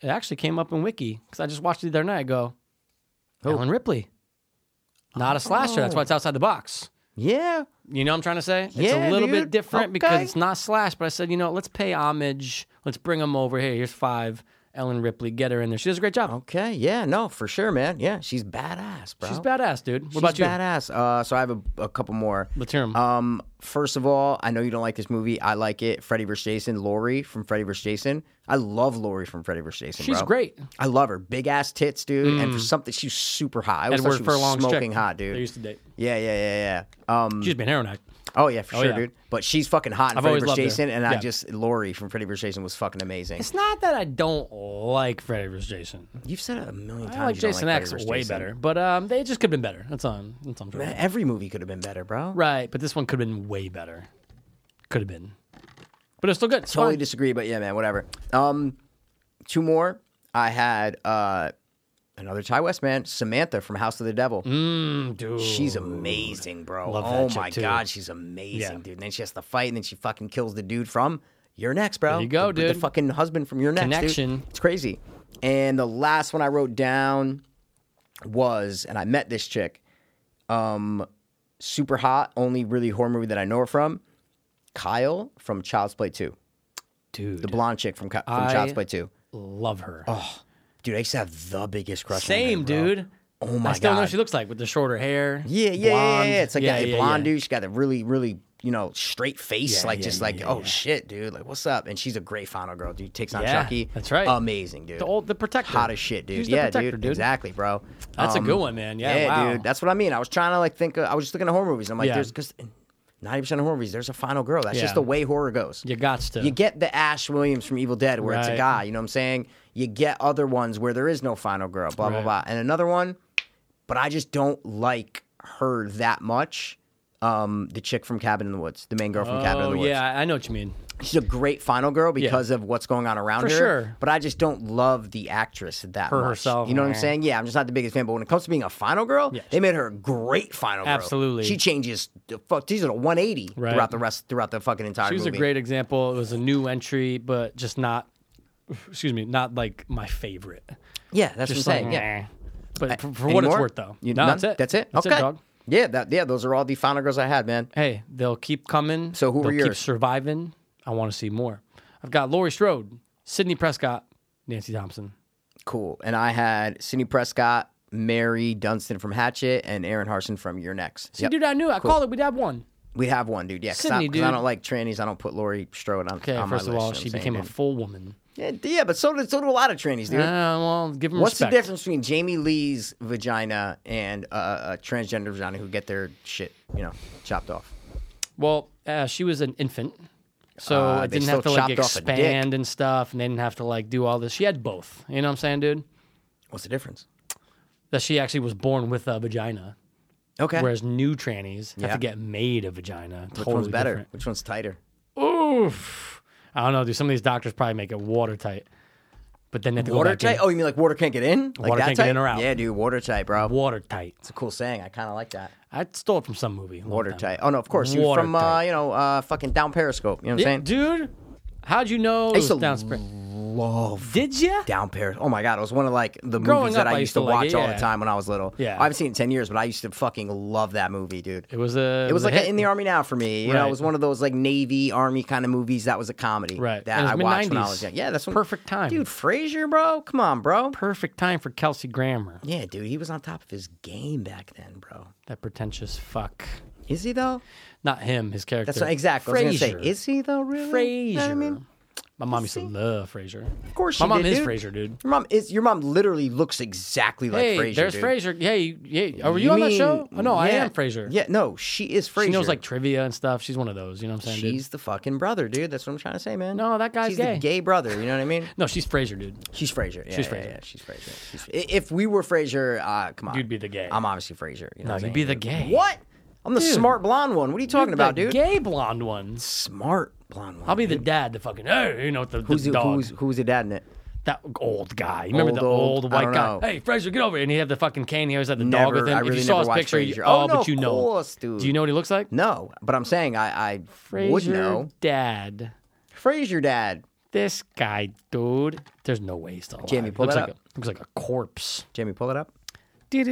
it actually came up in Wiki because I just watched it the other
Oh.
night. I go, Ellen Ripley. Not a slasher. That's why it's outside the box.
Yeah.
You know what I'm trying to say? it's
Yeah,
a little
dude.
bit different because
Okay.
it's not Slash, but I said, you know, let's pay homage. Let's bring them over. Here, here's five. Ellen Ripley, get her in there. She does a great job.
Okay. Yeah. No, for sure, man. Yeah. She's badass, bro.
She's badass, dude. What
She's
about you?
badass. Uh, so I have a, a couple more.
Let's hear 'em.
Um, first of all, I know you don't like this movie. I like it. Freddy vs. Jason, Lori from Freddy vs. Jason. I love Lori from Freddy vs. Jason.
She's
bro.
great. Mm.
I love her. Big ass tits, dude. And for something, she's super hot. I always thought
Edward
she was
Furlong's chick.
smoking hot, dude.
They used to date.
Yeah, yeah, yeah, yeah. Um,
She's been heroin addict.
oh yeah, for
Oh,
sure,
yeah.
dude. But she's fucking hot in
I've
Freddy
always
vs.
loved her.
Jason, and I
Yeah.
just Lori from Freddy vs. Jason was fucking amazing.
It's not that I don't like Freddy vs. Jason.
You've said it a million times.
I like
you don't
Jason
like
X
Freddy vs.
way
Jason.
better, but um, they just could have been better. That's on. That's on.
Man, Every movie could have been better, bro.
Right, but this one could have been way better. Could have been, but it's still good. It's
totally
fine.
disagree, but yeah, man, whatever. Um, two more. I had uh, another Ty West man, Samantha from House of the Devil.
Mm, Dude.
She's amazing, bro.
Love that
oh
chick,
my
too.
god, she's amazing,
Yeah.
dude. And then she has to fight, and then she fucking kills the dude from You're Next, bro.
There you go,
The- The
dude.
fucking husband from Your Next. dude.
Connection.
It's crazy. And the last one I wrote down was, and I met this chick, um, super hot. Only really horror movie that I know her from, Kyle from Child's Play Two.
dude.
The Oh. blonde chick from, Ki- from
I-
Child's Play 2.
love her.
Dude, I used to have the biggest crush
Same,
on her, bro.
dude.
Oh my
I still
god.
know what she looks like with the shorter hair.
yeah, yeah, yeah, yeah,
blonde.
yeah. It's like
yeah,
that
yeah,
blonde
yeah.
dude. She got a really, really, you know, straight face.
Yeah,
like
yeah,
just
yeah,
like,
yeah,
oh
yeah.
shit, dude. Like, what's up? And she's a great final girl, dude. Takes on
Yeah,
Chucky.
that's right.
Amazing, dude.
The old, the protector.
Hot as shit, dude.
He's the
yeah,
protector,
dude.
dude.
Exactly, bro.
That's a
Um,
good one, man. Yeah,
Yeah,
wow.
dude. That's what I mean. I was trying to like think. Of, I was just looking at horror movies. I'm like,
Yeah.
there's because ninety percent of horror movies, there's a final girl. That's
Yeah.
just the way horror goes.
you got to.
You get the Ash Williams from Evil Dead where it's a
Right.
guy, you know what I'm saying? You get other ones where there is no final girl, blah, blah, blah.
Right.
And another one, but I just don't like her that much. Um, the chick from Cabin in the Woods, the main girl from Cabin in
oh
the Woods.
yeah, I know what you mean.
She's a great final girl because of what's going on around
For
her.
sure.
But I just don't love the actress that
For
much.
herself,
You know what I'm
eh.
saying? Yeah, I'm just not the biggest fan. But when it comes to being a final girl,
Yeah.
they made her a great final girl.
Absolutely.
She changes the fuck she's at a 180
Right.
throughout the rest throughout the fucking entire
She was a
movie.
great example. It was a new entry, but just not. Excuse me, not like my favorite.
yeah, that's
Just
what I'm
like,
saying. yeah.
yeah. But for, for what it's
Anymore?
worth, though,
You-
no,
none?
that's it.
That's it.
That's
okay.
it, dog.
Yeah, that, yeah. Those are all the final girls I had, man.
Hey, they'll keep coming.
So who
they'll
were
keep
yours?
surviving. I want to see more. I've got Laurie Strode, Sydney Prescott, Nancy Thompson.
Cool. And I had Sidney Prescott, Mary Dunstan from Hatchet, and Aaron Harson from Your Next.
See,
Yep.
dude, I knew. I called it. We'd have one.
We have one, dude. Yeah, because
Sydney,
I, 'cause I
dude.
don't like trannies. I don't put Lori Strode on.
Okay,
on my
first of
list,
all,
you know
she
what I'm saying,
became a
dude?
full woman.
yeah, yeah, but so did so did a lot of trannies, dude.
Ah, well, give them
What's
respect.
the difference between Jamie Lee's vagina and uh, a transgender vagina who get their shit, you know, chopped off?
Well, uh, she was an infant, so
Uh,
it
they
didn't have to
still
like
chopped off a dick.
expand and stuff, and they didn't have to like do all this. She had both. You know what I'm saying, dude?
What's the difference?
That she actually was born with a vagina,
Okay,
whereas new trannies have
Yeah.
to get made a vagina.
which
totally
one's better?
different.
Which one's tighter?
Oof. I don't know, dude. Some of these doctors probably make it watertight, but then they have to go
Water
back
tight?
in.
Oh, you mean like water can't get in? Like
Water
that
can't get
tight?
in or out.
Yeah, dude, water tight, bro.
watertight.
It's a cool saying. I kind of like that.
I stole it from some movie. a long
Water
time
tight. Oh no, of course. You from uh,
Watertight.
you know uh, fucking down Periscope. You know what I'm
Yeah,
saying?
dude, how'd you know it
used
was
to
down spring? Love. Did you?
Down Paris. Oh my god, it was one of like the
Growing
movies that
up,
I used to,
like
watch
it,
all the
yeah.
time when I was little.
Yeah.
I haven't seen it in ten years, but I used to fucking love that movie, dude.
It was a.
It was
a
like a
hit.
in the army now for me. You know,
Right.
it was one of those like Navy Army kind of movies that was a comedy.
Right.
That
And it was
I watched when I
mid-nineties.
was young. Yeah, that's when,
Perfect time.
dude. Frasier, bro. Come on, bro.
perfect time for Kelsey Grammer.
Yeah, dude. He was on top of his game back then, bro.
That pretentious fuck.
Is he though?
Not him, his character.
That's not, exactly. I was gonna
Frasier.
say, is he though? Really? You know what I mean,
My mom used to love Frasier.
of course.
My
you
mom
did,
is
dude.
Frasier, dude.
Your mom is. Your mom literally looks exactly like
hey,
Frasier.
there's
dude.
Frasier. Hey, yeah. Are you, on that
mean-
show? Oh, no, I
yeah.
am Frasier.
Yeah, no, she is Frasier.
She knows like trivia and stuff. She's one of those. You know what I'm saying? dude?
she's the fucking brother, dude. That's what I'm trying to say, man.
No, that guy's
she's
gay.
the gay brother. You know what I mean?
No, she's Frasier, dude.
She's Frasier. Yeah,
She's
yeah,
Frasier.
Yeah, she's Frasier. She's- I- if we were Frasier, uh, come on,
You'd be the gay.
I'm obviously Frasier. You know
No,
what I'm
you'd be
saying,
the gay.
dude? What? I'm the
Dude.
smart blonde one. What are you talking about,
the
dude?
Gay blonde ones.
Smart blonde one.
I'll be the dad. The fucking hey, you know the, the
who's the,
dog.
who's who's the dad in it?
that old guy. You remember
Old,
the
old,
old,
I
white
don't
guy?
know.
Hey, Fraser, get over here. And he had the fucking cane. He always had the
Never-
dog with him.
I
if
really
you saw
never
his
watched
picture, you-
Frasier.
oh,
Oh, no,
but you
of
know. him.
course, dude.
Do you know what he looks like?
No, but I'm saying I I would
Frasier
know.
dad.
Frasier dad.
This guy, dude. There's no way he's still alive.
Jamie, pull
looks
that
like
up.
A, looks like a corpse.
Jamie, pull it up. Dude,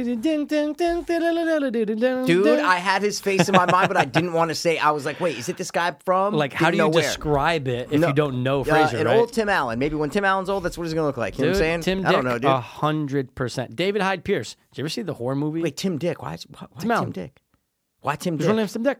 Dude,
I had his face in my mind, but I didn't want to say. I was like, wait, is it this guy from?
like how do
Didn't
you
know where.
describe it if
No.
you don't know
Uh,
Fraser?
an
right?
old Tim Allen. Maybe when Tim Allen's old, that's what he's gonna look like. You know what I'm saying?
Tim Dick, Ah.
I don't know, dude.
hundred percent. David Hyde Pierce. Did you ever see the horror movie?
Wait, Tim Dick. Why? is- Why, why
Tim
Tim,
Allen.
Dick? Why Tim
his
Dick?
real name's Tim Dick.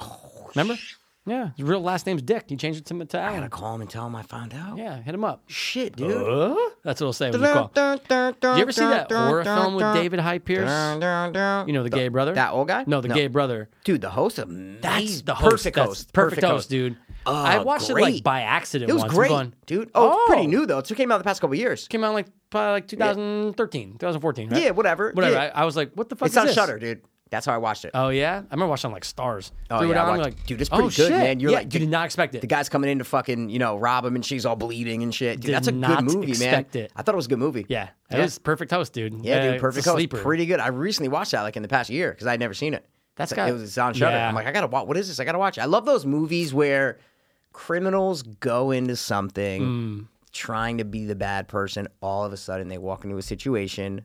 Oh, remember? Yeah, his real last name's Dick. He changed it to, to
I
Allen.
gotta call him and tell him I found out.
Yeah, hit him up.
Shit, dude.
Uh, that's what he'll say when you call. Did you ever see that horror film with David Hyde Pierce? You know the gay brother.
that old guy?
No, the
No.
gay brother.
Dude, the host of
That's the host.
perfect
That's
host. Uh,
Perfect, host, dude. I watched it like
great.
by accident.
It was
once. I'm
great,
going,
dude. Oh, it's
"Oh."
pretty new though. It came out the past couple years.
Came out like probably like 2013, 2014. Right?
Yeah, whatever.
Whatever.
Yeah.
I, I was like, what the fuck?
It's
is
on
this?
Shutter, dude. That's how I watched it.
Oh yeah, I remember watching on, like Stars.
Oh,
Threw it
yeah, I
on,
watched-
like,
dude, it's
"Oh,
pretty good,
shit."
man. You're
yeah,
like-
you did not expect it.
the guy's coming in to fucking you know rob him, and she's all bleeding and shit. Dude,
Did
that's a
not
good movie,
expect
man.
it.
I thought it was a good movie.
yeah, it
Yeah.
was perfect host, dude.
Yeah,
Uh,
dude,
it's a
Perfect Host,
Sleeper.
pretty good. I recently watched that like in the past year because I'd never seen it.
That's
It's-
got-
it was it's on Shutter.
Yeah.
I'm like, I gotta watch. What is this? I gotta watch. it. I love those movies where criminals go into
Mm.
something trying to be the bad person. All of a sudden, they walk into a situation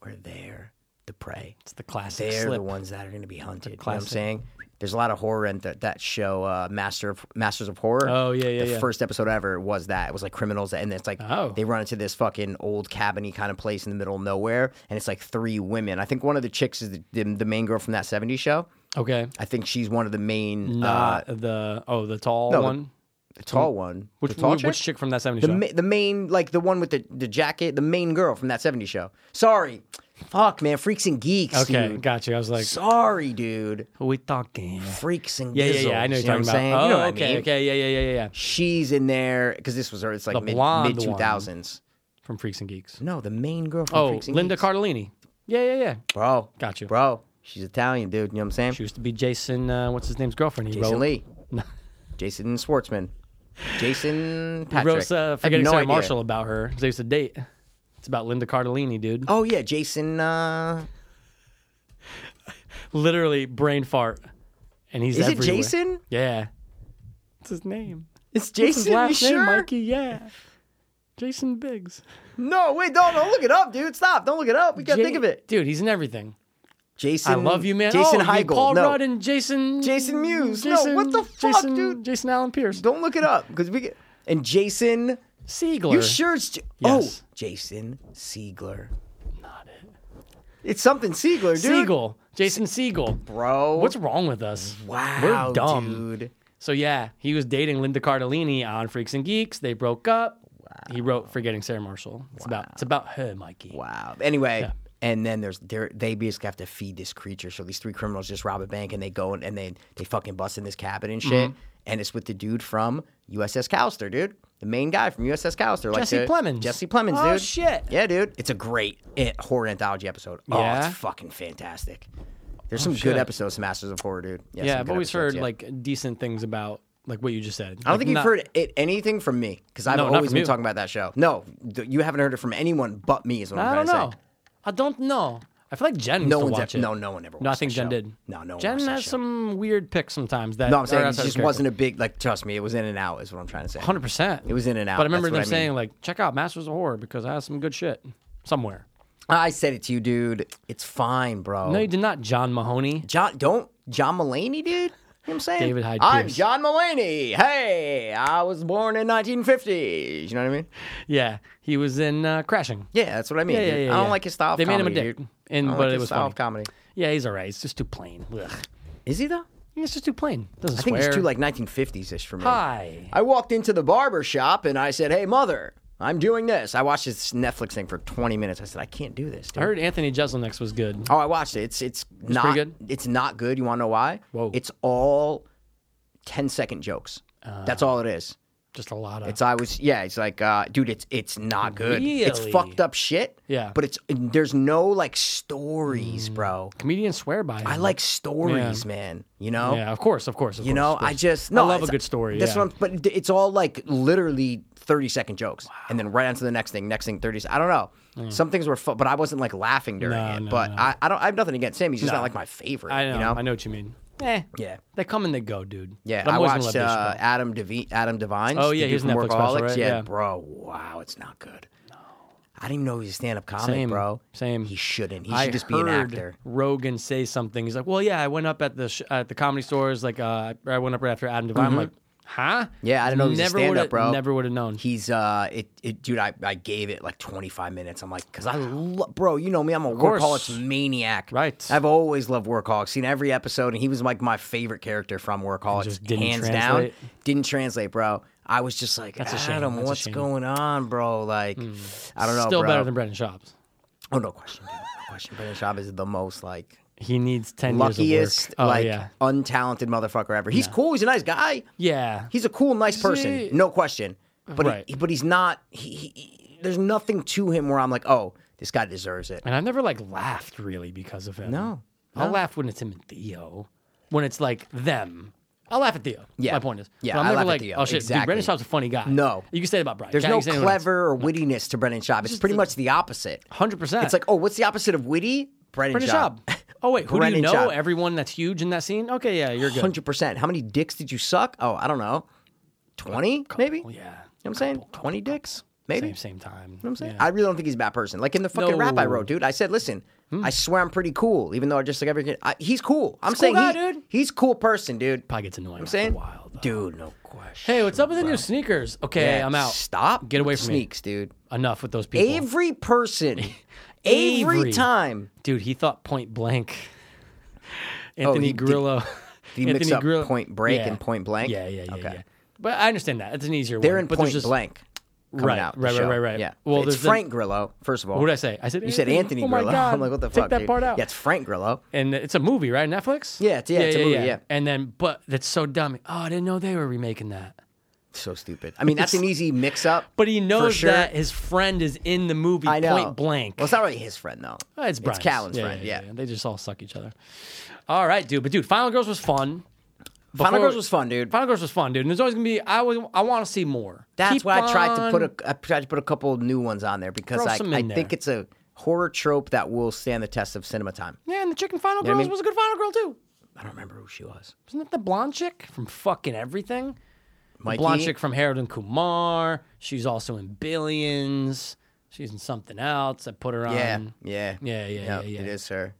where they're the prey.
It's the classic
They're
slip.
the ones that are going to be hunted. You know what I'm
classic.
saying? There's a lot of horror in that that show, uh, Master of, Masters of Horror.
Oh, yeah, yeah,
The
yeah.
first episode ever was that. It was like criminals, and it's like
Oh.
they run into this fucking old cabiny kind of place in the middle of nowhere, and it's like three women. I think one of the chicks is the, the, the main girl from that '70s show.
Okay,
I think she's one of the main uh,
not the oh the tall
no, the-
one.
the tall one.
Which
the tall
which, which chick from that '70s
The,
show?
ma- the main, like the one with the, the jacket, the main girl from that '70s show. Sorry, fuck, man, freaks and geeks.
okay,
dude.
got you. I was like,
Sorry, dude.
who we talking?
freaks and
Yeah, yeah,
gizzles,
yeah. I know
you
you're talking
what I'm saying?
about. Oh,
You know what I
okay,
mean.
okay, yeah, yeah, yeah, yeah, yeah.
She's in there because this was her. It's like
The
mid
blonde
mid two thousands.
From Freaks and Geeks.
No, the main girl from
Oh,
Freaks and
Linda
Geeks.
Cardellini. Yeah, yeah, yeah.
bro.
Got you.
bro. She's Italian, dude. You know what I'm saying?
She used to be Jason. Uh, what's his name's girlfriend? He
Jason
wrote.
Lee, Jason Schwartzman, Jason
He
Patrick.
wrote uh,
I have
forgetting
no
Sarah
idea.
Marshall about her. 'cause They used to date. It's about Linda Cardellini, dude.
Oh yeah, Jason. Uh,
literally brain fart, and he's
is it
everywhere.
Jason?
Yeah, it's his name.
It's
It's
Jason.
his last
you sure?
name, Mikey. Yeah, Jason Biggs.
No, wait, don't, don't look it up, dude. Stop. Don't look it up. We gotta
J-
think of it.
dude. He's in everything.
Jason.
I love you, man.
Jason
oh, you
Heigl.
Paul
no,
Rudd and Jason.
Jason Mewes. No, what the fuck,
Jason-
dude?
Jason Allen Pierce.
don't look it up because we get and Jason.
Siegler.
You sure it's J-
Yes.
oh Jason Siegler? Not it. It's something Siegler, dude.
Siegel. Jason Siegel.
bro.
What's wrong with us?
wow,
We're dumb.
dude?
So yeah, he was dating Linda Cardellini on Freaks and Geeks. They broke up. He wrote "Forgetting Sarah Marshall." It's about it's about her, Mikey.
Wow. Anyway. And then there's there they basically have to feed this creature. So these three criminals just rob a bank and they go and, and they they fucking bust in this cabin and shit.
Mm-hmm.
And it's with the dude from USS Callister, dude. The main guy from USS Callister, like
Jesse
the-
Plemons.
Jesse Plemons,
Oh,
dude.
shit.
Yeah, dude. It's a great eh, horror anthology episode. Oh,
Yeah? Oh,
it's fucking fantastic. There's some
shit.
good episodes, of Masters of Horror, dude.
Yeah,
some
I've
good
always
episodes,
heard
yeah.
like decent things about like what you just said.
I don't think you've heard it, anything from me because I've
No, not
always
from
been
you.
talking about that show. No, th- you haven't heard it from anyone but me. Is what
I
I'm
don't
trying
know.
to say.
I don't know. I feel like Jen
No
used to
one's
watch
ever-
it.
no, no one ever
No, I
watched
think
that
Jen
show.
did.
No, no one
Jen
watched that
has
show.
some weird picks sometimes. That
No, I'm saying it just wasn't a big like. Trust me, it was in and out. Is what I'm trying to say.
Hundred percent.
It was in and out,
But I remember
that's what
them
I mean.
saying like, "Check out Masters of Horror" because I have some good shit somewhere.
I said it to you, dude. It's fine, bro.
No, you did not, John Mahoney.
John, don't John Mulaney, dude. You know what I'm saying?
David Hyde
I'm
Pierce.
John Mulaney. Hey, I was born in 1950. You know what I mean?
Yeah, he was in uh, Crashing.
Yeah, that's what I mean.
Yeah, yeah,
dude.
yeah,
I don't
yeah.
like his style. Of
They made him a
comedy,
dick,
dude.
and-
I don't
but
like
it
his
was
style of
funny.
comedy.
Yeah, he's alright. It's just too plain. Ugh.
Is he though?
It's just too plain. Doesn't
I think
swear.
it's too like 1950s ish for me.
Hi.
I walked into the barber shop and I said, "Hey, mother, I'm doing this." I watched this Netflix thing for 20 minutes. I said, "I can't do this." Dude.
I heard Anthony Jeselnik was good.
Oh, I watched it. It's it's not
pretty good?
It's not good. You want to know why?
Whoa.
It's all 10 second jokes.
Ah.
That's all it is.
Just a lot of.
It's I was yeah. It's like, uh, dude, it's it's not good. It's
Really?
fucked up shit.
Yeah. Mm.
But it's there's no like stories, bro.
comedians swear by. Him.
I like stories, man. You know.
Yeah, of course, of course. Of
You
course,
know,
of
I
course.
just no,
I love a
it's-
good story.
That's
yeah.
what I'm. But it's all like literally thirty second jokes, and then right on to the next thing. Next thing, thirty. I don't know. Some things were, fu- but I wasn't like laughing during
No,
it.
no,
but
no.
I, I don't. I have nothing against him. He's just not like my favorite.
I know,
You know.
I know what you mean. Eh,
Yeah.
they come and they go, dude.
Yeah,
But I'm
I
always gonna
watched
love Dave
uh,
Chappelle.
Adam Devi- Adam Devine.
Oh, yeah, he was Netflix special, right?
Yeah,
Yeah.
bro, wow, it's not good. No. I didn't even know he was a stand-up comic,
Same,
bro.
same.
He shouldn't. He should
I
just be
heard
an actor.
Rogan say something. He's like, "Well, yeah, I went up at the sh- at the comedy stores. Like, uh, I went up right after Adam Devine. I'm like, huh?
Mm-hmm. Yeah, I didn't know he was a
Never
stand-up,
would've-
bro.
Never would have known.
He's uh, it, it dude. I, I gave it like 25 minutes. I'm like, cause I, lo- bro, you know me. I'm a
course.
workaholics maniac.
Right.
I've always loved workaholics. Seen every episode, and he was like my favorite character from workaholics.
just didn't
hands
translate?
down. Didn't translate, bro. I was just like,
a shame.
Adam,
That's a
what's
shame. Hmm.
going on, bro? Like, I don't know.
Still
bro.
better than Brendan Shops.
Oh no question, dude. no question. Brendan Schaub is the most like
He needs ten years
luckiest,
of work. Oh
like
yeah,
untalented motherfucker ever. He's cool. He's a nice guy.
yeah.
He's a cool, nice person,
See-
no question. But
Right.
he, but he's not. He, he, he- there's nothing to him where I'm like, oh, this guy deserves it.
and I never like laughed really because of him.
No,
I'll laugh when it's him and Theo, when it's like them. I'll laugh at Theo.
Yeah.
my point is.
Yeah,
but I'm
I
never
laugh at
like,
Theo.
oh shit,
Exactly.
dude, Brendan Schaub's a funny guy.
No.
you can say that about Brian.
There's
Can't
no
you say anyone else?
clever or wittiness to Brendan Schaub. It's pretty much the opposite.
100%.
It's like, oh, what's the opposite of witty? Brendan,
Brendan
Schaub.
Schaub. Oh wait, who
Brendan
do you know?
Schaub.
Everyone that's huge in that scene. Okay, yeah, you're good.
Hundred percent. How many dicks did you suck? Oh, I don't know, twenty maybe.
Well,
You know
yeah,
what I'm saying? Twenty dicks maybe.
same same time.
You know what I'm saying? I really don't think he's a bad person. Like in the fucking rap I
No. Hmm.
wrote, dude, I said, listen, I swear I'm pretty cool, even though I just like every kid. I, he's cool. I'm
He's a
saying
cool guy,
he-
dude.
he's a cool person, dude.
Probably gets annoying.
I'm saying,
wild.
dude, no question.
Hey, what's up with the new sneakers? Okay,
Yeah,
I'm out.
Stop.
Get away
with the
from me.
sneaks, dude.
Enough with those people.
Every person, every,
Avery.
time.
Dude, he thought Point Blank. Anthony
Oh, he did-
Grillo.
Did you mix
Anthony
up
Grillo-
Point Break
Yeah.
and Point Blank?
Yeah, yeah, yeah,
Okay.
yeah. But I understand that. It's an easier
They're
one.
in
but there's
Point
just,
Blank. Coming
Right,
out. the
right, right,
show.
right, right.
Yeah.
Well,
it's
there's the-
Frank Grillo. First of all,
What did I say? I said
You said Anthony
oh my
Grillo.
God.
I'm like, what the
Take
fuck?
that
dude?
part out.
Yeah, it's Frank Grillo.
and it's a movie, right? Netflix.
Yeah, it's- yeah, it's a movie, yeah.
And then, but that's so dumb. Oh, I didn't know they were remaking that.
So stupid. I mean, that's an easy mix-up.
But he
for
knows
sure.
that his friend is in the movie
I know.
Point Blank.
Well, it's not really his friend though.
Uh, it's Brian's.
It's Callan's
Yeah,
friend. Yeah.
They just all suck each other. All right, dude. But dude, Final Girls was fun.
Final
Before-
Girls was fun, dude.
Final Girls was fun, dude. And there's always gonna be. I was. I want to see more.
That's
Keep
why I tried to
on-
put a I tried to put a couple of new ones on there because
Throw
I,
some in
I
there.
think it's a horror trope that will stand the test of cinema time.
Yeah, and the chicken Final
know what I
Girls
mean?
was a good Final Girl too.
I don't remember who she was.
Isn't that the blonde chick from fucking everything?
Mikey.
Blonde chick from Harold and Kumar. She's also in Billions. She's in something else. I put her on.
Yeah, yeah,
Yeah, yeah,
Yep,
yeah, yeah.
It is her.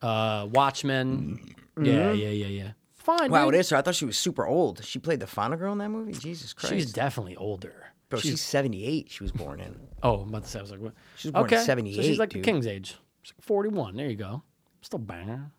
Uh, Watchmen. Yeah, yeah, yeah, yeah. Fine.
Mm-hmm. Wow, it
dude.
is her. I thought she was super old. She played the final girl in that movie. Jesus Christ,
She's definitely older.
bro, she's, seventy eight. She was born in.
Oh, I'm about to say, I was like, what?
She's born in
okay. So
78,
she's like
dude.
the king's age. She's like 41. There you go. Still banger.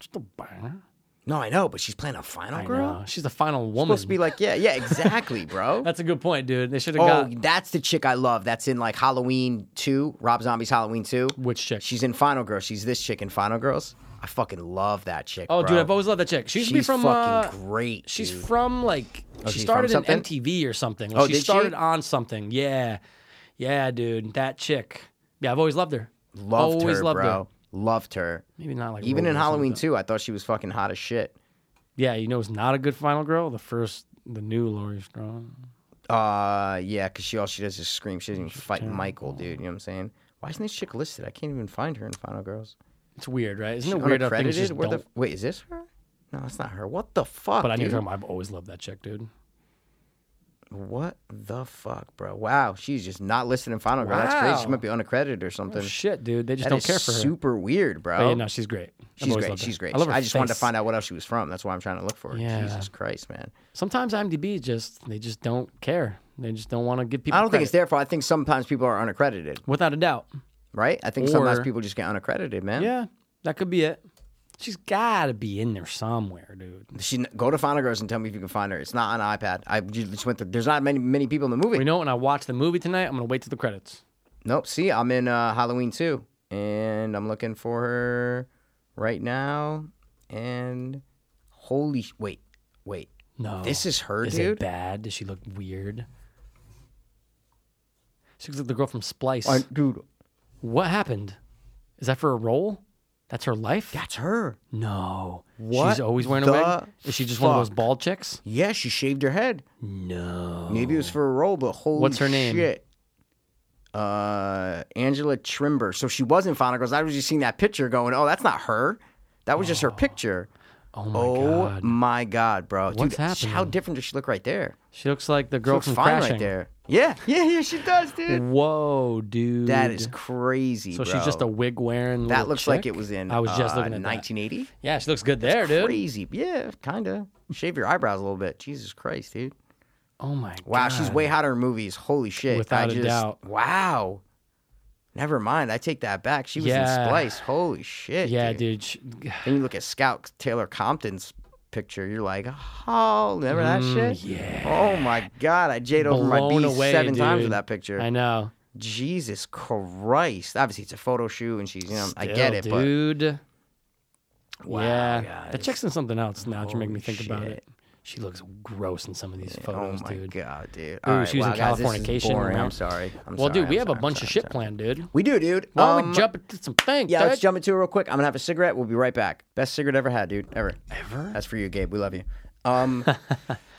Still banger.
No, I know, but she's playing a final
I
girl.
know. She's the final woman.
Supposed to be like, yeah, yeah, exactly, bro.
That's a good point, dude. They should have
Oh,
got
that's the chick I love. That's in like Halloween two, Rob Zombie's Halloween two.
which chick?
She's in Final Girls. She's this chick in Final Girls. I fucking love that chick.
oh,
bro.
dude, I've always loved that chick. She used to be
She's
from.
fucking
uh,
great.
She's
dude. Oh,
from like she
she's
started
from
in
something?
MTV or something.
Oh,
she
did she?
started on something. Yeah, yeah, dude, that chick. Yeah, I've always loved her.
loved
always
her,
loved
bro.
her.
Loved her.
Maybe not like
Even
Rover
in
or something
Halloween
like that.
too, I thought she was fucking hot as shit.
Yeah, you know, it's not a good final girl. The first, the new Laurie Strong.
Uh, yeah, because she all she does is scream. She doesn't even fight Michael, dude. You know what I'm saying? Why isn't this chick listed? I can't even find her in Final Girls.
It's weird, right? Isn't it weird how things
Unaccredited?
just
Where the-
don't-
wait, is this her? No, that's not her. What the fuck?
But I knew
dude?
him. I've always loved that chick, dude.
What the fuck, bro? Wow, she's just not listed in Final Girl. That's crazy. She
Wow. Oh,
might be unaccredited or something.
Shit, dude, they just
That
don't
is
care for her.
super weird, bro.
But yeah, no, she's great. I've
She's
always
great.
loved her.
She's great.
I love her.
just wanted to
face.
find out what else she was from. That's why I'm trying to look for her.
Yeah.
Jesus Christ, man.
Sometimes IMDb just they just don't care. They just don't want to give people.
I don't think it's
credit.
their fault. I think sometimes people are unaccredited,
without a doubt.
right? I think sometimes
Or-
people just get unaccredited, man.
Yeah, that could be it. She's got to be in there somewhere, dude.
She, go to Final Girls and tell me if you can find her. It's not on iPad. I just went. Through, there's not many many people in the movie.
You know, when I watch the movie tonight, I'm gonna wait till the credits.
Nope. See, I'm in uh, Halloween too, and I'm looking for her right now. And holy sh- wait, wait.
No,
This is her,
Oh, Is it
dude?
bad? Does she look weird? She looks like the girl from Splice.
Uh, dude,
What happened? Is that for a role? That's her life.
that's her.
No.
What
She's always wearing a
the
wig. Is she just one of those
fuck?
bald chicks?
Yeah, she shaved her head.
No.
Maybe it
Oh.
was for a role, but holy
What's her name?
Shit. Uh, Angela Trimber. So she was in Final Girls. I was just seeing that picture, going, "Oh, that's not her. That was just her picture."
Oh my
Oh
god.
my god, bro!
What's
Dude, sh- How
happening?
different does she look right there?
She looks like the
She
girl
looks
from
fine
Crashing.
right there. Yeah, yeah, yeah. She does, dude.
Whoa, dude.
That is crazy.
So
bro.
she's just a wig wearing.
That looks like it was in.
I was just
uh,
looking at that.
1980.
Yeah, she looks good there, dude.
Crazy. Yeah, kind of. Shave your eyebrows a little bit. Jesus Christ, dude.
Oh my god.
Wow, she's way hotter in movies. Holy shit.
Without
I
a
just-
doubt.
Wow. Never mind. I take that back. She was
Yeah.
in Splice. Holy shit.
Yeah,
dude.
dude. She,
Then you look at Scout Taylor Compton's picture. You're like, oh, remember that shit? Yeah. Oh my God. I jade over my
Mm, Blown
beat
away,
seven times
dude.
with that picture.
I know.
Jesus Christ. Obviously, it's a photo shoot and she's, you know, I get it,
Still,
but.
dude.
Wow,
yeah, that
guys.
chick's in something else now. that You're making me
Holy
think about
shit.
it. She looks gross in some of these
Oh
photos,
my
dude.
god, dude!
Ooh, she was in
guys, this is
Californication,
boring.
remember?
I'm sorry. I'm
Well,
sorry,
dude, we
I'm
have
sorry,
a
I'm
bunch
sorry,
of Oh, shit
I'm sorry.
planned, dude.
We do, dude.
Why don't
Um,
we jump into some things?
Yeah,
dude?
let's jump into it real quick. I'm gonna have a cigarette. We'll be right back. Best cigarette ever had, dude. Ever.
Ever?
That's for you, Gabe. We love you. Um, all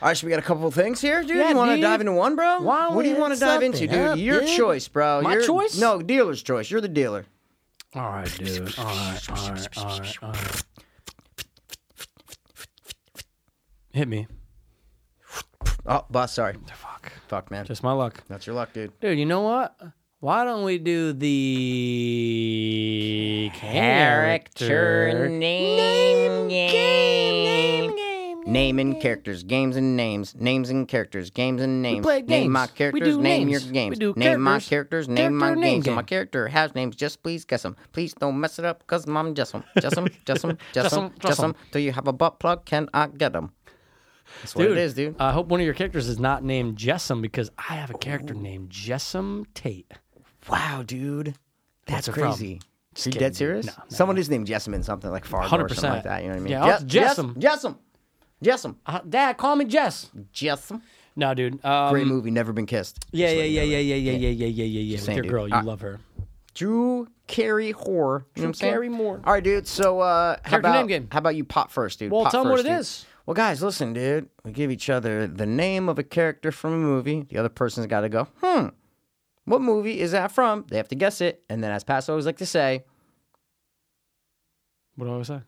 right, so we got a couple of things here, dude.
Yeah,
you want to
dude.
dive into one, bro?
Why don't
what do you
we
want to
hit
dive into, dude?
something up,
Your
dude?
choice, bro.
My
Your-
choice?
No, dealer's choice. You're the dealer.
All right, dude. All right, all right, all right, all right. Hit me.
Oh, boss, sorry.
Fuck.
Fuck, man.
Just my luck.
That's your luck, dude.
Dude, you know what? Why don't we do the character?
name, game, name, game. Name and characters, games and names, names and characters, games and names.
play
Name my
games. We
characters,
do
name
names.
your games.
We do
name my
characters.
characters, name my
Character name
games. And my
game.
character has names, just please guess them. Please don't mess it up, because mom just them, just them, just them, just
Just 'em,
them,
just 'em.
Do you have a butt plug? Can I get them? That's what
Dude,
it is, dude.
I hope one of your characters is not named Jessam because I have a character named Jessam Tate.
Wow, dude. That's
her from?
crazy. Are you
kidding,
dead
dude.
serious?
No, no,
Someone is named Jessamine, something like Fargo or something
100%.
like that. You know what I mean?
Yeah, I'll-
Je- Jess-
Jessam.
Jessam. Jessam.
Uh, Dad, call me Jess. Uh-huh.
Jessam.
No, dude. Um,
Great movie, Never Been Kissed.
Yeah, yeah, yeah, yeah, yeah, yeah, yeah, yeah, yeah, yeah, yeah. With
saying,
your
dude.
girl, you
Ah.
love her.
Drew Carey Horror. You know what I'm saying?
Carey Moore.
All right, dude. So uh, how
Character name
about
game.
how about you pop first, dude?
Well,
Pop
tell 'em
first,
what it
dude.
is.
Well, guys, listen, dude. We give each other the name of a character from a movie. The other person's got to go. Hmm. What movie is that from? They have to guess it, and then as Pass always like to say,
What do I always say?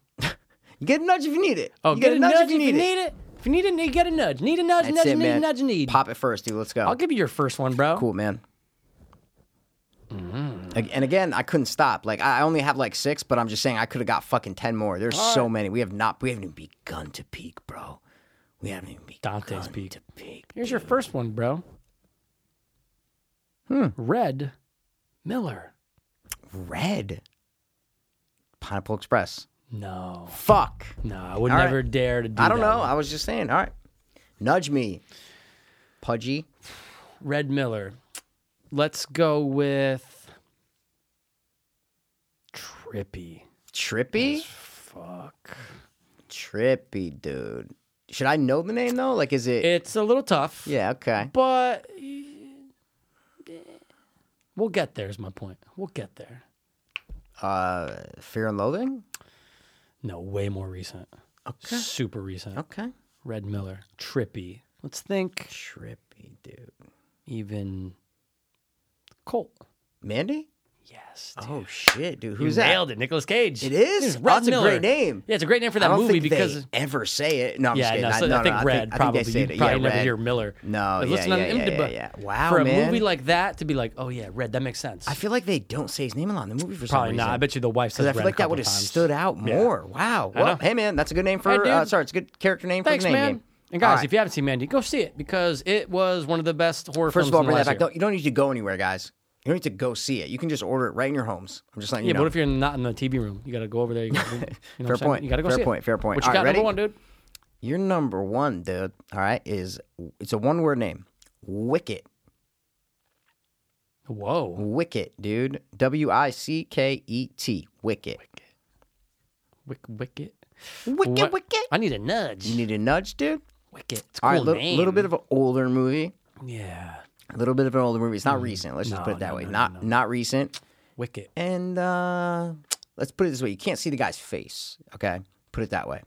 you get a nudge if you need it.
Oh,
you
get, a nudge, if you need, it. If you need it, you get a nudge. Need a nudge,
That's
nudge,
it,
need,
man.
nudge, need.
Pop it first, dude. Let's go.
I'll give you your first one, bro.
cool, man.
Mm-hmm.
Ag- And again, I couldn't stop. Like I I only have like six, but I'm just saying I could have got fucking ten more. There's so many. We have not. We haven't even begun to peak, bro. We haven't even begun
Dante's Peak.
to peak.
Here's your first one, bro.
Hmm.
Red Miller.
Red. Pineapple Express.
No.
Fuck.
No, I would
All right.
never dare to do
I don't
that
know.
one.
I was just saying. All right. Nudge me. Pudgy.
Red Miller. Let's go with Trippy.
Trippy.
Fuck.
Trippy, dude. Should I know the name though? Like, is it?
It's a little tough.
yeah. Okay.
But eh, we'll get there is my point. We'll get there.
Uh, Fear and Loathing.
No, way more recent. Okay. Super recent.
Okay.
Red Miller. Trippy. Let's think
Trippy, dude.
even Colt.
Mandy.
Yes. dude.
Oh shit, dude.
You
Who's that?
nailed it. Nicolas Cage.
It is?
It's
Oh,
Red
that's a
Miller.
great name.
Yeah, it's a great name for
I
that
don't
movie
think
because
they ever say it. No, I'm just
yeah,
kidding.
no,
I,
so
no,
I think
no,
Red
I think,
probably.
I think they say
you
it.
probably
yeah,
never
Red.
hear Miller.
No,
But
yeah,
listen on
yeah, yeah,
IMDb.
yeah, yeah. Wow,
for a
man.
movie like that to be like, oh yeah, Red, that makes sense.
I feel like they don't say his name a lot in the movie for some
probably
reason.
not. I bet you the wife says
Because I
Red
feel
a
like that
couple
would have
times.
stood out more. Wow. Well,
know.
hey man, that's a good name for.
Hey, dude.
uh, sorry, it's a good character name
Thanks,
for the name
man.
game.
And guys,
All right.
if you haven't seen Mandy, go see it because it was one of the best horror
first
films.
of all,
in the
bring that
last
back.
year.
Don't- You don't need to go anywhere, guys. You don't need to go see it. You can just order it right in your homes. I'm just letting
Yeah,
you know.
but what if you're not in the TV room? You got to go over there. You gotta, you know what I'm
Fair
saying?
point.
You got to go
Fair
see
point.
It.
Fair point.
What you
All
got
right,
number
ready?
one, dude?
Your number one, dude, all right, is it's a one word name. Wicket.
Whoa,
Wicket, dude. W I C K E T. Wicket.
Wick, wicket.
Wicket,
What-
wicket.
I need a nudge.
You need a nudge, dude?
wicket. It's a cool
All right, little,
name.
little bit of an older movie.
yeah.
A little bit of an older movie. It's not recent. Let's just
Mm. No,
put it that
no,
way.
no, no,
not
no.
not recent.
Wicket.
And uh let's put it this way. You can't see the guy's face. Okay? Put it that way.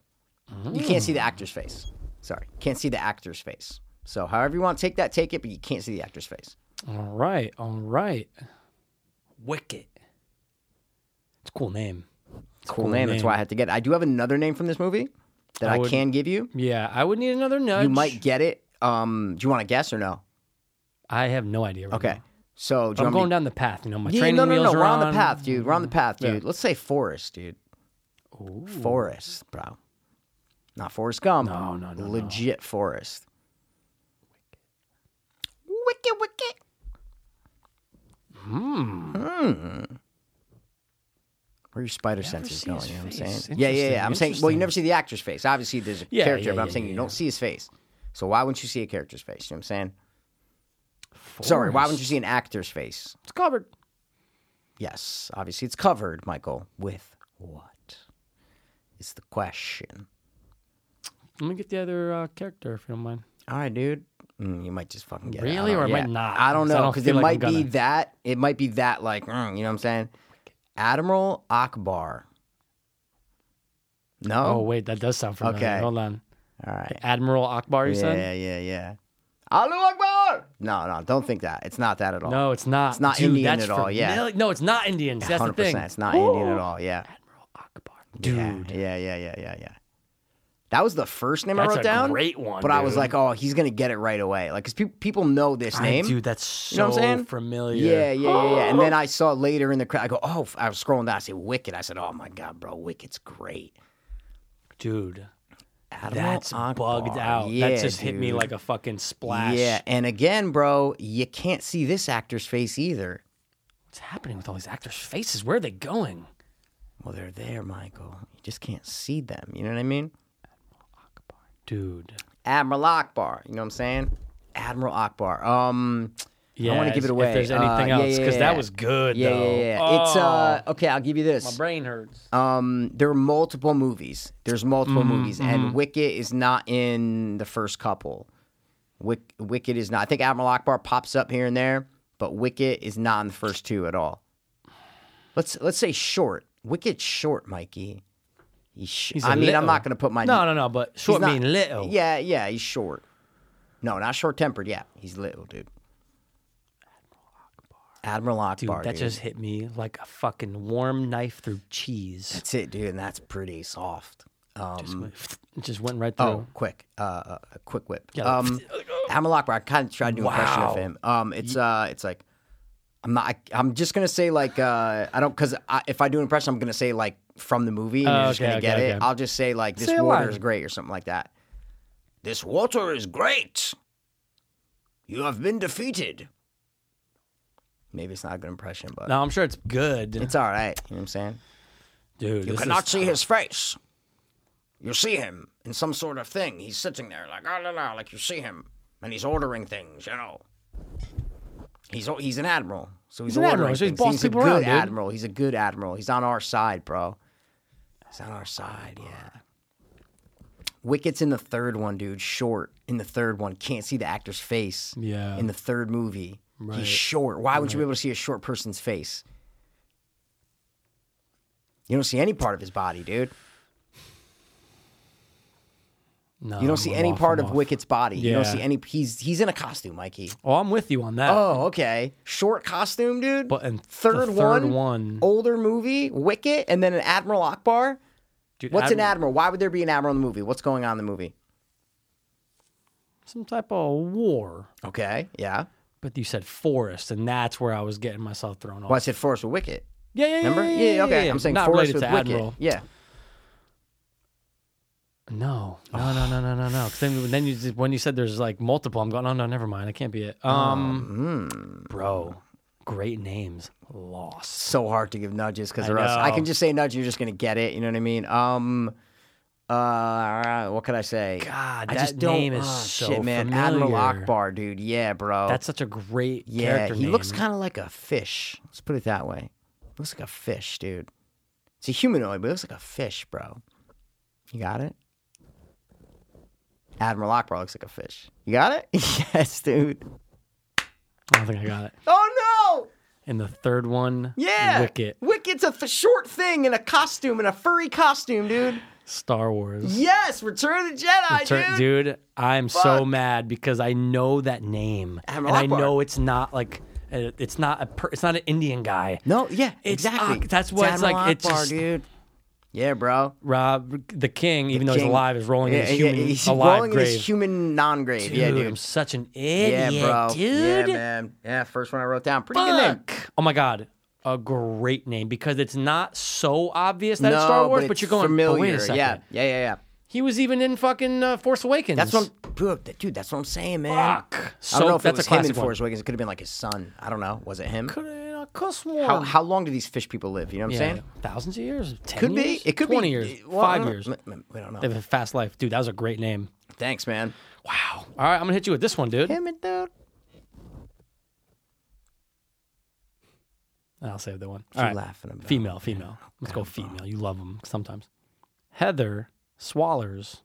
You can't
Mm.
see the actor's face. Sorry. Can't see the actor's face. So however you want to take that, take it, but you can't see the actor's face.
All right, all right. Wicket. It's a cool name.
It's a cool, name. That's why I had to get it. I do have another name from this movie that
I
I,
would-
can give you.
Yeah, I would need another nudge.
You might get it. Um, do you want to guess or no?
I have no idea. Right
Okay.
now.
So do
But
you
I'm
want me-
going down the path. You know, my
Yeah,
training
no, no,
wheels
no.
are
We're on the
on
path, dude. We're on the path, dude. Let's say Forrest, dude. Forrest, bro. Not Forrest Gump.
No, no, no, no.
Legit Forrest.
Wicked, wicked.
Hmm.
Hmm. Where your spider senses
see
going?
his
You know what I'm
face.
saying? Yeah, yeah,
Interesting,
yeah. I'm saying, well, you
interesting.
never see the actor's face. Obviously, there's a
Yeah,
character,
yeah,
but I'm
yeah,
saying
yeah,
you don't see his face. So why wouldn't you see a character's face? You know what I'm saying? Sorry, why wouldn't you see an actor's face?
It's covered.
Yes, obviously it's covered, Michael. With what? Is the question.
Let me get the other uh, character if you don't mind.
All right, dude. Mm, you might just fucking get it. I
Really?
don't-
Or I might not,
I don't
'cause I
know
don't
because it
feel like
might
I'm
be
gonna-
that. It might be that. Like, mm, you know what I'm saying? Admiral Akbar. No.
Oh, wait, that does sound familiar.
Okay.
Hold on.
All right.
Admiral Akbar, you
Yeah,
said?
yeah, yeah, yeah. Alu Akbar. No, no, don't think that. It's not that at all.
No, it's not.
It's not
Dude,
Indian
that's
at all, yeah.
familiar- No, it's not Indian. That's the
100%.
thing.
It's not Indian at all. Yeah.
Admiral Akbar.
Yeah,
Dude.
Yeah, yeah, yeah, yeah, yeah. That was the first name I
That's
wrote
a
down.
great one,
But I was
dude.
like, oh, he's gonna get it right away. Like, cause pe- people know this
I-
name.
dude, that's so
You know what I'm saying?
familiar.
Yeah, yeah, yeah, yeah. And then I saw later in the crowd. I go, oh, I was scrolling down. I say Wicked. I said, oh my god, bro, Wicked's great.
Dude,
Admiral
that's
Akbar.
bugged out.
Yeah,
that just hit me
dude.
like a fucking splash.
Yeah, and again, bro, you can't see this actor's face either.
What's happening with all these actors' faces? Where are they going?
Well, they're there, Michael. You just can't see them. You know what I mean?
Dude.
Admiral Akbar. You know what I'm saying? Admiral Akbar. Um,
Yeah,
wanna give
if-
it away.
If there's
Uh,
anything
yeah,
else,
yeah,
because
yeah.
that was good,
yeah,
though.
yeah, yeah.
Oh,
It's uh, okay. I'll give you this.
my brain hurts.
Um, there are multiple movies. There's multiple
Mm-hmm,
movies, and Wicket is not in the first couple. Wick, Wicket is not. I think Admiral Akbar pops up here and there, but Wicket is not in the first two at all. Let's let's say short. Wicket's short, Mikey. He's sh-
He's a
I mean, I'm
little-
not going to put my
No, no, no, but short
not-
mean little.
Yeah, yeah, he's short. No, not short tempered. Yeah, he's little, dude. Admiral
Dude,
Akbar.
that just hit me like a fucking warm knife through cheese.
That's it, dude, and that's pretty soft. Um,
Just went- it just went right through.
Oh, quick, uh, a quick whip.
Yeah, like-
um, Hammerlock. I kind of tried to do an impression of
Wow.
him. Um, it's uh, it's like I'm not. I, I'm just gonna say like uh, I don't because I, if I do an impression, I'm gonna say like from the movie. And
Oh,
you're just
okay,
gonna get
okay,
it.
okay.
I'll just say like this
Say a
water
line.
is great or something like that. This water is great. You have been defeated. Maybe it's not a good impression, but
No, I'm sure it's good,
it's all right. You know what I'm saying?
dude.
You
this
cannot
is-
see his face. You see him in some sort of thing. He's sitting there like ah la la, like you see him, and he's ordering things. You know, he's o- he's an admiral, so he's,
He's an
ordering
admiral, so he's
things.
bossing
He's a
people
good
around, dude.
admiral. He's a good admiral. He's on our side, bro. He's on our side. Yeah. Wicket's in the third one, dude. Short in the third one. Can't see the actor's face.
Yeah.
In the third movie, he's short. Why would you be able to see a short person's face? You don't see any part of his body, dude.
No,
You don't see
Um, I'm
any
off,
part
I'm
of
off.
Wicket's body. You don't
Yeah.
see any. He's he's in a costume, Mikey.
Oh, I'm with you on that.
Oh, okay. Short costume, dude.
But in th- the
third,
third
one,
one-
older movie, Wicket, and then an Admiral Akbar.
Dude,
What's an
Admiral-
admiral? Why would there be an admiral in the movie? What's going on in the movie?
Some type of war.
Okay, yeah.
But you said forest, and that's where I was getting myself thrown off.
Well, I said Forrest with Wicket.
Yeah, yeah, yeah.
Remember?
Yeah,
Yeah,
yeah,
okay.
Oh. yeah.
I'm saying
Not
Forrest
related
with
to
Wicket.
Admiral.
Yeah.
No, no, no, no, no, no, no. 'Cause Then, then you just, when you said there's like multiple, I'm going, oh no, never mind. I can't be
Oh,
it. Um,
hmm.
bro, great names lost.
So hard to give nudges because
I
or else I
know.
can just say nudge. You're just gonna get it. You know what I mean? Um. Uh, what could I say?
God,
I
Uh, that
just don't,
name is
ah,
so
shit, man. Admiral
familiar.
Akbar, dude. Yeah, bro.
That's such a great
Yeah,
character
he
name.
looks kind of like a fish. Let's put it that way. Looks like a fish, dude. It's a humanoid, but it looks like a fish, bro. You got it? Admiral Akbar looks like a fish. You got it? yes, dude.
I don't think I got it.
Oh
And the third one,
no! Yeah,
Wicket,
Wicket's a f- short thing in a costume, in a furry costume, dude.
Star Wars.
Yes, Return of the Jedi,
Tur-
dude.
dude, I'm so
Fuck.
mad because I know that name,
Admiral
and
Akbar.
I know it's not like uh, it's not a per- it's not an Indian guy.
No, yeah,
It's
exactly.
Ak- that's what it's like,
Admiral
it's
Akbar,
just-
dude. Yeah, bro.
Rob, the king, even though he's
King.
alive, is rolling in
Yeah,
his
yeah,
human
he's
alive
rolling
grave.
in his human non-grave.
dude,
yeah,
I'm
dude.
such an
Yeah,
idiot,
bro.
dude.
Yeah, man. Yeah, first one I wrote down. Pretty good name.
Fuck. Oh my god, a great name because it's not so obvious that
no,
it's Star Wars,
but,
but,
it's
you're going.
familiar.
Oh, wait a second.
Yeah, yeah, yeah, yeah.
He was even in fucking uh, Force Awakens.
That's what, I'm, bro, that- dude. That's what I'm saying, man.
Fuck. So
I don't know if
that's
it was
a
him
classic
in
one.
Force Awakens. It could have been like his son. I don't know. Was it him?
Could have cuss one.
How, how long do these fish people live? You know what I'm
yeah,
saying?
thousands of years, 10
Could
years,
be. It could
twenty
be.
years,
well, I
five
don't know.
years.
M- m- We don't
They
know.
have a fast life, dude. That was a great name.
Thanks, man.
Wow. All right, I'm gonna hit you with this one, dude.
Damn it, dude.
I'll save the one.
You
All right.
laughing about?
Female, female. Let's go female. You love them sometimes. Heather swallers.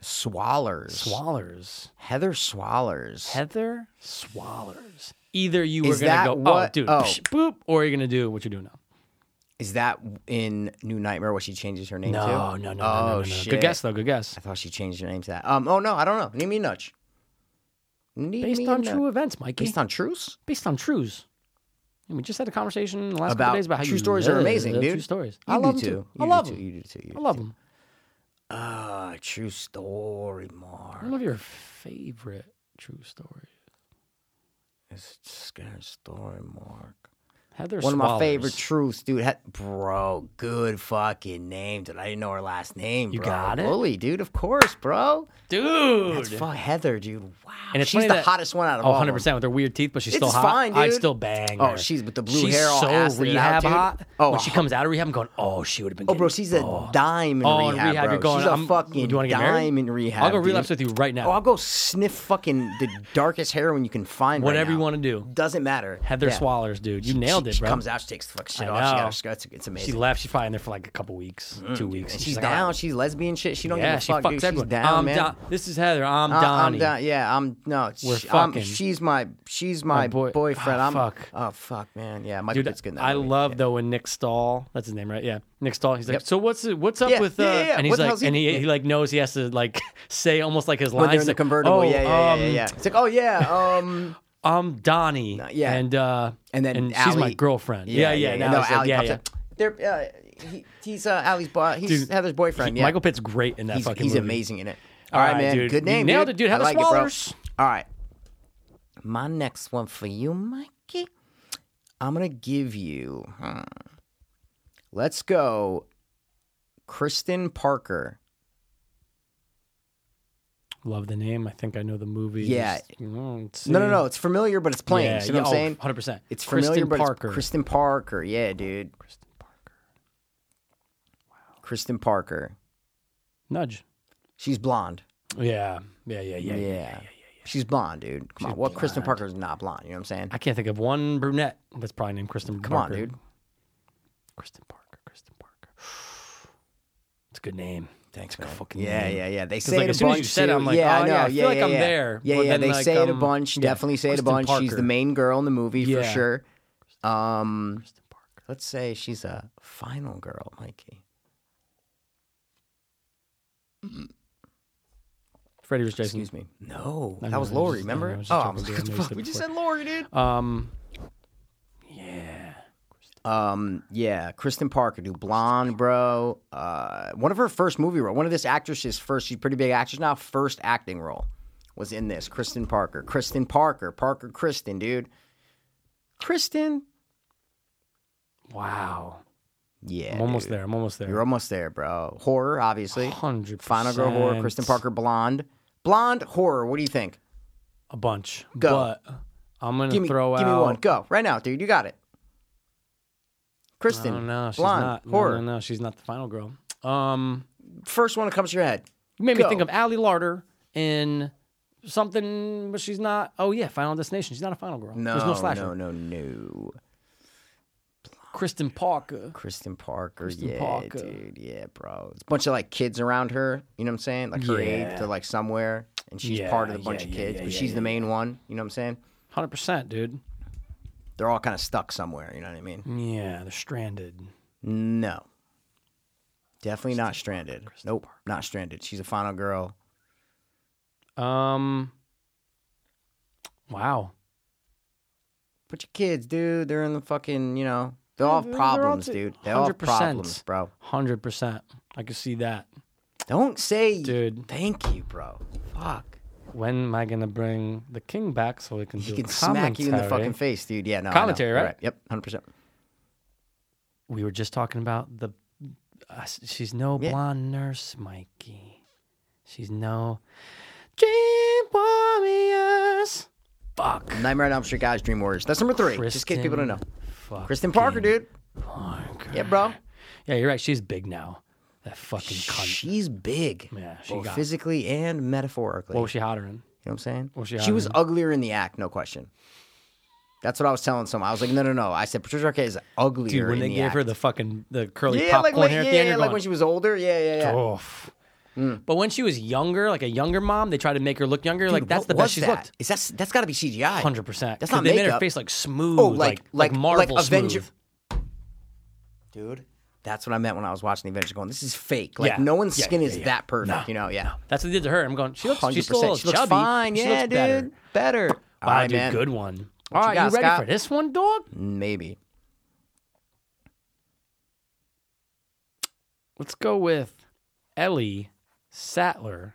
Swallers.
Swallers.
Heather Swallers.
Heather swallers. Either you were
Is
gonna
that
go, oh,
what-
dude,
oh.
psh, boop, or you're gonna do what you're doing now.
Is that in New Nightmare what she changes her name to?
No, no, no, no,
oh,
no, no, no.
Shit.
Good guess though. Good guess.
I thought she changed her name to that. Um. Oh no, I don't know. Need me a nudge. Need
Based
me a
on
nudge.
true events, Mikey.
Based on truths.
Based on trues. And we just had a conversation in the last couple
About-
days about how
true
you
stories are
love
amazing, dude.
True stories.
You
I
do
love 'em
too.
too.
You
I
do
love
too.
them.
You do too. You
I
do
love
too.
them.
Ah, true story, Mark.
One of your favorite true stories.
It's a scary story, Mark.
Heather
One of my
swallers.
favorite truths, dude. He- bro, good fucking name, dude. I didn't know her last name.
You
bro.
got it?
Bully, dude. Of course, bro.
dude.
That's fuck Heather, dude. Wow.
And it's
she's
funny
the
that-
hottest one out of
Oh,
all. of
100
them.
percent with her weird teeth, but she's
It's
still hot.
fine,
I'd
dude.
still bang.
Oh,
her.
she's with the blue
she's
hair all
so
acid it out,
rehab
dude.
hot.
Oh,
when she comes out of rehab, I'm going, oh, she would have been.
Oh, bro, she's a dime in
Oh, in
rehab,
rehab,
bro.
you're going,
she's a
I'm-
fucking
you wanna get married?
dime in rehab.
I'll go
dude.
relapse with you right now.
Oh, I'll go sniff fucking the darkest heroin you can find. right
Whatever you
now.
want to do.
Doesn't matter.
Heather
Yeah.
Swallers, dude, you nailed
she,
it, bro.
She comes out, she takes the fuck shit
I
off. She
know.
got her skirts. It's amazing.
She left. She's probably in there for like a couple weeks, two weeks.
And
and
Mm, she's,
like,
down.
"Ah,
she's lesbian shit. She don't
yeah,
give a
she
fuck.
fucks
dude.
everyone.
She's down,
I'm
man.
Don- This is Heather. I'm
I-
Donnie.
I'm down. Yeah, I'm no.
We're
sh- I'm-
fucking. Oh,
she's my she's my,
boy-
boyfriend.
Ah,
I'm
fuck.
Oh fuck, man. Yeah, Michael
Dude,
Pitt's good. in that
I
movie.
love
Yeah.
though when Nick Stahl, that's his name, right? Yeah, Nick Stahl. He's like,
Yep.
so what's what's up
Yeah,
with? Uh,
yeah, yeah, yeah.
And he's
What the
like,
hell's he-
and he,
yeah.
he like knows he has to like say almost like his
When
lines.
they're in the
like,
convertible.
"Oh,
yeah, yeah, yeah, yeah,
um,
yeah. It's like, oh yeah, um,
I'm Donnie.
yeah.
And uh,
And then
she's my
Ally-
girlfriend. Yeah, yeah. now
No,
it's like,
Allie
yeah,
pops
yeah.
up. They're, uh, he, he's uh, Allie's boy. He's
Dude,
Heather's boyfriend.
He-
yeah,
Michael Pitt's great in that
he's,
fucking
he's
movie.
amazing in it.
All
All right,
right,
man.
dude.
Good
You
name.
nailed it, dude.
I
Heather
like it, bro.
Swallers.
All right. My next one for you, Mikey. I'm gonna give you. hmm, Let's go, Kristen Parker.
Love the name. I think I know the movie.
Yeah.
No,
No, no, no. It's familiar, but it's plain.
Yeah,
See what
yeah, oh,
I'm saying?
hundred percent.
It's familiar,
Kristen
but
Parker.
it's Kristen Parker. Yeah, dude.
Kristen Parker.
Kristen Parker.
Nudge.
She's blonde.
Yeah, yeah, yeah, yeah, yeah.
She's blonde, dude. Come on. What Kristen Parker's not blonde? You know what I'm saying?
I can't think of one brunette that's probably named Kristen
Come on,
Parker.
dude.
Kristen Parker. Kristen Parker. It's a good name.
Thanks,
man. fucking
yeah,
name.
yeah, yeah. They
'Cause,
say
like,
it
as
a
soon as
bunch.
you said it,
too.
I'm like,
yeah,
oh,
I know.
yeah, I
yeah,
feel like
yeah,
I'm
yeah.
there.
Yeah,
But
yeah.
then,
they
like,
say it a
um,
bunch.
yeah.
Definitely say it a
Kristen
bunch. She's
Parker.
the main girl in the movie for
Yeah.
sure. Um,
Kristen Parker.
let's say she's a final girl, Mikey.
Freddie was Jason.
Excuse me. No,
I
that
know,
was
I
Lori.
just- I know,
Remember?
I was
oh,
just
I
joking,
was like, what the
dude. I know you
fuck?
said
We just
before.
said Lori, dude.
Um. Yeah.
Um, yeah, Kristen Parker, dude, blonde, bro. Uh, one of her first movie role, one of this actress's first, she's a pretty big actress now. First acting role was in this. Kristen Parker, Kristen Parker, Parker Kristen, dude. Kristen,
Wow.
yeah,
I'm almost
dude.
there. I'm almost there.
You're almost there, bro. Horror, obviously.
100%.
Final girl horror. Kristen Parker, blonde, blonde horror. What do you think?
a bunch.
Go.
But I'm gonna
Give me,
throw
give
out.
me one. Go right now, dude. You got it. Kristen,
No, no, she's
blonde
not.
horror.
No, no, no, she's not the final girl. Um,
First one that comes to your head.
you made me
Go.
think of Allie Larder in something, but she's not. Oh yeah, Final Destination. She's not a final girl.
No,
There's no slasher.
no, no, no.
Kristen Parker.
Kristen Parker,
Kristen
yeah,
Parker.
dude, yeah, bro. It's a bunch of like kids around her. You know what I'm saying? Like her
Yeah.
age, they're like somewhere, and she's
Yeah,
part of the
yeah,
bunch of
yeah,
kids,
yeah,
but
yeah,
she's
yeah,
the main one. You know what I'm saying?
Hundred percent, dude.
They're all kind of stuck somewhere. You know what I mean?
Yeah, they're stranded.
No, definitely not stranded. Nope, not stranded. She's a final girl.
Um. Wow.
Bunch of kids, dude. They're in the fucking, you know, They all have
They're all
problems,
t-
dude. They all have
100%.
problems, bro.
100%. I can see that.
Don't say
Dude.
thank you, bro. Fuck.
When am I going to bring the king back so we can
He
do
can
commentary?
smack you in the fucking face, dude. Yeah, no. I know.
Commentary, right?
Yep, 100%.
We were just talking about the. Uh, s- she's no
Yeah.
blonde nurse, Mikey. She's no dream warriors. Fuck.
Nightmare on Elm Street guys, Dream Warriors. That's number three. Just in case people don't know. Kristen Parker, dude.
Parker.
Yeah, bro.
Yeah, you're right. She's big now. That fucking cunt.
She's big.
Yeah, she
both
got-
physically and metaphorically.
what was she hotter in?
You know what I'm saying?
Was she
she was
hot
uglier in the act, no question. That's what I was telling someone. I was like, no, no, no. I said Patricia Arquette is uglier
Dude, when
in
they
the
gave
act.
her the fucking the curly
yeah,
popcorn
like when,
hair
yeah,
at the end, you're
like
going,
when she was older. Yeah, yeah, yeah.
Oof. But when she was younger, like a younger mom, they tried to make her look younger.
Dude,
like that's
what
the
was
best she's
that?
looked.
Is that that's got to be CGI?
Hundred percent.
That's not
They made her
makeup.
face like smooth,
Oh,
like
like-
like,
like- like
Marvel
Avenger-
smooth.
dude. That's what I meant when I was watching the Avengers. Going, this is fake. Like
Yeah.
no one's
Yeah,
skin
yeah,
is
yeah.
that perfect. You know, yeah.
That's what they did to her. I'm going. She looks. She's
Hundred
still a
percent.
little
She looks
chubby.
fine.
She
yeah,
looks
dude.
better.
Better.
Wow,
Alright,
dude,
man.
good one. All right,
got,
you ready
Scott?
for this one, dog?
Maybe.
Let's go with Ellie Sattler.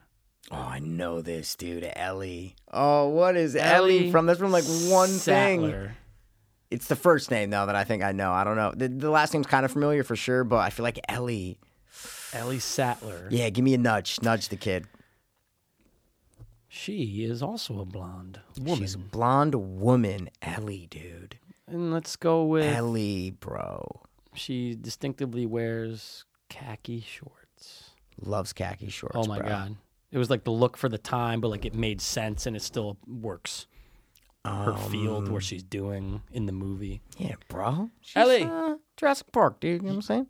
Oh, I know this, dude. Ellie. Oh, what is Ellie, from? That's from like one thing.
Sattler.
It's the first name though that I think I know. I don't know. The, the last name's kind of familiar for sure, but I feel like Ellie.
Ellie Sattler.
Yeah, give me a nudge. Nudge the kid.
She is also a blonde woman.
She's a blonde woman. Ellie, dude.
And let's go with
Ellie, bro.
she distinctively wears khaki shorts.
Loves khaki shorts.
Oh my
bro.
god. It was like the look for the time, but like it made sense and it still works. Her field
Um,
where she's doing in the movie.
Yeah, bro. She's,
Ellie.
uh, Jurassic Park, dude. You know what I'm saying?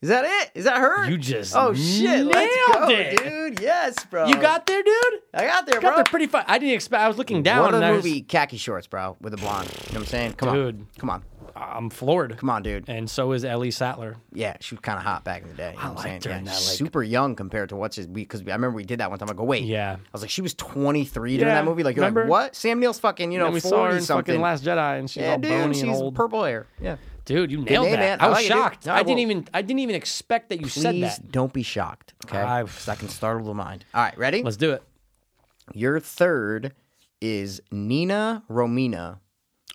Is that it? Is that her?
You just
Oh shit! Let's go,
nailed it.
dude. Yes, bro.
You got there, dude?
I got there,
Got
bro.
there pretty far. I didn't expect I was looking down
What
and
a
I was-
movie, khaki shorts, bro, with a blonde. You know what I'm saying? Come
Dude.
on, come on,
I'm floored.
come on, dude.
And so is Ellie Sattler.
Yeah, she was kind of hot back in the day. You know I what I'm saying?
liked her
Yeah,
in that, like-
super young compared to what's his. Because I remember we did that one time. I go, wait,
Yeah.
I was like, she was 23 during
Yeah,
that movie. Like, you're
remember?
like, what? Sam Neill's fucking, you know,
and we
40
saw her in
something.
fucking Last Jedi and she's
yeah,
all bony
dude, she's
and old.
purple hair. Yeah.
Dude, you nailed
name,
that.
man.
I
I
was
like it, dude.
shocked.
No,
I
I
didn't
will-
even I didn't even expect that you
Please
said that.
don't be shocked. Okay,
I-
because I can startle the mind. All right, ready?
Let's do it.
Your third is Nina Romina.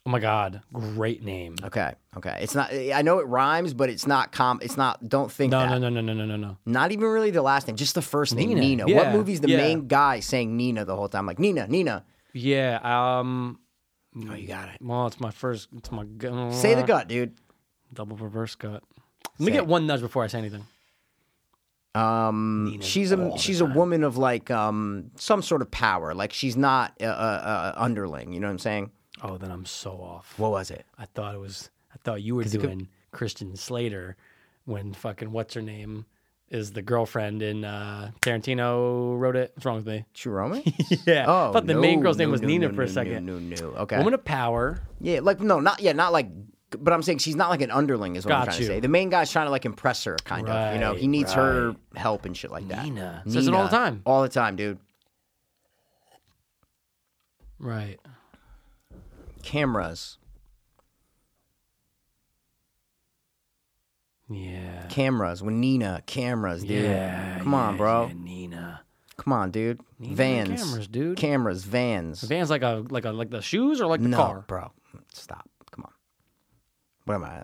Oh my god, great name.
Okay, okay. It's not. I know it rhymes, but it's not com. It's not. Don't think
No,
that.
no, no, no, no, no, no, no.
Not even really the last name, just the first name,
Nina.
Nina.
Yeah,
What movie's the
yeah.
main guy saying Nina the whole time? Like Nina, Nina.
Yeah. Um.
Oh, you got it.
Well, it's my first. It's my gu-
Say the gut, dude.
double reverse cut. Let me
Say
get
it.
one nudge before I say anything.
Um, she's a she's a woman of like um some sort of power. Like she's not a, a, a underling. You know what I'm saying?
Oh, then I'm so off.
What was it?
I thought it was. I thought you were doing Christian Slater when fucking what's her name is the girlfriend in uh, Tarantino wrote it. What's wrong with me?
True romance?
Yeah.
Oh,
I thought the
no,
main girl's name
no,
was
no,
Nina
no,
for a
no,
second.
No, no, no. Okay.
Woman of power.
Yeah, like no, not yeah, not like. But I'm saying she's not like an underling, is what
Got
I'm trying
you.
to say. The main guy's trying to like impress her, kind of. You know, he
Right,
needs her help and shit like that.
Nina. Says it all the time.
All the time, dude.
Right.
Cameras.
Yeah.
cameras with Nina cameras, dude.
Yeah.
Come on,
yeah,
bro.
yeah, Nina.
Come on, dude.
and
vans,
cameras, dude.
Cameras, vans.
The van's like a like a like the shoes or like the
no,
car.
bro. Stop. Come on. What am I?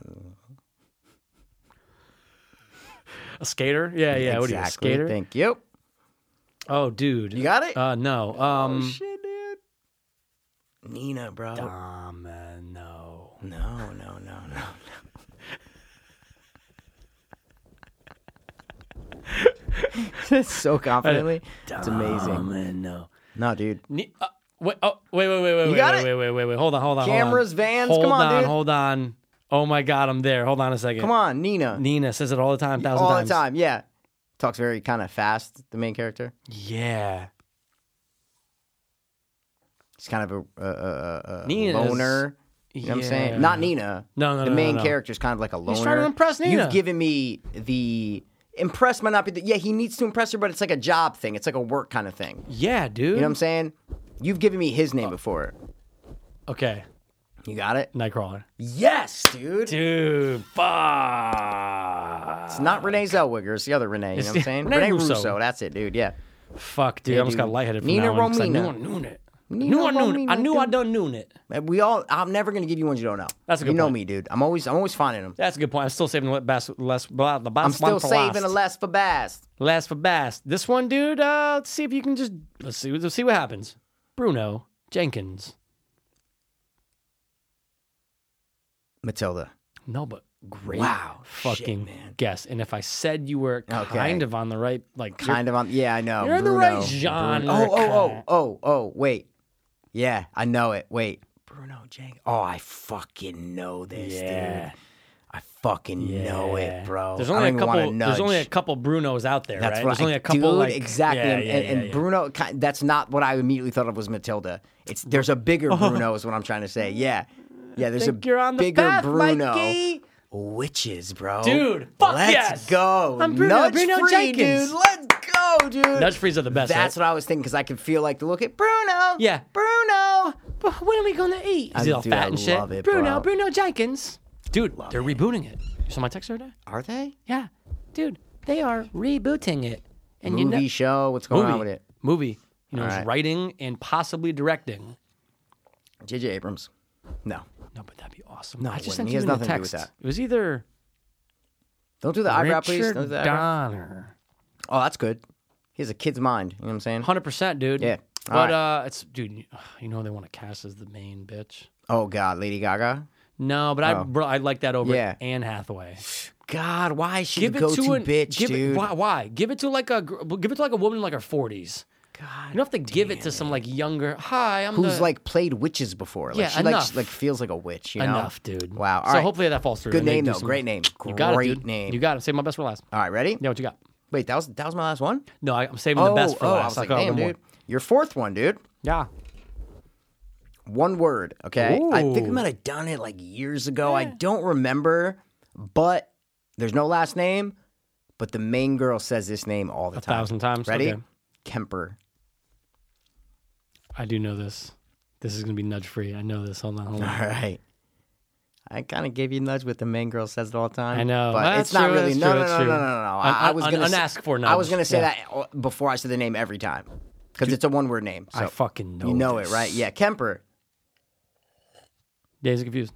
A skater? Yeah, yeah. What are you, a
exactly.
skater?
Thank you.
Oh, dude.
You got it? Oh,
Uh, no. Um,
Shit, dude. Mm. Nina, bro.
um uh, no.
No, no, no, no. no. so confidently. It's amazing.
Uh, no.
No, dude.
Ne- uh, wait, oh, wait, wait, wait, wait,
You
wait,
got
wait,
it?
wait, wait, wait, wait. Hold on, hold on.
Cameras,
hold on.
vans,
Hold
come on,
on,
dude.
hold on. Oh my God, I'm there. Hold on a second.
Come on, Nina.
Nina says it all the time, thousand
All
times.
the time, yeah. Talks very kind of fast, the main character.
Yeah.
He's kind of a, a, a, a- a
Nina's-
loner. You know what I'm
Yeah.
saying? Not Nina.
No, no,
The
no, no,
main
no.
character's kind of like a loner.
trying to impress Nina.
You've given me the impress might not be the yeah, he needs to impress her, but it's like a job thing. It's like a work kind of thing. You
Yeah, dude.
know what I'm saying? You've given me his name before.
Okay.
You got it?
Nightcrawler.
Yes, dude.
Dude, fuck.
It's not Renee Zellweger. It's the other Renee. You know what I'm
the-
saying?
Renee
Renee
Russo.
Russo. That's it, dude. Yeah.
Fuck, dude. I almost
dude.
got lightheaded from
Nina
that one 'cause I
Romina.
knew I knew it.
Nina
knew I knew it. I
Romina,
knew I
dude.
done knew it.
And We all. I'm never gonna give you ones you don't know.
That's a good
You know
point.
me, dude. I'm always. I'm always finding them.
That's a good point. I'm still saving the best, less, blah, the best
I'm still
one for
saving
last.
a last for best.
Last for best. This one, dude. Uh, let's see if you can just let's see. Let's see what happens. Bruno Jenkins.
Matilda.
No, but great.
Wow,
Fucking
shit, man.
guess. And if I said you were kind
Okay.
of on the right, like
Kind of on. Yeah, I know.
You're in the
Bruno.
right genre,
Oh, oh,
Kyle.
oh, oh, oh. Wait. Yeah, I know it. Wait. Bruno Jenkins. Oh, I fucking know this,
Yeah.
dude. I fucking know it, bro.
There's
I
only
don't
a
even wanna
couple. There's
nudge.
only a couple Brunos out there,
That's
right?
what
There's
I-
only a couple.
dude,
like,
exactly.
Yeah,
and,
yeah,
and,
yeah,
and
yeah.
Bruno, ki- that's not what I immediately thought of was Matilda. It's there's a bigger Bruno is what I'm trying to say. Yeah, yeah. There's
Think
a
you're on the
bigger
path,
Bruno.
Mikey.
Witches, bro.
Dude, fuck
let's
yes.
go.
I'm Bruno,
Nudge
Bruno
free,
Jenkins.
dude. Let's go, dude.
Nudge frees are the best.
That's
right?
what I was thinking because I could feel like the look at Bruno.
Yeah.
Bruno.
But when are we gonna eat? Is
I-
he all
dude,
fat
I
and shit?
love it,
Bruno,
bro.
Bruno Jenkins. Dude, they're rebooting it. You saw my text the other day?
Are they?
Yeah, dude, they are rebooting it. And
Movie
you know,
show. What's going on with it?
Movie. You know,
All
it's
right.
writing and possibly directing.
J.J. Abrams. No,
No, but that'd be awesome. No, I
wouldn't.
just sent
He
you
has
in a
nothing to do with
text. It was either
don't do the eyebrow, please.
Richard
Don't do the eyebrow.
Donner.
Oh, that's good. He has a kid's mind. You know what I'm saying?
Hundred percent, dude.
Yeah. All
but
right.
uh, it's dude. you- You know they want to cast as the main bitch.
Oh God, Lady Gaga.
No, but I bro, I like that over
Oh. Yeah.
Anne Hathaway.
God, why is she
Give
the
it
go-to
to an,
bitch,
give
dude?
It, why, why? Give it to like a gr- give it to like a woman in like her forties.
God,
You don't have to give it to some like younger. Hi, I'm
who's
the,
like played witches before? Like,
uh, Yeah,
she like
enough.
she, like feels like a witch. You know?
enough, dude.
Wow. All
so
right.
hopefully that falls through.
good
and they
name
do
though.
some-
Great name.
You got
Great
it, dude.
name.
You got it. Save my best for last.
All right, ready?
Yeah, what you got?
Wait, that was that was my last one.
No, I, I'm saving
oh,
the best for
oh,
last.
I was
I'll
like,
go out
damn,
one more.
dude. Your fourth one, dude.
Yeah.
One word. Okay. I think I
Ooh.
might have done it like years ago. I don't remember, but there's no last name. But the main girl says this name all the
A
time.
thousand times?
Ready?
Okay.
Kemper.
I do know this. This is gonna be nudge free. I know this. Hold on, hold on.
All right. I kind of gave you a nudge with the main girl says it all the time.
I know.
but
That's
it's not
true,
really.
that's
No,
true,
no,
that's
no,
true.
no, no, no.
An-
I I was
an
gonna s-
unasked for
I was
nudge,
gonna say
yeah.
that uh, before I said the name every time because it's a one word name. So
I fucking know.
you know
this.
it, right? Yeah, Kemper.
Days of confused.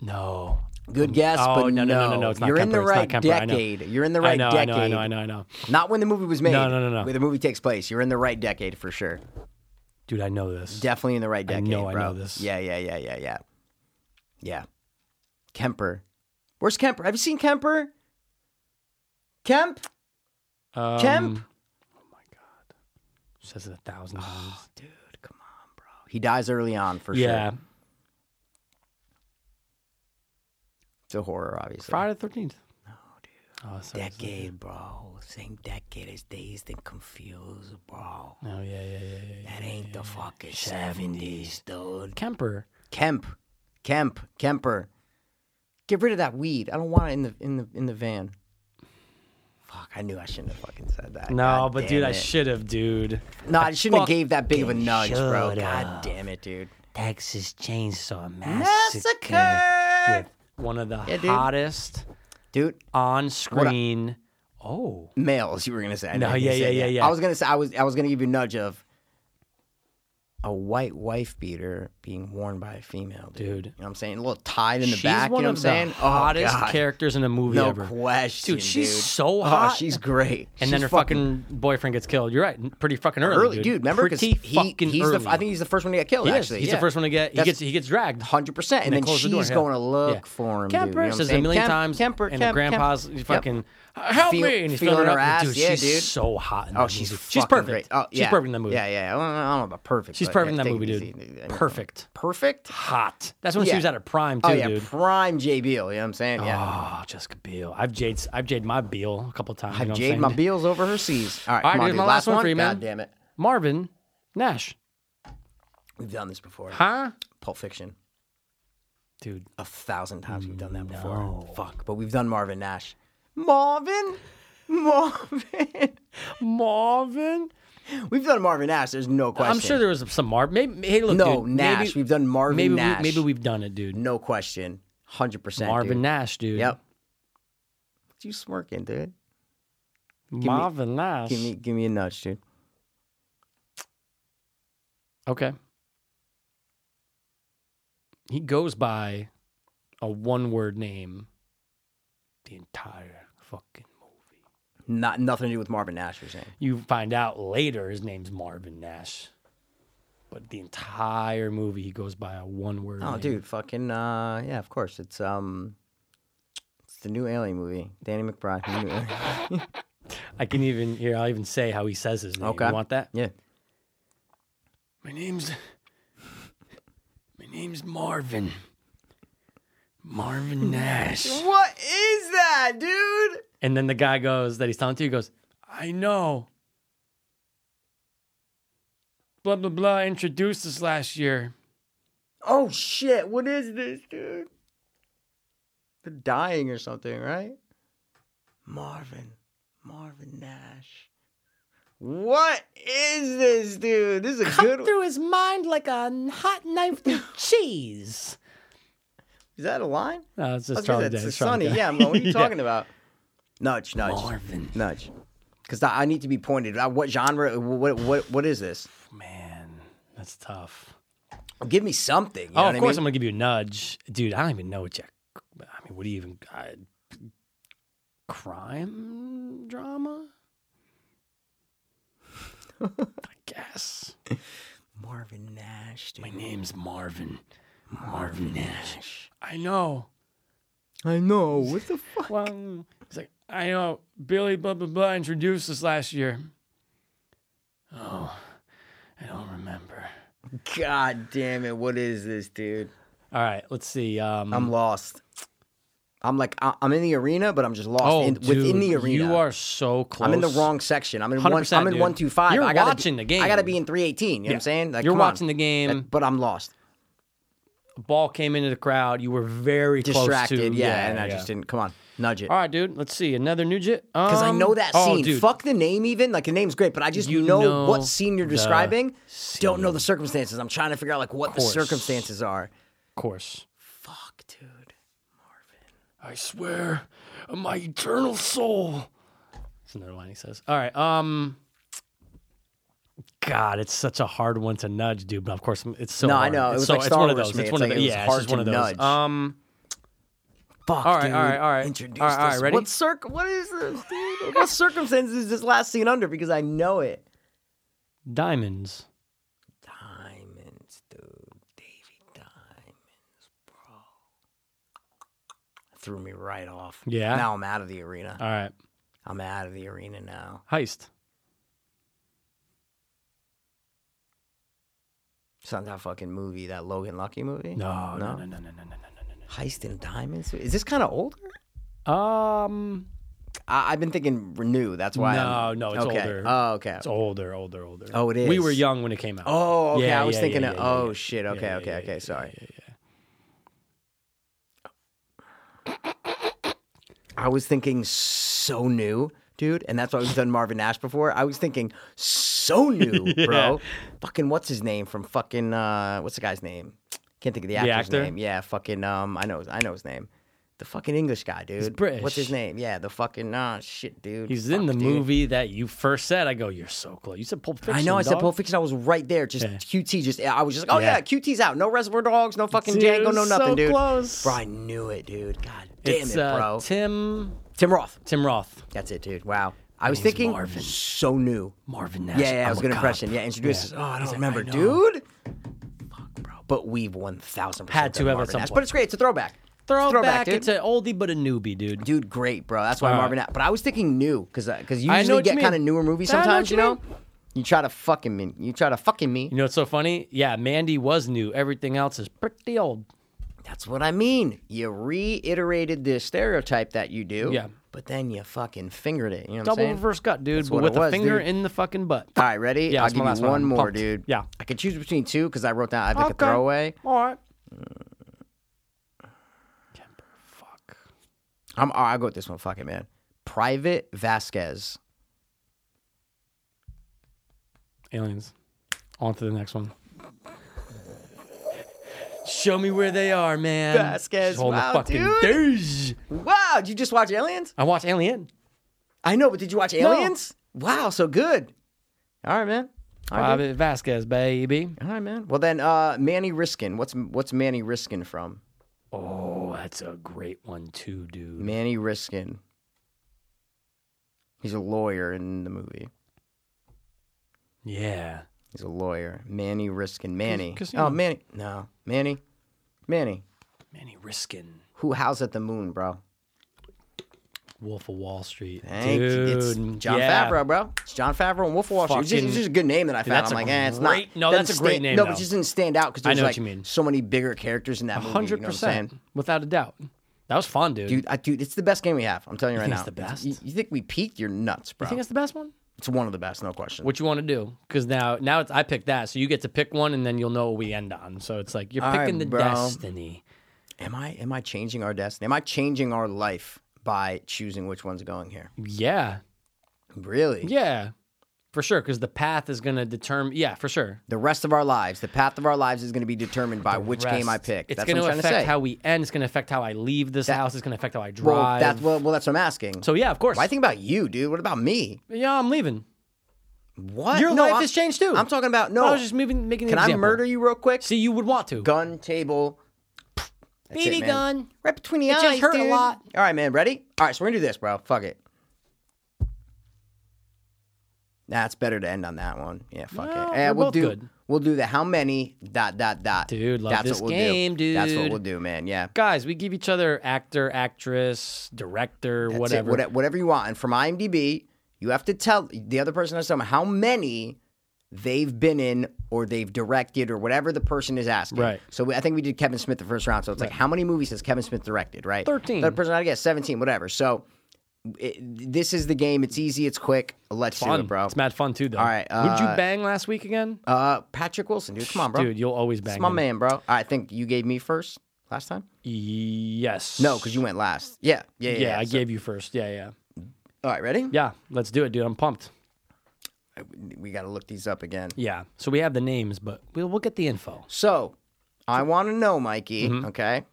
No.
Good guess,
Oh,
but
no, no, no, no, no, it's not
You're in the
Kemper, it's not
right
Kemper, I know.
decade. You're in the right
I know,
decade.
I know. I know. I know. I know.
Not when the movie was made.
No, no, no, no.
Where the movie takes place. You're in the right decade for sure.
Dude, I know this.
Definitely in the right decade,
know I
bro.
know this.
Yeah, yeah, yeah, yeah, yeah. Yeah. Kemper. Where's Kemper? Have you seen Kemper? Kemp?
Um,
Kemp?
says it a
Oh,
thousand times.
Dude, come on, bro. He dies early on for
yeah.
sure. It's a horror, obviously.
Friday the thirteenth. No, dude. Oh, sorry.
Decade, bro. Same decade as Dazed and Confused, bro.
Oh, yeah, yeah, yeah, yeah. yeah.
That ain't the fucking seventies, dude.
Kemper.
Kemp, Kemp, Kemper. Get rid of that weed. I don't want it in the in the in the van. Fuck! I knew I shouldn't have fucking said that.
No,
God
but
damn
dude, I
it.
should have, dude.
No, I shouldn't have
fucking
gave that big of a nudge, bro. God damn it, dude.
Texas Chainsaw
Massacre.
One of the
Yeah, dude.
hottest
Dude,
on screen. Oh.
males. You were gonna say. I know
No,
you
yeah,
said
yeah, yeah,
that.
yeah.
I was gonna say. I was. I was gonna give you a nudge of a white wife beater being worn by a female, dude.
Dude.
You know what I'm saying? A little tied in the
she's
back.
one
you know
of
what I'm saying?
the hottest
oh, God.
characters in a movie
No
ever.
question,
Dude, she's
dude.
so
Oh,
hot.
she's great.
and then her fucking, boyfriend gets killed. You're right, n- pretty fucking early,
early,
dude.
dude. Remember, because
pretty
he,
fucking
he's
early.
the I think he's the first one to get killed.
he is.
actually,
He's the first one to get. He gets he gets dragged.
Hundred percent, and
they
then
close
she's
the door, yeah.
going to look
Yeah.
for him. dude, you know
Kemper
what I'm
says a
saying?
million
Kemp-
times,
Kemper,
and
Kemp,
the grandpa's
Kemp.
fucking
Yep.
help
Feel-
me, and he's
feeling
filling
her
up.
ass,
Dude,
yeah,
she's
dude.
so hot. In that
Oh, she's
movie. she's
fucking Great.
perfect.
Oh,
She's
yeah.
perfect in that movie.
Yeah, yeah. Well, I don't know about perfect.
She's
but
perfect in
yeah,
that
take
movie,
it
dude.
easy. I mean,
Perfect,
Perfect.
hot. That's when she
Yeah.
was at her prime too,
Oh yeah,
dude.
prime J Beal. You know what I'm saying? Yeah,
Oh, Jessica Biel. I've jade I've jade my Beal a couple times. you know
I've
what I'm
Jade
saying?
my Beals over her seas. All right,
All right,
come on,
dude,
dude.
my last one for you, man.
God damn it,
Marvin Nash.
we've done this before.
Huh?
Pulp Fiction.
Dude.
A thousand times we've done that before. Fuck, but we've done Marvin Nash. Marvin, Marvin.
Marvin.
We've done Marvin Nash. There's no question.
I'm sure there was some Marv. Maybe hey, look,
No,
dude,
Nash.
Maybe,
We've done Marvin
maybe
Nash.
We, maybe we've done it, dude.
no question. Hundred percent.
Marvin
dude.
Nash, dude.
Yep. What you smirking, dude?
Marvin Nash.
Give me, give me a nudge, dude.
Okay. He goes by a one-word name the entire fucking movie.
Not nothing to do with Marvin Nash. You're saying.
You find out later his name's Marvin Nash. But the entire movie he goes by a one-word
Oh,
name.
dude, fucking uh, yeah, of course. It's um, it's the new Alien movie. Danny McBride. the new Alien.
I can even here. I'll even say how he says his name.
Okay.
You want that?
Yeah.
My name's My name's Marvin. Marvin Nash.
What is that, dude?
And then the guy goes that he's talking to he goes, I know. Blah blah blah introduced us last year.
Oh shit! What is this, dude? They're dying or something, right? Marvin, Marvin Nash. What is this, dude? This is a good.
Cut through his mind like a hot knife through cheese.
Is that a line?
No, it's just
I was
Charlie
gonna say,
Day.
It's
It's Charlie
Sonny.
Day.
Yeah, I'm going, what are you
Yeah.
talking about? Nudge, nudge,
Marvin.
nudge. Because I I need to be pointed. Uh, What genre? What what what is this?
Man, that's tough.
Give me something. You know
oh,
what
of course
I
I'm
mean?
gonna give you a nudge, dude. I don't even know what you. I mean, what do you even? uh, I, crime drama? I guess.
Marvin Nash. Dude.
My name's Marvin. Marvin Nash. I know.
I know. What the fuck?
Well, it's like I know Billy blah blah blah introduced us last year. Oh, I don't remember.
God damn it! What is this, dude?
All right, let's see. Um,
I'm lost. I'm like I- I'm in the arena, but I'm just lost in, within the
Oh, dude,
arena.
You are so close.
I'm in the wrong section. I'm in one.
100%,
I'm in
dude.
one two five.
You're
I gotta
watching
be,
the game.
I gotta be in three eighteen. You know what
Yeah.
I'm saying? Like,
You're
come on.
watching the game.
That- but I'm lost,
ball came into the crowd. You were very
distracted.
Close to,
yeah, and I just didn't. Come on, nudge it.
All right, dude. Let's see another Nugent.
Because I know that
oh,
scene.
dude.
Fuck the name, even. Like, the name's great, but I just
You
know,
know
what scene you're
the
describing. Don't know
scene.
the circumstances. I'm trying to figure out, like, what the
Course.
circumstances are.
Of course.
Fuck, dude.
I swear, on my eternal soul. That's another line he says. All right. Um. God, it's such a hard one to nudge, dude. But of course, it's so.
No, I
hard.
know. It
It's
was
so,
like
it's
Star
one of
Wars
those.
to me.
It's
It's
one of
like
those.
it was
yeah, it's
hard
just
to
one of those.
nudge.
Um.
Fuck,
All right,
dude.
all right, all right.
Introduce
All right, all right,
this.
ready?
What, circ- what is this, dude? what circumstances is this last scene under? Because I know it.
Diamonds.
Diamonds, dude. Davy Diamonds, bro. Threw me right off.
Yeah?
Now I'm out of the arena.
All right.
I'm out of the arena now.
Heist.
It's not that fucking movie, that Logan Lucky movie.
No, no, no, no, no, no, no, no,
Heist and Diamonds. Is this kind of older?
no. Um,
I, I've been thinking Renew. That's why. I'm...
No, no, it's
okay.
older.
Oh, okay.
it's older, older, older.
Oh, it
We
is.
were young when it came out.
Oh, okay.
Yeah,
I was
yeah,
thinking.
yeah,
of,
yeah, yeah,
oh
yeah.
shit. Okay,
yeah,
okay,
yeah,
okay.
yeah,
sorry. I was thinking so new, dude, and that's why we've done Marvin Nash before. I was thinking so new, bro. Fucking what's his name from fucking uh, what's the guy's name? Can't think of the actor's
actor?
name. Yeah, fucking um, I know, I know his name. The fucking English guy, dude. What's
British.
his name? Yeah, the fucking ah shit, dude.
He's in
Fuck,
the
dude.
movie that you first said. I go, you're so close. You said Pulp Fiction.
I know. I said
dog.
Pulp Fiction. I was right there. Just
Yeah.
QT. Just I was just like, oh yeah.
Yeah.
QT's out. No Reservoir Dogs. No fucking
Dude,
Django. No
so
nothing, dude.
close.
Bro, I knew it, dude. God damn
It's,
it, bro.
Uh, Tim
Tim Roth.
Tim Roth,
That's it, dude. Wow. I was
name's
thinking
Marvin.
so new.
Marvin Oh Nash.
Yeah, yeah, I
I'm
was
a
good
cop.
impression. Yeah, introduce us. Oh, I don't
He's like,
remember,
I know.
dude. Fuck, bro. But we've one thousand percent
Had to have at some
Nash.
point.
But it's great. It's a throwback.
Throwback.
dude.
it's an oldie but a newbie, dude.
Dude, great, bro. That's why
All right.
Marvin. Nash. But I was thinking new because because you
I know
usually
what you
get
mean.
kind of newer movies
I know
sometimes. You
what you
know, you try to fucking me. You try to fucking me.
You know what's so funny? Yeah, Mandy was new. Everything else is pretty old.
That's what I mean. You reiterated the stereotype that you do.
Yeah.
But then you fucking fingered it. You know what
Double
I'm saying?
reverse gut, dude, but
what
with
it
a
was,
finger
dude.
in the fucking butt.
All right, ready?
Yeah,
I'll
that's
give
my last
you
one.
one
I'm
more,
pumped.
dude.
Yeah.
I could choose between two because I wrote down I have like
Okay.
a throwaway.
All right. Kemper, fuck.
I'm, oh, I'll go with this one. Fuck it, man. Private Vasquez.
Aliens. On to the next one. Show me where they are, man.
Vasquez,
Just holding the
wow,
fucking
dude.
dirge.
Wow, did you just watch Aliens?
I watched Alien.
I know, but did you watch Aliens? Wow, so good. All right, man. All right, dude.
Private Vasquez, baby.
All right, man. Well, then, uh, Manny Riskin. What's what's Manny Riskin from?
Oh, that's a great one too, dude.
Manny Riskin. He's a lawyer in the movie.
Yeah.
He's a lawyer. Manny Riskin. Manny.
Casino.
Oh, Manny. No, Manny. Manny.
Manny Riskin,
Who howls at the moon, bro?
Wolf of Wall Street.
Thank you.
dude.
It's John
yeah.
Favreau, bro. It's John Favreau and Wolf of Wall Street. It's just, it's
Fucking-
just a good name that I found.
that's
I'm
a
like, eh, it's not.
great- no,
doesn't
that's a great
stand-
name,
No, but
though.
it just didn't stand out because
I
there's
know what
like
you mean.
so many bigger characters in that movie. You know what I'm saying?
100%. Without a doubt. That was fun, dude.
Dude, I, dude, it's the best game we have. I'm telling you right
think
now.
it's the best?
You, you think we peaked? You're nuts, bro.
I think it's the best one.
It's one of the best, no question.
What you want to do? Because now, now it's, I picked that, so you get to pick one, and then you'll know what we end on. So it's like you're
All right,
picking the
bro.
destiny.
am I? Am I changing our destiny? Am I changing our life by choosing which one's going here?
Yeah,
Really?
yeah, for sure. Because the path is gonna determine. Yeah, for sure.
The rest of our lives, the path of our lives, is going to be determined by which game I
Rest.
pick.
It's
that's
gonna
what I'm trying
affect
to say.
how we end. It's gonna affect how I leave this house. It's gonna affect how I drive.
well, that's well, well, that's what I'm asking.
so yeah, of course.
Why think about you, dude? What about me?
yeah, I'm leaving.
What?
Your
no,
life
I'm-
has changed too.
I'm talking about no.
I was just moving, making. an
Oh. Can I
example.
murder you real quick?
See, you would want to.
Gun table. That's it,
BB
man.
gun.
Right between the
It
eyes.
just hurt a
dude.
lot.
All right, man. Ready? All right, so we're gonna do this, bro. Fuck it. Nah, it's better to end on that one. Yeah, fuck
No,
it. Eh,
we're
we'll
both
do.
good.
We'll do the how many dot dot dot.
Dude, love
That's
this
what we'll
game,
do. That's what
dude.
we'll do, man. Yeah.
Guys, we give each other actor, actress, director,
That's it.
whatever.
Whate- whatever you want. And from IMDb, you have to tell the other person has to tell them how many they've been in or they've directed or whatever the person is asking.
Right.
So we, I think we did Kevin Smith the first round. So it's like how many movies has Kevin Smith directed? Right.
13.
The other person I guess seventeen, whatever. So it, this is the game. It's easy. It's quick. Let's do
Fun,
it, bro.
It's mad fun too, though.
All right,
Would you
uh,
bang last week again?
Uh, Patrick Wilson, dude. Come on, bro.
Dude, you'll always bang.
it's my
him.
man, bro. I think you gave me first last time.
Yes.
No, because you went last. Yeah. Yeah. Yeah.
Yeah,
yeah.
I
So-
gave you first. Yeah, yeah,
All right. Ready?
yeah. Let's do it, dude. I'm pumped.
We got to look these up again.
Yeah. So we have the names, but we'll we'll get the info.
So, I want to know, Mikey,
Mm-hmm.
okay,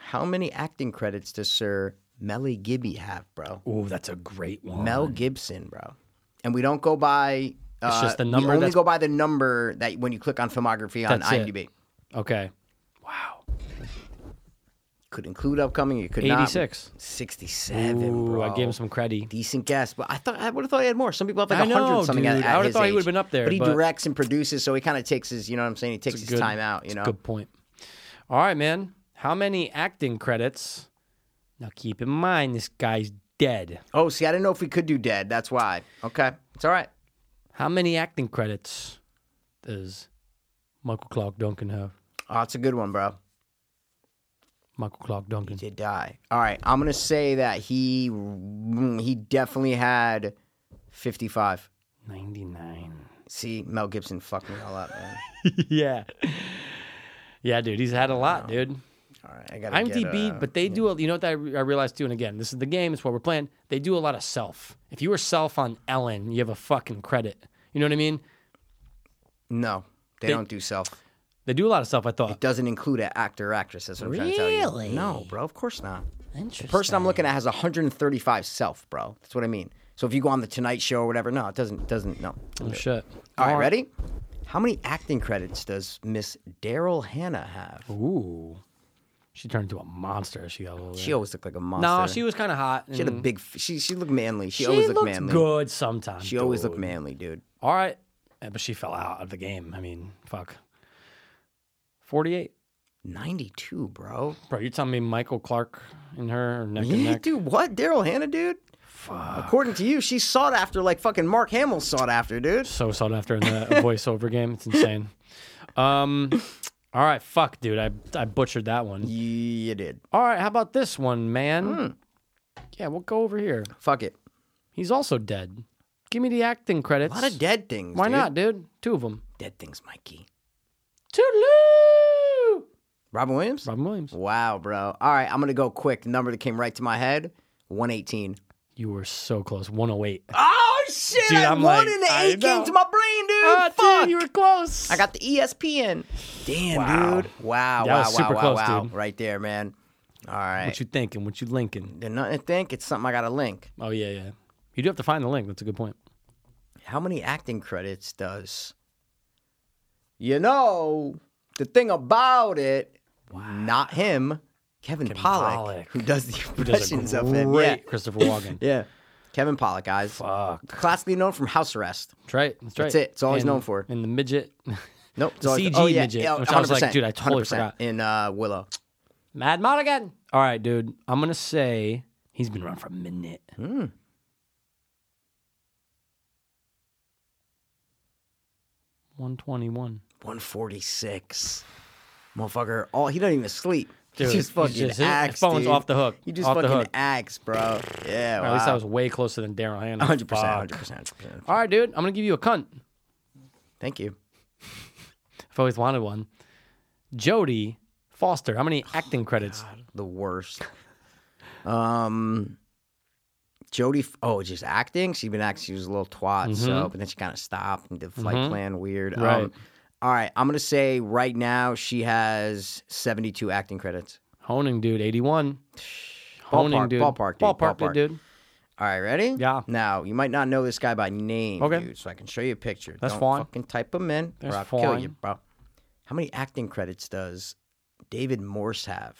how many acting credits does Sir Melly Gibby have, bro?
Ooh, that's a great one.
Mel Gibson, bro. And we don't go by. Uh,
just the number
We only
that's-
go by the number that when you click on filmography on
That's it.
IMDb.
Okay. Wow.
Could include upcoming. It could not.
86.
Sixty-seven,
Ooh,
bro.
I gave him some credit.
decent guess, but I thought I would have thought he had more. Some people have like
I know,
hundred something. at-
dude. I
at
would've
his
thought he
age.
would've been up there,
But he
but-
directs and produces, so he kind of takes his. You know what I'm saying? He takes his
good-
time out. You know.
Good point. All right, man. How many acting credits? Now keep in mind, this guy's dead.
Oh, see, I didn't know if we could do dead. That's why. Okay, it's all right.
How many acting credits does Michael Clark Duncan have?
Oh, it's a good one, bro.
Michael Clark Duncan.
Did die. All right, I'm gonna say that he mm, he definitely had 55.
99.
See, Mel Gibson fucked me all up, man.
yeah. Yeah, dude. He's had a lot, dude.
All right, I gotta.
I'm
get,
DB,
uh,
but they do. A, you know what I, re- I realized too, and again, this is the game. It's what we're playing. They do a lot of self. If you were self on Ellen, you have a fucking credit. You know what I mean?
no, they, don't do self.
They do a lot of self. I thought.
Doesn't include an actor, or actress. That's what I'm trying to tell
Really?
you. No, bro, of course not.
Interesting.
Person I'm looking at has 135 self, bro. That's what I mean. So if you go on the Tonight Show or whatever, no, it doesn't. it Doesn't no.
Oh shit.
All right, ready? How many acting credits does Miss Daryl Hannah have?
Ooh. She turned into a monster. as She got a little.
She always looked like a monster.
no, she was kind of hot.
She had a
and
big. f- She she looked manly. She,
Mm-hmm. she
always looked
looked
manly.
good sometimes.
She always looked
dude.
manly, dude.
All right, Eh, but she fell out of the game. I mean, fuck. Forty-eight.
Ninety-two, bro.
Bro, you're telling me Michael Clark and her are neck and
Yeah,
neck?
dude. What, Daryl Hannah, dude? Fuck. According to you, she's sought after like fucking Mark Hamill sought after, dude.
so sought after in the voiceover game. It's insane. Um, all right, fuck, dude. I I butchered that one.
You did.
All right, how about this one, man?
Hmm.
Yeah, we'll go over here.
Fuck it.
He's also dead. Give me the acting
A
credits.
lot of dead things.
Why
dude.
not, dude? Two of them.
Dead things, Mikey.
Toodaloo!
Robin Williams.
Robin Williams.
Wow, bro. All right, I'm gonna go quick. The number that came right to my head: 118.
You were so close. 108.
Oh
shit!
Ah, Dude,
I won
I'm like,
and the
I
eight came
know.
to my brain, dude.
Ah,
Fuck!
dude, you were close.
I got the E ESPN.
Damn,
Wow.
dude. Wow,
That
wow,
was
wow,
super
wow,
close,
wow.
dude.
Right there, man. All right.
What you thinking? What you linking?
There's nothing to think. It's something I got to link.
Oh yeah, yeah. You do have to find the link. That's a good point.
How many acting credits does. You know, the thing about it, not him, Kevin, Pollock,
Pollak.
who does the
Does a
impressions
great
of him. Yeah.
Christopher Walken.
yeah. Kevin Pollock, guys.
Fuck.
Classically known from House Arrest.
That's right. That's right.
That's it. It's all he's known for.
And the midget.
Nope. it's
The
always-
CG
oh, yeah,
midget,
yeah,
which I was like,
100%,
dude, I totally
100%
forgot.
In uh, Willow.
Mad Monaghan. All right, dude. I'm gonna say he's been around for a minute.
Hmm.
One twenty-one.
146. Motherfucker, all he doesn't even sleep.
Dude,
he just
he's
fucking
just- his
acts.
phone's
dude.
off the hook,
He just
off the
fucking
hook.
acts, bro. Yeah,
Or
wow.
at least I was way closer than Daryl Hannah.
100%,
Fuck.
100%, 100%.
All right, dude. I'm gonna give you a cunt.
Thank you.
I've always wanted one. Jodie Foster. How
Oh,
many acting credits?
The worst. Um, Jodie, oh, just acting. She'd been acting. She was a little twat. So, but then she kind of stopped and did flight plan weird.
Mm-hmm. Right.
Um, all right, I'm gonna say right now she has 72 acting credits.
Honing, dude. 81. Honing,
Ballpark,
dude.
ballpark, dude,
Ballpark,
ballpark.
dude.
All right, ready?
Yeah.
Now you might not know this guy by name,
Okay.
dude, so I can show you a picture.
That's
Don't
fine.
Fucking type him in,
That's
or I'll kill
fine.
you, bro. How many acting credits does David Morse have?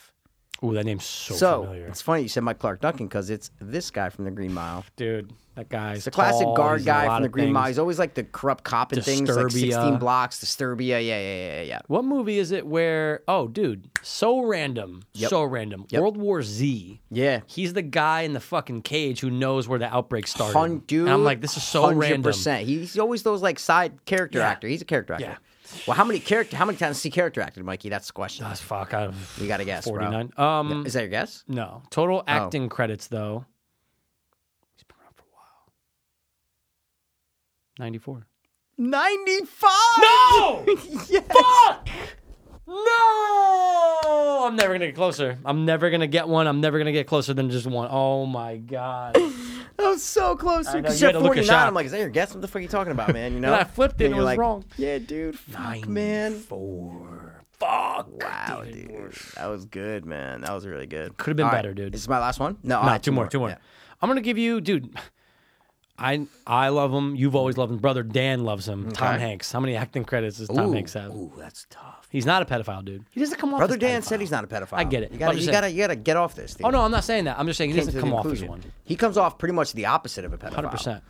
Ooh, that name's so,
so
familiar.
it's funny you said Mike Clark Duncan because it's this guy from the Green Mile.
Dude, that guy's
It's the classic
tall,
guard
he's in a
guy
lot
from the
of
Green Mile.
things.
He's always like the corrupt cop and things, like 16
Disturbia.
blocks, Disturbia. Yeah, yeah, yeah, yeah, yeah.
What movie is it where? Oh, dude, so random, so random. World War Z.
Yeah.
he's the guy in the fucking cage who knows where the outbreak started.
Hun, dude,
and I'm like, this is so random.
100%. He's always those like side character
Yeah.
actor. He's a character actor. Well, how many character? How many times has he character acted, Mikey? That's the question.
That's Ah, fuck. I've
You got to guess, bro.
49. Um,
Is that your guess?
no total acting credits though. He's been around for a while. Ninety-four.
95.
No! Fuck! No! I'm never gonna get closer. I'm never gonna get one. I'm never gonna get closer than just one. Oh my god.
I was so close.
know,
Because
you
you are
had to look
49.
shocked.
I'm like, is that your guess? What the fuck are you talking about, man? You know?
I flipped it
And
and it
you're
was
like,
wrong.
Yeah, dude. Fuck, man.
Four. Fuck.
Wow, dude. That was good, man. That was really good.
Could have been
All right.
better, dude.
This is my last one? No, all
Nah,
right,
two, more, two more.
Yeah.
I'm gonna give you, dude. I I love him. You've always loved him. Brother Dan loves him. Tom Hanks. How many acting credits does Tom Hanks have?
Ooh, that's tough.
He's not a pedophile, dude. He doesn't come off.
Brother
as
Dan
pedophile.
said he's not a pedophile.
I get it.
You
I'm
gotta,
just
you
saying-
gotta, you gotta get off this. Dude.
Oh no, I'm not saying that. I'm just saying he
Came to
doesn't
the
come off as
conclusion.
one.
He comes off pretty much the opposite of a pedophile.
Hundred percent.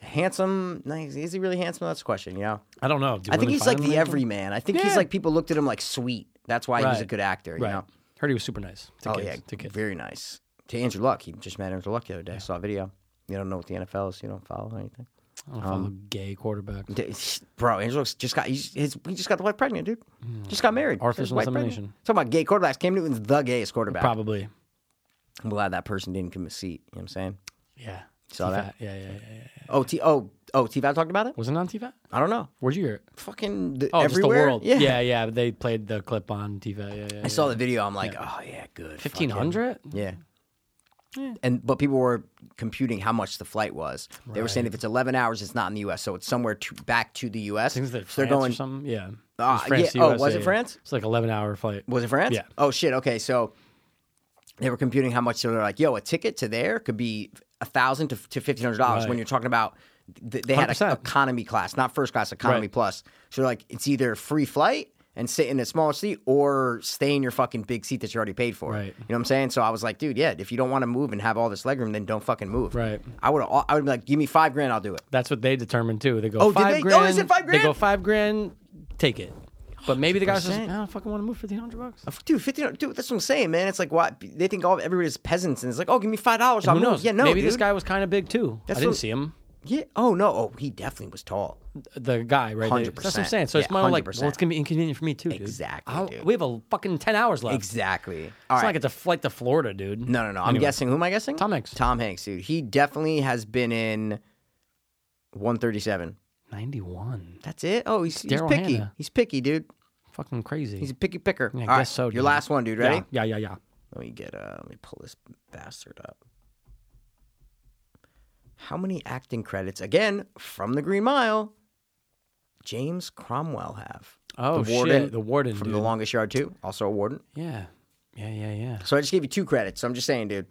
Handsome. no, he's- Is he really handsome? That's a question. You know.
I don't know. Do
I think
women
he's
find
like
him
the
handsome?
everyman. I think he's
Yeah.
like people looked at him like sweet. That's why he was a
Right.
good actor. You
Right.
know.
Heard he was super nice. To
Oh
kids.
yeah,
To kids.
very nice. To Andrew Luck, he just met Andrew Luck the other day. I saw a video. You don't know what the NFL is. You don't follow anything,
I don't follow gay quarterbacks.
D- bro. Andrew Luck just got he's, his, he just got the wife pregnant, dude. Just got married.
Mm. Artificial
His wife pregnant.
insemination.
Talking about gay quarterbacks. Cam Newton's the gayest quarterback.
Probably.
I'm glad that person didn't give him a seat. You know what I'm saying?
Yeah.
Saw that.
T-Fat. Yeah, yeah, yeah, yeah.
Oh, T. Oh, oh, T. Val talked about it.
Was it on T-Fat?
I don't know.
Where'd you hear it?
Fucking the,
Oh,
everywhere.
just the world. Yeah. yeah, but They played the clip on T-Fat. Yeah, yeah.
I saw the video. I'm like, oh yeah, good. fuck him.
Fifteen hundred.
Yeah. And but people were computing how much the flight was. They were saying if it's 11 hours, it's not in the U.S., so it's somewhere to, back to the U.S.
Things
So
that France or something. Yeah. It was
Ah,
France
yeah.
to
Oh, was it
USA.
France?
It's like eleven hour flight.
was it France?
Yeah.
Oh shit. Okay, so they were computing how much. So they're like, yo, a ticket to there could be a thousand to fifteen hundred dollars. When
Right.
you're talking about th- they had a
100%.
economy class, not first class, economy
Right.
plus. So they're like, it's either free flight. And sit in a smaller seat or stay in your fucking big seat that you already paid for.
Right.
You know what I'm saying? So I was like, dude, yeah, if you don't want to move and have all this legroom, then don't fucking move.
Right.
I would I would be like, give me five grand, I'll do it.
That's what they determined too. They go
Oh, did
five
they? Oh,
grand.
is it five
They go
grand?
five grand. Take it. But maybe the guy's just
100%.
I don't fucking want to move fifteen hundred bucks.
Dude, fifteen. Dude, that's what I'm saying, man. It's like why they think all everybody's peasants, and it's like, oh, give me five dollars. I'll
Who
move.
knows?
Yeah, no,
maybe this
dude.
guy was kind of big too.
That's
I didn't
what-
see him.
Yeah. Oh no. Oh, he definitely was tall.
the guy right there. That's what I'm
100%.
saying. So it's
Yeah,
my own like,
100%.
well, it's gonna be inconvenient for me too. Dude.
Exactly,
I'll-
dude.
We have a fucking ten hours left.
Exactly. All
It's not
right.
like it's a flight to Florida, dude.
no, no, no. I'm
Anyway.
guessing. Who am I guessing?
Tom Hanks.
Tom Hanks, dude. He definitely has been in 137.
Ninety-one.
That's it. Oh, he's, he's
Daryl
picky.
Hannah.
He's picky, dude.
Fucking crazy.
He's a picky picker.
Yeah, I
All
guess
right,
so.
Your
dude.
last one, dude. Ready?
Yeah, yeah, yeah. yeah.
Let me get. Uh, let me pull this bastard up. How many acting credits, again, from The Green Mile, James Cromwell have?
Oh,
the warden,
shit, the warden,
From
dude.
The Longest Yard, too. Also a warden.
Yeah. Yeah, yeah, yeah.
So I just gave you two credits. So I'm just saying, dude,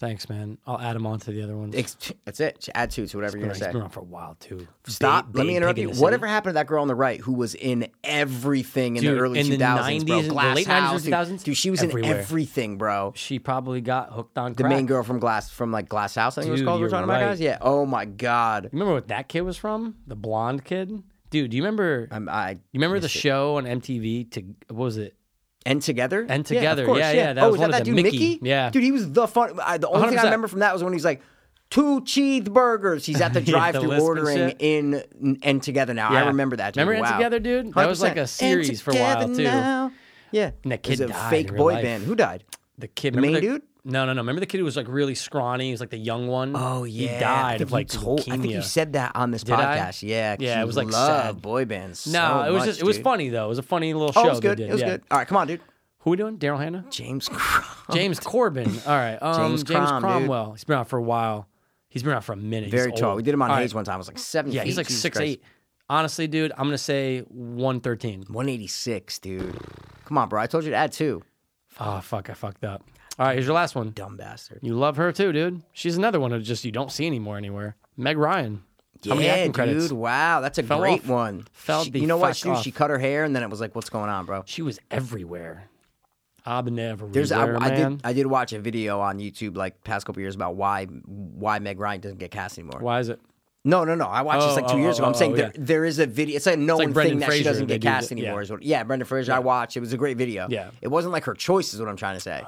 Thanks, man. I'll add them on to the other ones.
ex- that's it. Just add two to whatever you're
Been
going
around-
to
he's
say.
been around for a while too.
Stop.
Big-
Let
big
me
pig
interrupt
in
you.
the city.
Whatever happened to that girl on the right who was in everything in
Dude,
the early
in the
2000s,
90s,
bro?
the
Glass
late 90s,
House, dude.
2000s,
Dude, she was in
everywhere.
everything, bro.
She probably got hooked on
The
crack.
main girl from Glass, from like Glass House, I think it was
Dude,
called. We're
you're
talking
right.
about guys. Yeah. Oh my god.
Remember what that kid was from? The blonde kid. Dude, do you remember?
I'm, I
you remember the show on MTV? To what was it?
and together
And
Yeah, of
Together.
course,
Yeah, yeah, that
oh,
was
is
one
that
of
that
them.
dude
Mickey.
Mickey?
Yeah.
Dude, he was the fun. I, the only thing I
100%.
remember from that was when he's like. Two cheeseburgers. He's at the
Yeah, the
drive-through
lisp and
ordering
shit.
in and together now. I
Yeah.
remember that. Dude.
Remember And
wow.
Together, dude? That was like
100%.
a
And
series for a while,
Together
too.
Now. Yeah,
And that
It was
kid
a
died
fake
in real
boy
life.
band. Who died?
The kid,
The
remember
main dude?
No, no, no. Remember the kid who was like really scrawny? He was like the young one.
Oh yeah,
he
I
died
think
of
you
like
told-
leukemia.
I think you said that on this
I?
podcast. Yeah, 'cause
Yeah, it
you
was, like,
love
sad.
boy bands.
No,
so
it was
much,
just it was
dude.
funny though. It was a funny little
Oh,
show.
it was
they
good.
did,
It was
yeah.
good. All right, come on, dude.
Who we doing? Daryl Hannah.
James. Crom-
James Corbin. All right. Um,
James
James,
Crom, dude.
Cromwell. He's been out for a while. He's been out for a minute.
Very
he's
tall.
Old.
We did him on
All
Hayes
right.
one time. I was like seven.
Yeah, he's like six eight. Honestly, dude, I'm gonna say one thirteen.
One eighty six, dude. Come on, bro. I told you to add two.
Oh fuck, I fucked up. All right, here's your last one.
Dumb bastard.
You love her too, dude. She's another one who just you don't see anymore anywhere. Meg Ryan. How many
yeah,
acting
dude.
credits?
Wow, that's a
Fell
great
off.
one.
Fell
She-
the
you know what
fuck
she did?
off.
She cut her hair, and then it was like, "What's going on, bro?"
She was everywhere. Abnev.
There's I, I
man.
did I did watch a video on YouTube like past couple years about why why Meg Ryan doesn't get cast anymore.
Why is it?
No, no, no. I watched this
Oh,
like two
oh,
years
oh,
ago. I'm
oh,
saying
oh,
there,
yeah.
there is a video. It's like a known
like Brendan
thing that she
Fraser,
doesn't
they
get
do
cast
the- yeah.
anymore. Yeah. Is what, yeah, Brendan Fraser. I watched. It was a great video.
Yeah. Oh,
it wasn't like her choice. Is what I'm trying to say.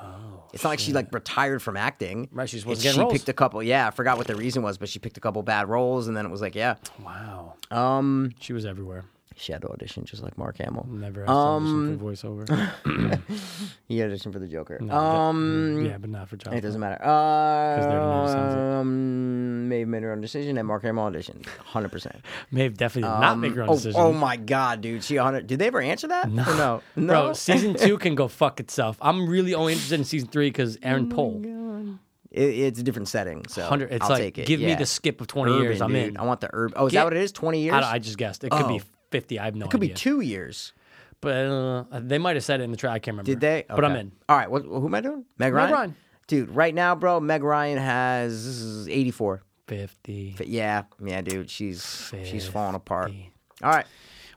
it's not like she like retired from acting.
Right, she just
It's
wasn't getting
she
roles.
picked a couple. Yeah, I forgot what the reason was, but she picked a couple bad roles, and then it was like, yeah,
Wow.
um,
She was everywhere.
she had to audition just like Mark Hamill.
Never asked um, for voiceover.
He auditioned for the Joker.
um, yeah, but not for John.
It doesn't matter. Uh,
they're the ones that sounds
Um, Maeve made her own decision, and Mark Hamill auditioned. Hundred percent.
Maeve definitely did not make her own
oh,
decision.
oh my god, dude! She hundred. Did they ever answer that? No, no, no.
Bro, season two can go fuck itself. I'm really only interested in season three because Aaron
Oh
Paul,
It, it's a different setting. So
hundred. It's
I'll
like
take it.
give me
yeah.
the skip of 20
urban,
years. I'm
dude.
in.
I want the urban. Oh, is that
Get-
what it is? Twenty years.
I, don't- I just guessed. It could be
Oh.
50. I have no
it could
idea.
be two years.
But uh, they might have said it in the track. I can't remember.
Did they?
But I'm
Okay.
in.
All right. What, who am I doing? Meg Ryan.
Ryan.
Dude, right now, bro, Meg Ryan has eighty four.
50.
Yeah, yeah, dude. She's she's falling apart.
Fifty.
All right.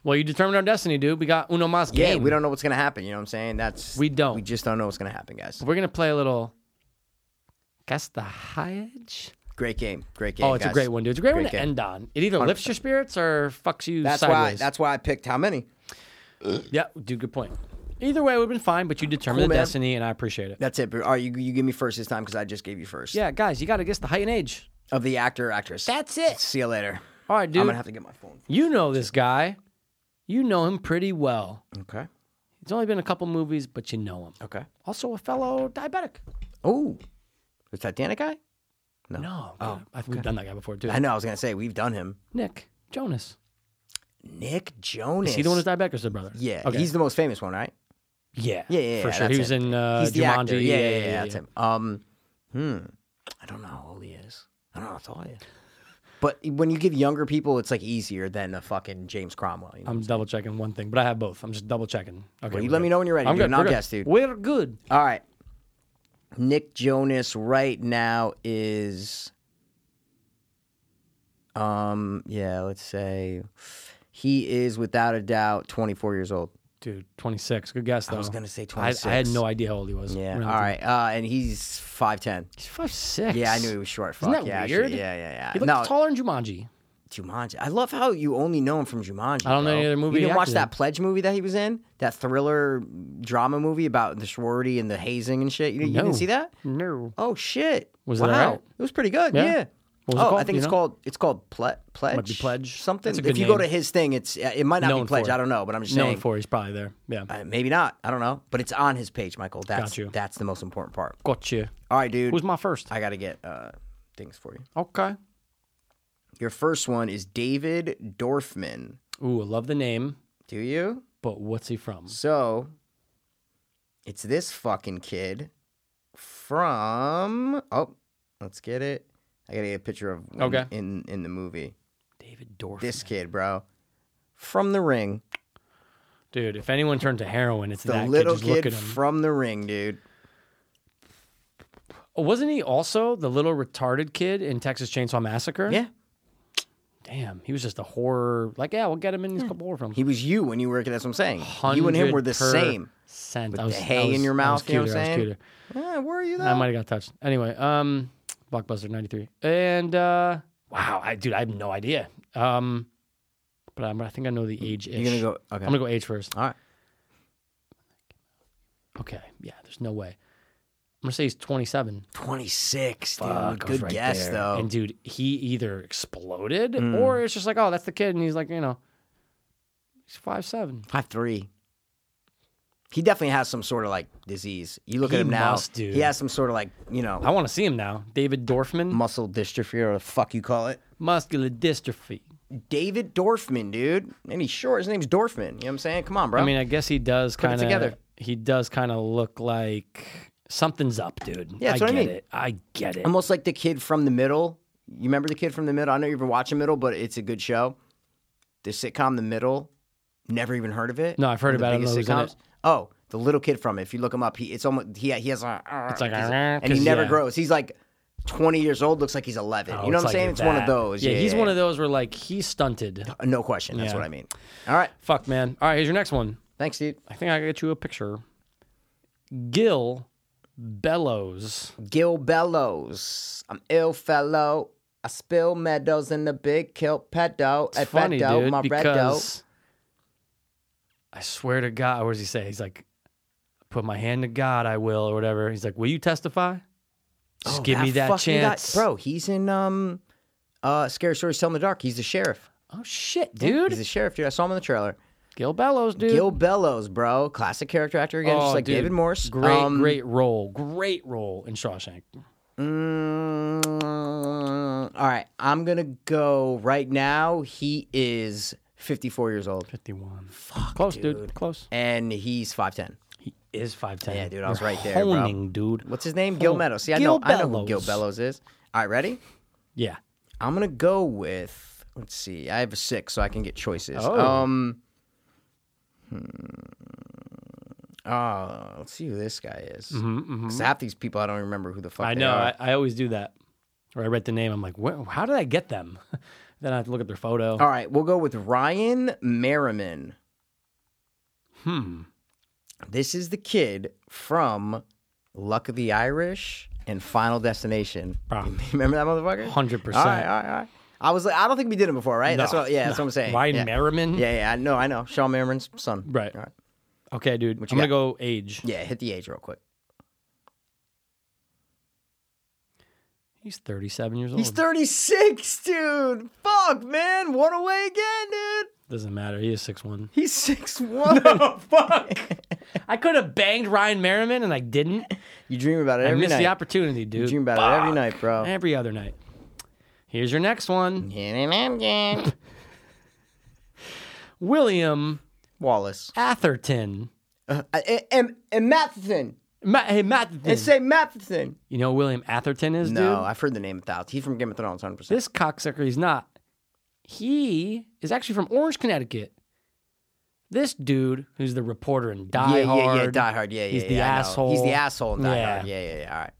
Well, you determined our destiny, dude. We got Uno Mas
Yeah,
game.
we don't know what's gonna happen. You know what I'm saying? That's
We don't.
We just don't know what's gonna happen, guys.
We're gonna play a little. Castahage.
Great game, great game.
Oh, it's
guys.
a great one, dude. It's a great, one to
game.
end on. It either lifts your spirits or fucks you
That's
sideways.
why. That's why I picked how many.
Yeah, dude, good point. Either way, we've been fine, but you determined
Cool,
the
man.
destiny, and I appreciate it.
That's it. bro. All right, you, you give me first this time because I just gave you first.
Yeah, guys, you got to guess the height and age.
Of the actor, or actress.
That's it.
See you later.
All right,
I'm
dude.
gonna have to get my phone.
You know this guy. You know him pretty well.
Okay.
He's only been in a couple movies, but you know him.
Okay.
Also, a fellow diabetic.
Oh, the Titanic guy.
No, oh, I think we've done that guy before too.
I know. I was gonna say we've done him.
Nick Jonas.
Nick Jonas.
Is he the one who's diabetic or is it brother?
Yeah,
Okay.
he's the most famous one, right?
yeah.
Yeah, yeah,
for
yeah,
sure.
that's
He was
him.
in uh,
he's the
Jumanji.
actor. Yeah, yeah, yeah, That's him. Um, hmm. I don't know how old he is. I don't know how tall he is. But when you give younger people, it's like easier than a fucking James Cromwell. You know?
I'm double checking one thing, but I have both. I'm just double checking. Okay,
Well, you
we're
let
good.
me know when you're ready,
I'm
dude,
good.
and I'll
we're good.
guess, dude.
We're good.
All right. Nick Jonas right now is um yeah, let's say he is without a doubt 24 years old.
Dude, 26. Good guess, though.
I was going to say
I,
26.
I had no idea how old he was.
Yeah.
We're
All
not
right. Uh and he's 5'10.
He's five six.
Yeah, I knew he was short. Fuck.
Isn't that
yeah, actually.
weird?
yeah, yeah, yeah.
He looked
no,
taller in Jumanji.
Jumanji. I love how you only know him from Jumanji.
I don't know
bro.
any other movie
You didn't
after
watch that
that.
Pledge movie that he was in, that thriller drama movie about the sorority and the hazing and shit. You, you
No.
didn't see that?
No.
Oh shit!
Was it
wow.
alright?
It was pretty good.
Yeah?
Yeah.
What was it
oh, I
called?
think
You
it's
know?
called it's called ple- pledge.
be Pledge.
Something.
That's a
if
good
you go to
name.
his thing, it's uh, it might not
Known
be pledge.
for it.
I don't know, but I'm just
Known
saying.
for he's probably there. Yeah.
uh, maybe not. I don't know, but it's on his page, Michael. That's
Got you.
that's the most important part.
Gotcha.
All right, dude.
Who's my first?
I gotta get uh, things for you.
Okay.
Your first one is David Dorfman.
Ooh, I love the name,
Do you?
but what's he from?
So it's this fucking kid from oh, let's get it. I I gotta get a picture of him
Okay.
in in the movie.
David Dorfman.
This kid, bro, from The Ring,
Dude, if anyone turned to heroin, it's
the
that
little
kid. Just look
kid
at him.
from The Ring, dude.
Oh, Wasn't he also the little retarded kid in Texas Chainsaw Massacre?
Yeah,
Damn, he was just a horror. Like, yeah, we'll get him in these couple horror films.
he was you when you were a kid. That's what I'm saying. You and him were the same.
Scent.
With
I was,
the
I
hay
was-
in your
I was
mouth, you know what
cuter,
I'm
I was
saying?
cuter.
Yeah, were you
I
though?
might have got touched. Anyway, um, Blockbuster '93, and uh, wow, I dude, I have no idea. Um, but I'm, I think I know the age.
You're gonna go. Okay.
I'm gonna go age first.
All right.
Okay, yeah, there's no way. I'm gonna say he's 27.
26, dude.
Fuck, I was
Good
right
guess
there.
though.
And dude, he either exploded
Mm.
or it's just like, oh, that's the kid, and he's like, you know, he's five seven.
Five three. He definitely has some sort of like disease. You look
He
at him now.
must, dude.
He has some sort of like you know
I want to see him now. David Dorfman,
muscle dystrophy or the fuck you call it.
muscular dystrophy.
David Dorfman, dude. And he's short. His name's Dorfman. You know what I'm saying? Come on, bro.
I mean, I guess he does
Oh. it
kind of.
together.
He does kind of look like something's up, dude.
Yeah, that's
I
what I
get
mean.
it. I get it.
almost like the kid from the middle. You remember the kid from the middle? I know you've been watching Middle, but it's a good show. The sitcom The Middle. Never even heard of it.
No, I've heard
One of the
about it. I don't
biggest
know who's in
sitcoms.
it.
Oh, the little kid from it. If you look him up, he it's almost he he has a
It's like,
he's-
"Ah,"
and he
'cause,
never
yeah. Oh,
grows. He's like. 20 years old looks like he's 11. you know what I'm saying? It's one of those.
Yeah,
Yeah,
he's
yeah,
one
yeah.
of those where like he's stunted.
No question. That's
Yeah.
what I mean. All right.
Fuck, man. All right, here's your next one.
Thanks, dude.
I think I got you a picture. Gil Bellows.
Gil Bellows. I'm ill fellow. I spill meadows in the big kilt pedo.
It's
At
funny,
pedo,
dude,
my redo.
because I swear to God, what does he say? He's like, "Put my hand to God, I will," or whatever. He's like, "Will you testify? Just give me that
Oh, fucking guy-
chance,
bro, he's in um uh Scary Stories Tell in the Dark. He's the sheriff.
Oh shit,
Yeah,
dude.
He's the sheriff, dude. I saw him in the trailer.
Gil Bellows, dude.
Gil Bellows, bro. Classic character actor again,
Oh,
just like
dude.
David Morse.
Great,
Um,
great role. Great role in Shawshank.
mm, all right. I'm gonna go right now. He is 54 years old.
51. Close, dude. Close.
And he's 5'10.
He is 5'10.
Yeah, dude, I was
You're
right there, bro.
honing, dude.
What's his name? Gil
Hon-
Meadows. See, I
Gil
know I know who Gil
Bellows.
Bellows is. All right, ready?
Yeah.
I'm gonna go with. Let's see. I have a six, so I can get choices.
Oh.
Um. Hmm, uh, let's see who this guy is. Because half these people, I don't remember who the fuck.
Mm-hmm, I
they
know.
are.
I, I always do that. Or I read the name. I'm like, "Where- how did I get them? then I have to look at their photo.
All right, we'll go with Ryan Merriman. Hmm. This is the kid from Luck of the Irish and Final Destination.
Bro.
Remember that motherfucker?
100%.
All right, all right, all right. I was like, I don't think we did it before, right?
No,
that's what. Yeah, that's
no.
what I'm saying.
Ryan
yeah.
Merriman?
Yeah, yeah. I know, I know. Sean Merriman's son.
Right.
All Mm. right.
Okay, dude.
What
I'm
you
going to go age.
Yeah, hit the age real quick.
He's 37 years old.
He's 36, dude. Fuck, man. One away again, dude.
Doesn't matter. He is 6'1.
He's six one.
I could have banged Ryan Merriman and I didn't.
you dream about it
I
every
missed
night.
the opportunity, dude.
you dream about it every night, bro.
Every other night. Here's your next
Mm.
one William
Wallace.
Atherton.
And, and, and Matheson.
Ma- hey, Matt.
And say Matheson.
you know who William Atherton is,
Hmm. No,
dude?
I've heard the name a thousand. He's from Game of Thrones, 100%.
This cocksucker, he's not. He is actually from Orange, Connecticut. This dude, who's the reporter in Die
yeah,
Hard.
yeah, yeah, Die Hard. Yeah, yeah,
He's
yeah,
the
I know.
asshole.
He's the asshole in Die
Yeah.
Hard. Yeah, yeah, yeah. All right.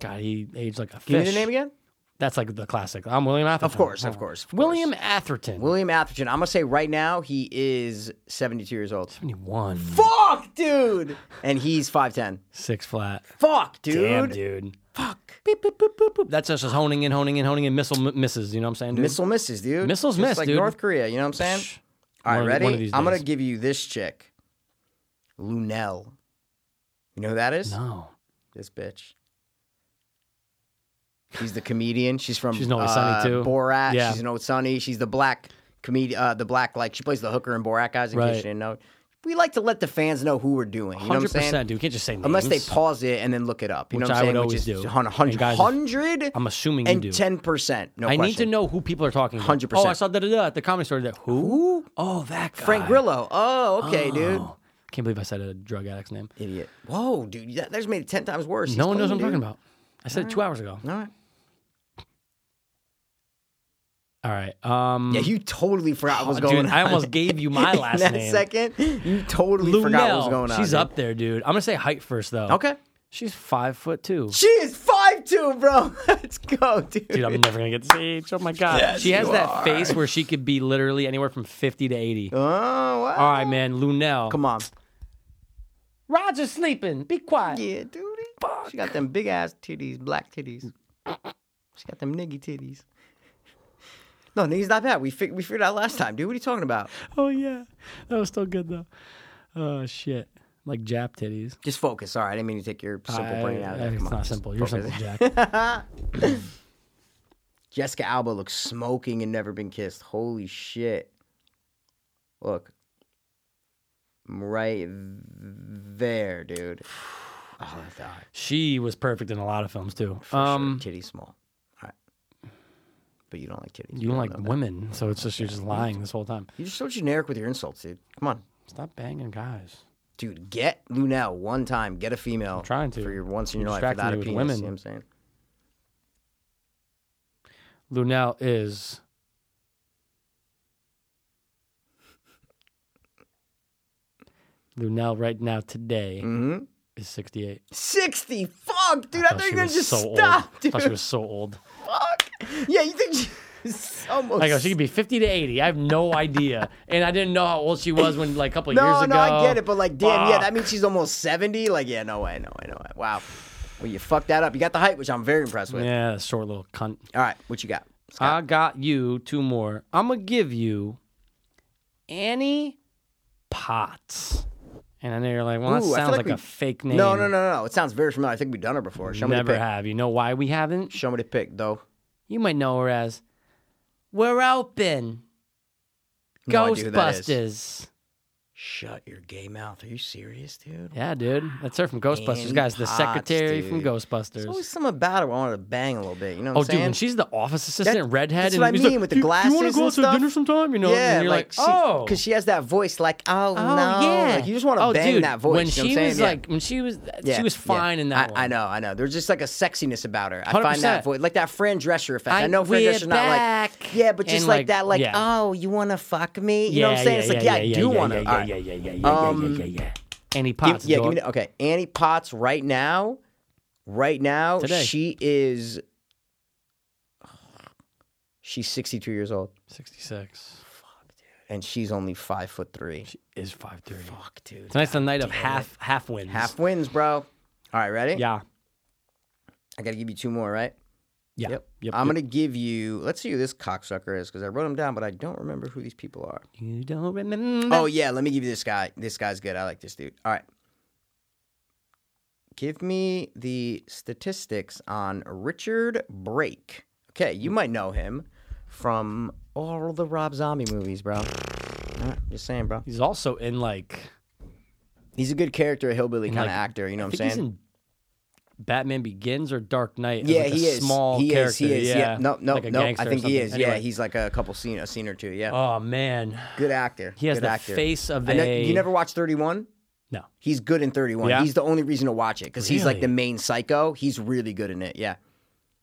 God, he aged like a fish.
Give me the name again.
That's like the classic. I'm William Atherton.
Of course, of
Oh.
course. Of course.
William Atherton.
William Atherton. I'm gonna say right now he is 72 years old.
71.
Fuck, dude. And he's 5'10.
Six flat.
Fuck, dude.
Damn, dude. Fuck. Beep, beep, boop, boop, boop. That's us just honing in, honing in, honing in. Missile m- misses. You know what I'm saying, dude?
Missile misses, dude.
Missiles
Just
miss,
like
dude.
North Korea. You know what I'm saying?
Psh.
All right,
One of the-
ready?
one of these
I'm gonna
days.
give you this chick, Lunel. You know who that is?
No.
This bitch. She's the comedian. She's from
She's in Always Sunny,
uh,
too.
Borat.
Yeah.
She's an old Sunny. She's the black comedian. Uh, the black like she plays the hooker in Borat guys. In
Right.
case you didn't know, we like to let the fans know who we're doing. You know what I'm
100%,
saying?
dude. You can't just say names.
Unless they pause it and then look it up. You
Which
know what
I
I'm
would
saying?
always
Which is
do.
hun- hun-
And guys,
100
I'm assuming you
and
do.
10%. No
I need to
question.
know who people are talking about.
100%.
Oh, I saw da da da at the comedy store. That who? Oh, that guy.
Frank Grillo. Oh, okay, dude.
Oh, can't believe I said a drug addict's name.
Idiot. Whoa, dude. That, that just made it 10 times worse. He's
no one knows what I'm
clean,
talking
dude.
about. I said it two hours ago.
All right.
All right. Um,
Yeah, you totally forgot what was
dude,
going on.
I almost gave you my
In
last
that
name.
second, you totally
Lunel,
forgot what was going on.
she's
dude.
up there, dude. I'm gonna say height first, though.
Okay.
She's five foot two.
She is five two, bro. Let's go, dude.
Dude, I'm never gonna get this age. Oh my god. she has
you
that
are.
face where she could be literally anywhere from 50 to 80.
oh, wow.
All right, man. Lunel.
Come on.
Roger's sleeping. Be quiet.
Yeah, dude. She got them big ass titties, black titties. She got them niggy titties. No, niggas not bad. We fig- we figured out last time, dude. What are you talking about?
Oh yeah. That was still good though. Oh shit. Like Jap titties.
Just focus. Sorry, I didn't mean to take your simple
I-
brain out of
I-
that.
It's
Come on,
not
just
simple. You're
focus.
simple, Jack.
Jessica Alba looks smoking and never been kissed. Holy shit. Look. I'm right there, dude. Oh, I thought.
she was perfect in a lot of films too.
For
Um,
sure. Titties small. All right. But you don't like titties.
you don't like
know that.
women, so it's just you're just lying this whole time.
You're so generic with your insults, dude. Come on.
Stop banging guys.
Dude, get Lunel one time. Get a female. I'm
trying to.
For your once in
You're
your life
distracting
without a
me with
penis.
women.
You know what I'm saying?
Lunel is Lunel right now today
Mhm.
is 68.
60. Fuck, dude. I thought,
Thought she
you were going
was
to just
so
stop,
old.
dude.
Thought she was so old.
Fuck. Yeah, you think she's almost.
I go, oh, she could be 50 to 80. I have no idea. and I didn't know how old she was when, like, a couple of
No,
years
no,
ago.
I get it, but like, damn, yeah,
Fuck.
that means she's almost 70. Like, yeah, no way, no way, no way. Wow. Well, you fucked that up. You got the height, which I'm very impressed with.
Yeah, short little cunt.
All right, what you got?
I got you two more. I'm gonna give you Annie Potts. And I know you're like, well, that
Ooh, I feel
sounds like,
like we-
a fake name.
No, no, no, no, no. It sounds very familiar. I think we've done her before. Show me the
Never
pic.
have. You know why we haven't?
Show me the pic, though.
You might know her as We're Open
No idea who that is.
Ghostbusters.
Shut your gay mouth. Are you serious, dude?
Yeah, dude. That's her from Ghostbusters,
Annie
guys. The
Potts,
secretary from
dude.
Ghostbusters.
There's always something about her. I wanted to bang a little bit. You know what
Oh,
I'm
dude,
saying?
when she's the office assistant,
That-
redhead,
that's
and
what I
he's
mean
like,
with the
"Do you- Do you wanna
glasses
go
and
out to
stuff?"
dinner sometime? You know,
yeah,
and you're like,
like,
oh,
because she, has that voice, like, oh,
Oh
no,
yeah,
like you just want to
oh,
bang
dude,
that voice. you
When
know
she
what I'm saying?
was
Yeah.
like, when she was,
Yeah,
she was
yeah.
fine in that
I,
one.
I know, I know. There's just like a sexiness about her. I find
100%.
that voice, like that Fran Drescher effect.
I-
I, know Fran
we're
Drescher's not
back.
like, yeah, but just
And,
like,
like,
that, like,
yeah.
oh, you want to fuck me? You
yeah,
know what I'm saying?
Yeah,
it's like,
yeah,
yeah, I do want to.
Yeah, yeah, yeah, yeah, yeah, yeah,
Um,
yeah, yeah, yeah. Annie
Give-
Potts.
yeah, give
dog.
me the, okay. Annie Potts right now, right now,
Today.
she is. She's 62 years old,
66
and she's only five foot three.
is 530.
Fuck, dude.
Tonight's the night of half half wins.
Half wins, bro. All right, ready?
Yeah.
I gotta give you two more, right?
Yeah.
Yep.
Yep.
I'm
yep.
gonna give you. Let's see who this cocksucker is, because I wrote him down, but I don't remember who these people are.
You don't remember.
Oh yeah, let me give you this guy. This guy's good. I like this dude. All right. Give me the statistics on Richard Brake. Okay, you might know him from all the Rob Zombie movies, bro. All right, Just saying, bro.
He's also in like,
He's a good character, a hillbilly kind
like,
of actor. You know
I
what I'm
think he's
saying?
in Batman Begins or Dark Knight. as,
yeah,
like, a
he is.
Small
he
character.
is. He is.
Yeah.
No, no,
like a
no. I
gangster or
think he
something.
is. Yeah,
Anyway.
he's like a couple scene, a scene or two. Yeah.
Oh man,
good actor.
he has
good
the
actor.
face of
I know-
a.
you never watched 31?
No.
He's good in 31.
Yeah?
He's the only reason to watch it because he's like the
Really?
main psycho. He's really good in it. Yeah.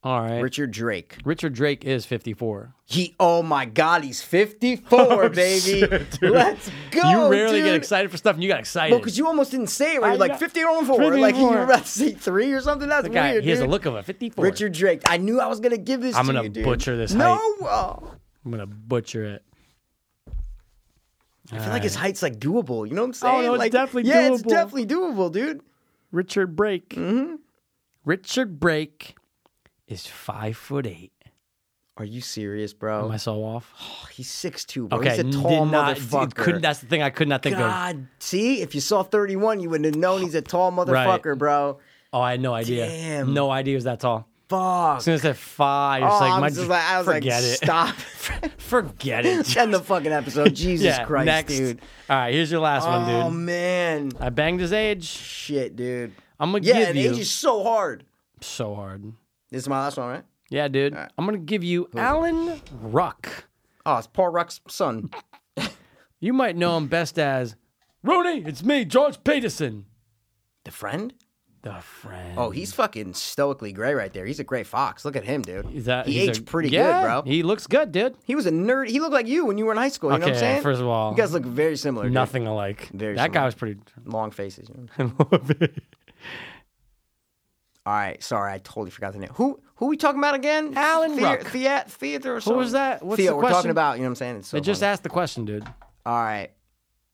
All right.
Richard Drake.
Richard Drake is 54.
He, oh my God, he's 54, baby. Let's go.
Oh, you rarely
Oh, dude.
get excited for stuff, and you got excited.
Well, because you almost didn't say it. Where
I
you're like
got-
50 on 4. Like you
54.
were about to say 3 or something. That's
the guy,
weird.
he has a
dude.
look of a 54.
Richard Drake. I knew I was going to give this
I'm
to
gonna
you, dude.
butcher this
No.
height.
oh.
I'm gonna butcher it.
I feel like his height's like doable. You know what I'm saying?
Oh, no, it's
like,
definitely
Yeah, it's
doable.
definitely doable, dude.
Richard Brake. Mm-hmm. Richard Brake is five foot eight.
Are you serious, bro?
Am I so off?
He's six two, bro.
Okay,
Oh, He's a
n-
tall
did not,
motherfucker.
Couldn't, that's the thing I could not think of.
God, see, if you saw thirty one, you wouldn't have known he's a tall motherfucker, bro.
Oh, I had no idea.
Damn.
No idea it was that tall.
Fuck.
As soon as I said five, it's
Oh,
like,
I
my,
was just like, I was like,
forget it.
stop.
Forget it.
End the fucking episode. Jesus
yeah,
Christ,
next.
dude.
All right, here's your last
Oh
one, dude.
man,
I banged his age.
shit, dude.
I'm gonna
Yeah,
give
and
you
age is so hard.
so hard.
This is my last one, right?
Yeah, dude. I'm gonna give you Alan Ruck.
Oh, it's Paul Ruck's son.
You might know him best as Rooney. It's me, George Peterson.
The friend?
The friend.
Oh, he's fucking stoically gray right there. He's a gray fox. Look at him, dude.
Is that
he
he's
aged
a-
pretty
Yeah,
good, bro. He,
He looks good, dude.
was a nerd. He looked like you when you were in high school. You know what I'm
Okay,
saying?
first of all,
you guys look very similar. dude.
Nothing alike.
Very
that
similar.
guy was pretty.
Long faces. you know? All right, sorry, I totally forgot the name. Who who we talking about again?
Alan
Thea-
Ruck.
Thea- theater. Or
Who was that? What's
Theo,
the
we're
question?
talking about. You know what I'm saying? It's so
They just
funny.
asked the question, dude.
All right,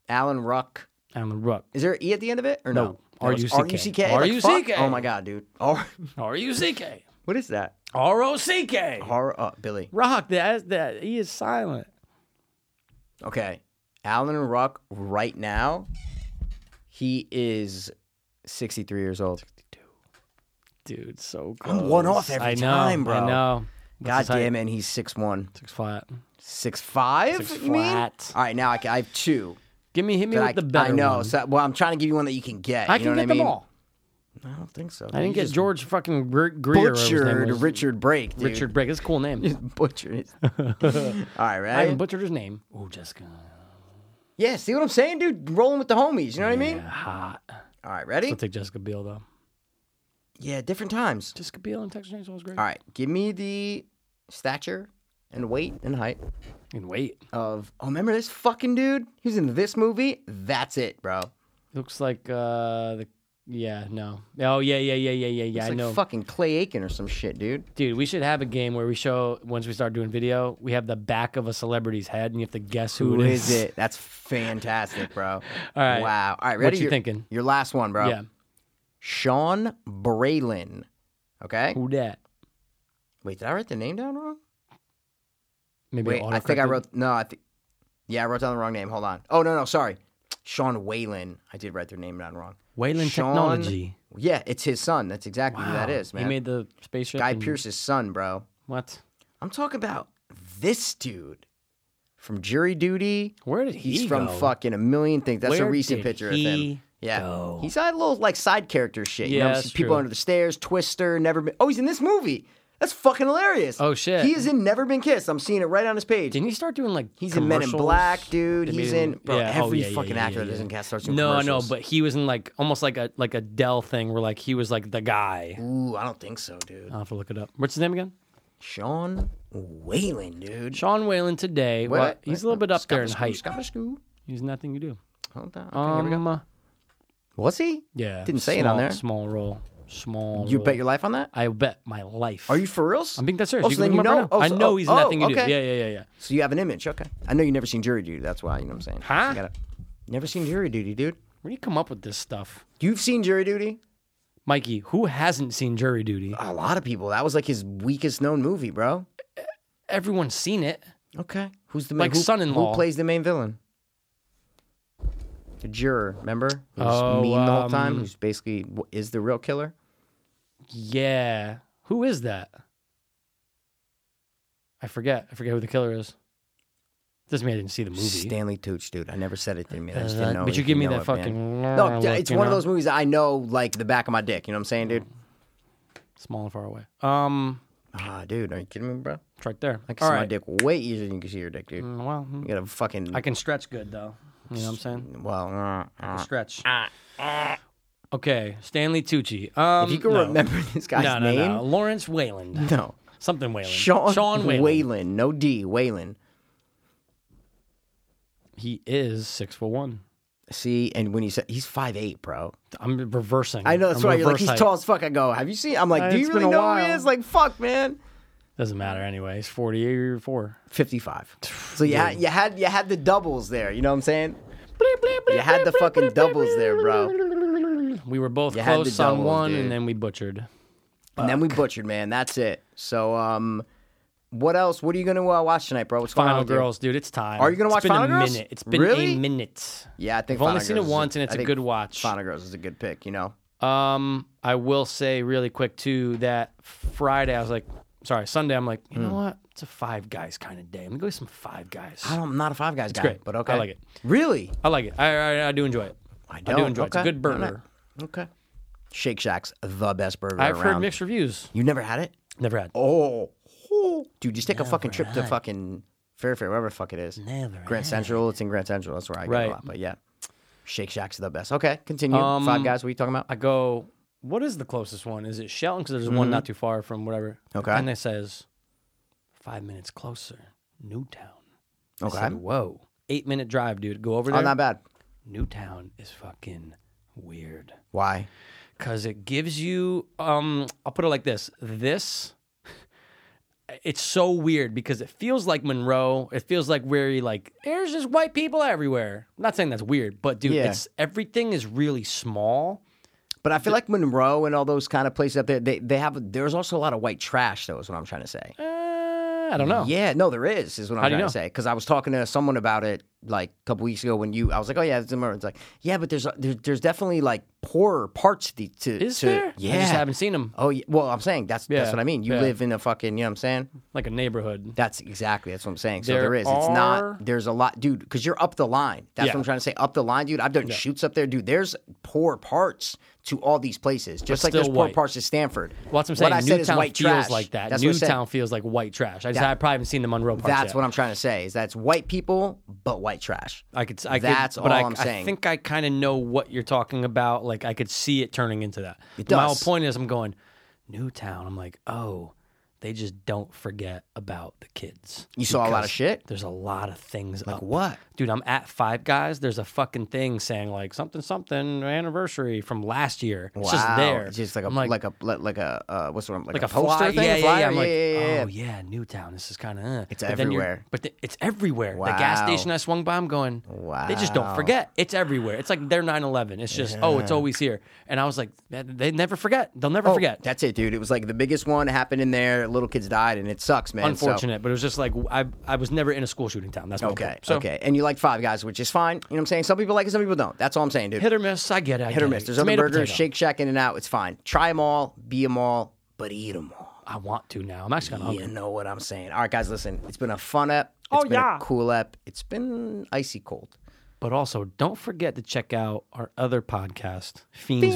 Alan Ruck.
Alan Ruck.
Is there an e at the end of it or no?
No.
That was
R-U-C-K.
R-U-C-K? Like,
R-U-C-K.
fuck? oh my god, dude. R-
R U C K.
what is that?
R O C K.
Horror. Uh, Billy.
Rock. That, that he is silent.
Okay, Alan Ruck. Right now, he is 63 years old.
Dude, so close.
I'm one off every
I know,
time, bro.
I know.
God damn it, and he's 6'1".
Six flat.
6'5",
Six
you mean?
flat.
All right, now I, ca- I have two.
Give me, hit me
that
with
I,
the better
I know.
one.
So, well, I'm trying to give you one that you can get.
I
you know what
can get
I
them
mean?
all.
I don't think so.
I didn't
You
get
just
George fucking Gre- Greer. or whatever his name
butchered
was.
Richard Brake. Dude.
Richard Brake. That's a cool name.
butchered. it. all right,
I
right?
even butchered his name. Oh, Jessica.
yeah, see what I'm saying, dude? Rolling with the homies. You know what I mean?
Hot.
All right, ready?
I'll take Jessica Biel though.
yeah, different times.
Jessica Biel and Texas Chainsaw was great.
All right, give me the stature and weight and height
And wait,
of. Oh, remember this fucking dude? He was in this movie. That's it, bro.
looks like uh the yeah no oh yeah yeah yeah yeah yeah yeah
It's
I
like
know
fucking Clay Aiken or some shit, dude.
dude we should have a game where we show once we start doing video we have the back of a celebrity's head and you have to guess who,
Who is it? That's fantastic, bro.
All right.
Wow. All right, ready?
you
Your-
thinking?
Your last one, bro.
yeah
Sean Braylon. Okay.
who that
Wait, did I write the name down wrong?
maybe
Wait, I think I
autocorrected?
wrote. No, I think. Yeah, I wrote down the wrong name. Hold on. Oh no, no, sorry. Sean Whalen. I did write their name down wrong.
Wayland
Sean-
Technology
Yeah, it's his son. That's exactly who that
Wow.
is, man.
he made the spaceship
Guy
and-
Pierce's son, bro.
what
I'm talking about this dude from Jury Duty.
where did he
He's from
go?
fucking a million things. That's a
Where
recent
did
picture of him.
he
Yeah,
go?
he's had a little like side character shit. you
Yeah,
know,
that's
people
true.
under the stairs, Twister, never been. Oh, he's in this movie. That's fucking hilarious.
Oh, shit.
He is in Never Been Kissed. I'm seeing it right on his page.
didn't he start doing like
He's in Men in
commercials?
Black, dude.
They
He's
made
in
him-
bro.
yeah. Oh,
Every
yeah, yeah,
fucking
yeah,
actor that
yeah,
doesn't
yeah.
cast starts in
No, no,
commercials.
but he was in like almost like a like a Dell thing where like he was like the guy.
ooh, I don't think so, dude.
I'll have to look it up. What's his name again?
Sean Whalen, dude.
Sean Whalen today. Well, he's a little bit up there in height.
Scottish-goo.
He's nothing you do.
Hold on. Okay, here we go.
Um, uh,
Was he?
yeah.
Didn't say it
small,
on there.
Small role. Small.
You
role.
bet your life on that?
I bet my life.
Are you for reals?
I'm being that serious.
Oh,
You
so
can
then you
look him
know.
up
Oh,
right
so-
now. I know he's
oh,
nothing you
okay.
do. Yeah, yeah, yeah, yeah.
So you have an image, okay? I know you've never seen Jury Duty. That's why you know what I'm saying.
Huh?
You gotta- never seen Jury Duty, dude.
Where do you come up with this stuff,
You've seen Jury Duty?
Mikey? Who hasn't seen Jury Duty?
A lot of people. That was like his weakest known movie, bro.
Everyone's seen it.
Okay. Who's the main
Like
who,
son-in-law.
Who plays the main villain? The juror, remember? Who's
Oh,
mean the whole time?
um,
Who's basically wh- is the real killer?
Yeah. Who is that? I forget. I forget who the killer is. Doesn't mean I didn't see the movie.
Stanley Tooch, dude. I never said it to me. I just
Uh,
didn't know.
but you
if
give me
know
that
it, man.
fucking.
No, d-
look,
it's
you
one of
know?
those movies that I know like the back of my dick. You know what I'm saying, dude?
small and far away. Um,
Ah, dude, are you kidding me, bro?
it's right there.
I can
All
see my
right.
dick way easier than you can see your dick, dude.
Mm, Well, mm,
You got a fucking.
I can stretch good though. You know what I'm saying?
Well, uh, uh.
Stretch. Okay, Stanley Tucci. Um,
if you can
no.
remember this guy's
no, no,
name,
no, Lawrence Wayland. Something Wayland.
Sean,
Sean Wayland.
Whalen, no D, Whalen.
He is six foot one.
See, and when he said he's five eight, bro.
I'm reversing.
I know that's
I'm
why you're like
reverse
he's
height.
tall as fuck. I go, have you seen? I'm like,
Uh,
do you
it's been
really
a
know who he
while.
is? Like, fuck, man.
Doesn't matter anyway. He's forty or four.
Fifty five. So you had you had you had the doubles there. You know what I'm saying? You had the fucking doubles there, bro.
We were both
You had
close
the
on
doubles,
one,
dude.
and then we butchered.
And then we butchered, man. That's it. So, um, what else? What are you gonna uh, watch tonight, bro? What's going on
Final
with you?
Girls, dude. It's time.
Are you gonna
It's
watch
been
Final
a
Girls?
Minute. It's been
Really?
a minute.
Yeah, I think
I've only
Final
seen
Girls
it
is
once, and it's
I
a
think
good watch.
Final Girls is a good pick. You know,
Um, I will say really quick too that Friday I was like, sorry, Sunday I'm like, you
Hmm.
know what? It's a Five Guys kind of day. I'm gonna go get some Five Guys.
I don't, I'm not a Five Guys guy,
great.
but okay,
I like it.
Really,
I like it. I, I, I do enjoy it. I, do
don't.
enjoy it. It's a
Okay.
good burger.
okay. Shake Shack's the best burger
I've
around.
heard mixed reviews.
you never had it?
Never had.
Oh, oh. dude, just take a fucking trip to fucking Fairfair, wherever the fuck it is.
Never
Grand Central. It's in Grand Central. That's where I go
Right.
a lot. But yeah, Shake Shack's the best. Okay, continue.
Um,
Five Guys. What are you talking about?
I go what is the closest one? Is it Shelton? Because there's one not too far from whatever.
Mm-hmm. Okay.
And it says, five minutes closer, Newtown. I
Okay.
said, Whoa. Eight minute drive, dude. Go over there.
Oh, not bad.
Newtown is fucking weird.
Why?
because it gives you um i'll put it like this this it's so weird because it feels like monroe it feels like weary like there's just white people everywhere I'm not saying that's weird but dude
Yeah.
it's everything is really small
But I feel like Monroe and all those kind of places up there, they, they have. There's also a lot of white trash, though. Is what I'm trying to say.
uh, i don't know
Yeah, no, there is. Is what I'm
Oh. How do you
trying
know?
to say. Because I was talking to someone about it like a couple weeks ago when you, I was like, oh yeah, it's in Monroe. It's like, yeah, but there's there's, there's definitely like poorer parts to, to
is
to,
there
Yeah.
i just haven't seen them
Oh yeah, well, I'm saying that's
Yeah,
that's what I mean. You
yeah.
live in a fucking, you know what I'm saying?
like a neighborhood
That's exactly that's what I'm saying. So
There
there is. It's
are-
not. There's a lot, dude. Because you're up the line. That's
Yeah.
what I'm trying to say. Up the line, dude. I've done shoots up there, dude. There's poor parts to all these places. Just like
still
there's poor
white.
parts to Stanford.
well, that's what I'm saying.
I said is
Newtown
white
feels
trash.
like that.
That's what I said.
Newtown feels like white trash. I just I probably haven't seen the Monroe parts
That's
yet.
what I'm trying to say. Is that's white people, but white trash.
I could. I
That's
could, but
all
I,
I'm saying.
I think I kind of know what you're talking about. Like I could see it turning into that.
It
My
does.
whole point is, I'm going Newtown. I'm like, oh, they just don't forget about the kids.
You saw a lot of
Because
shit?
There's a lot of things. Like
what?
dude? I'm at Five Guys. There's a fucking thing saying like something something anniversary from last year. It's just
Wow.
there.
It's just like a
I'm
like, a like, like a uh, what's the word? Like,
like a
poster
fly,
thing.
Yeah,
a
yeah,
flyer?
yeah. I'm like,
yeah,
oh yeah, Newtown. This is kind of. Uh.
It's
then you're-
everywhere.
but th- it's everywhere. The gas
Wow.
station I swung by, I'm going. They just don't
Wow.
forget. It's everywhere. It's like they're 9/11. It's just oh, it's always here. And I was like, "Man, they never forget. They'll never forget.
Oh, That's it, dude. It was like the biggest one happened in there. Little kids died, and it sucks, man. So-
Unfortunate, but it was just like I I was never in a school shooting town. That's my
Okay.
point. So,
okay. And you like Five Guys, which is fine. You know what I'm saying? Some people like it, some people don't. That's all I'm saying, dude.
Hit or miss, I get it. I
Hit or
get
miss.
it.
There's other
Tomato,
burgers,
potato.
Shake Shack, In and Out. It's fine. Try them all, be them all, but eat them all.
I want to now. I'm actually kind of hungry.
You know what I'm saying? All right, guys, listen. It's been a fun ep. It's
Oh,
been
yeah.
a cool ep. It's been icy cold.
But also, don't forget to check out our other podcast, Fiends,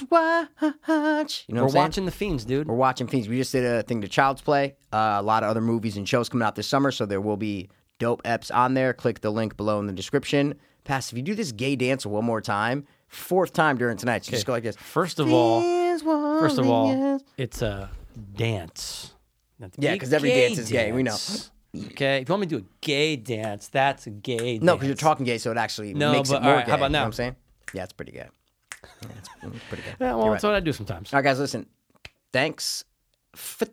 Watch.
Watch. You know
We're
what I'm saying?
watching the Fiends, dude.
We're watching Fiends. We just did a thing to Child's Play. Uh, a lot of other movies and shows coming out this summer, so there will be dope eps on there. Click the link below in the description. Pass, if you do this gay dance one more time, fourth time during tonight, you just go like this.
First of all,
Fiends
First of all,
warriors.
it's a dance. Not the
Yeah,
gay-
'cause every
gay
dance is gay, we know.
Okay, if you want me to do a gay dance, that's a gay.
No,
dance.
because you're talking gay, so it actually
No,
makes
but
it more
all right,
gay.
how about
You know
now?
what I'm saying? Yeah, it's pretty gay. Yeah, it's, it's pretty gay.
Yeah, well,
You're
that's
right.
what I do sometimes.
All right, guys, listen. Thanks for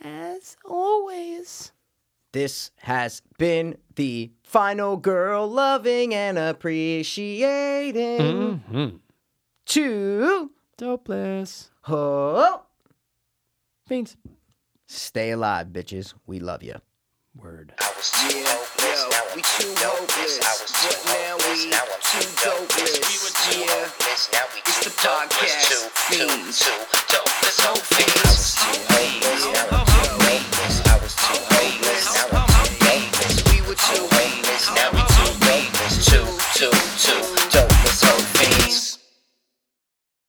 As always.
This has been the final girl loving and appreciating
Mm-hmm.
to
Dopeless
oh,
fiends.
stay alive, bitches. We love you.
Word.
I was too hopeless, now I'm too hopeless. I was too hopeless, now I'm too dopeless. We were too hopeless, now we too dopeless. Two, two, two, dopeless, hopeless.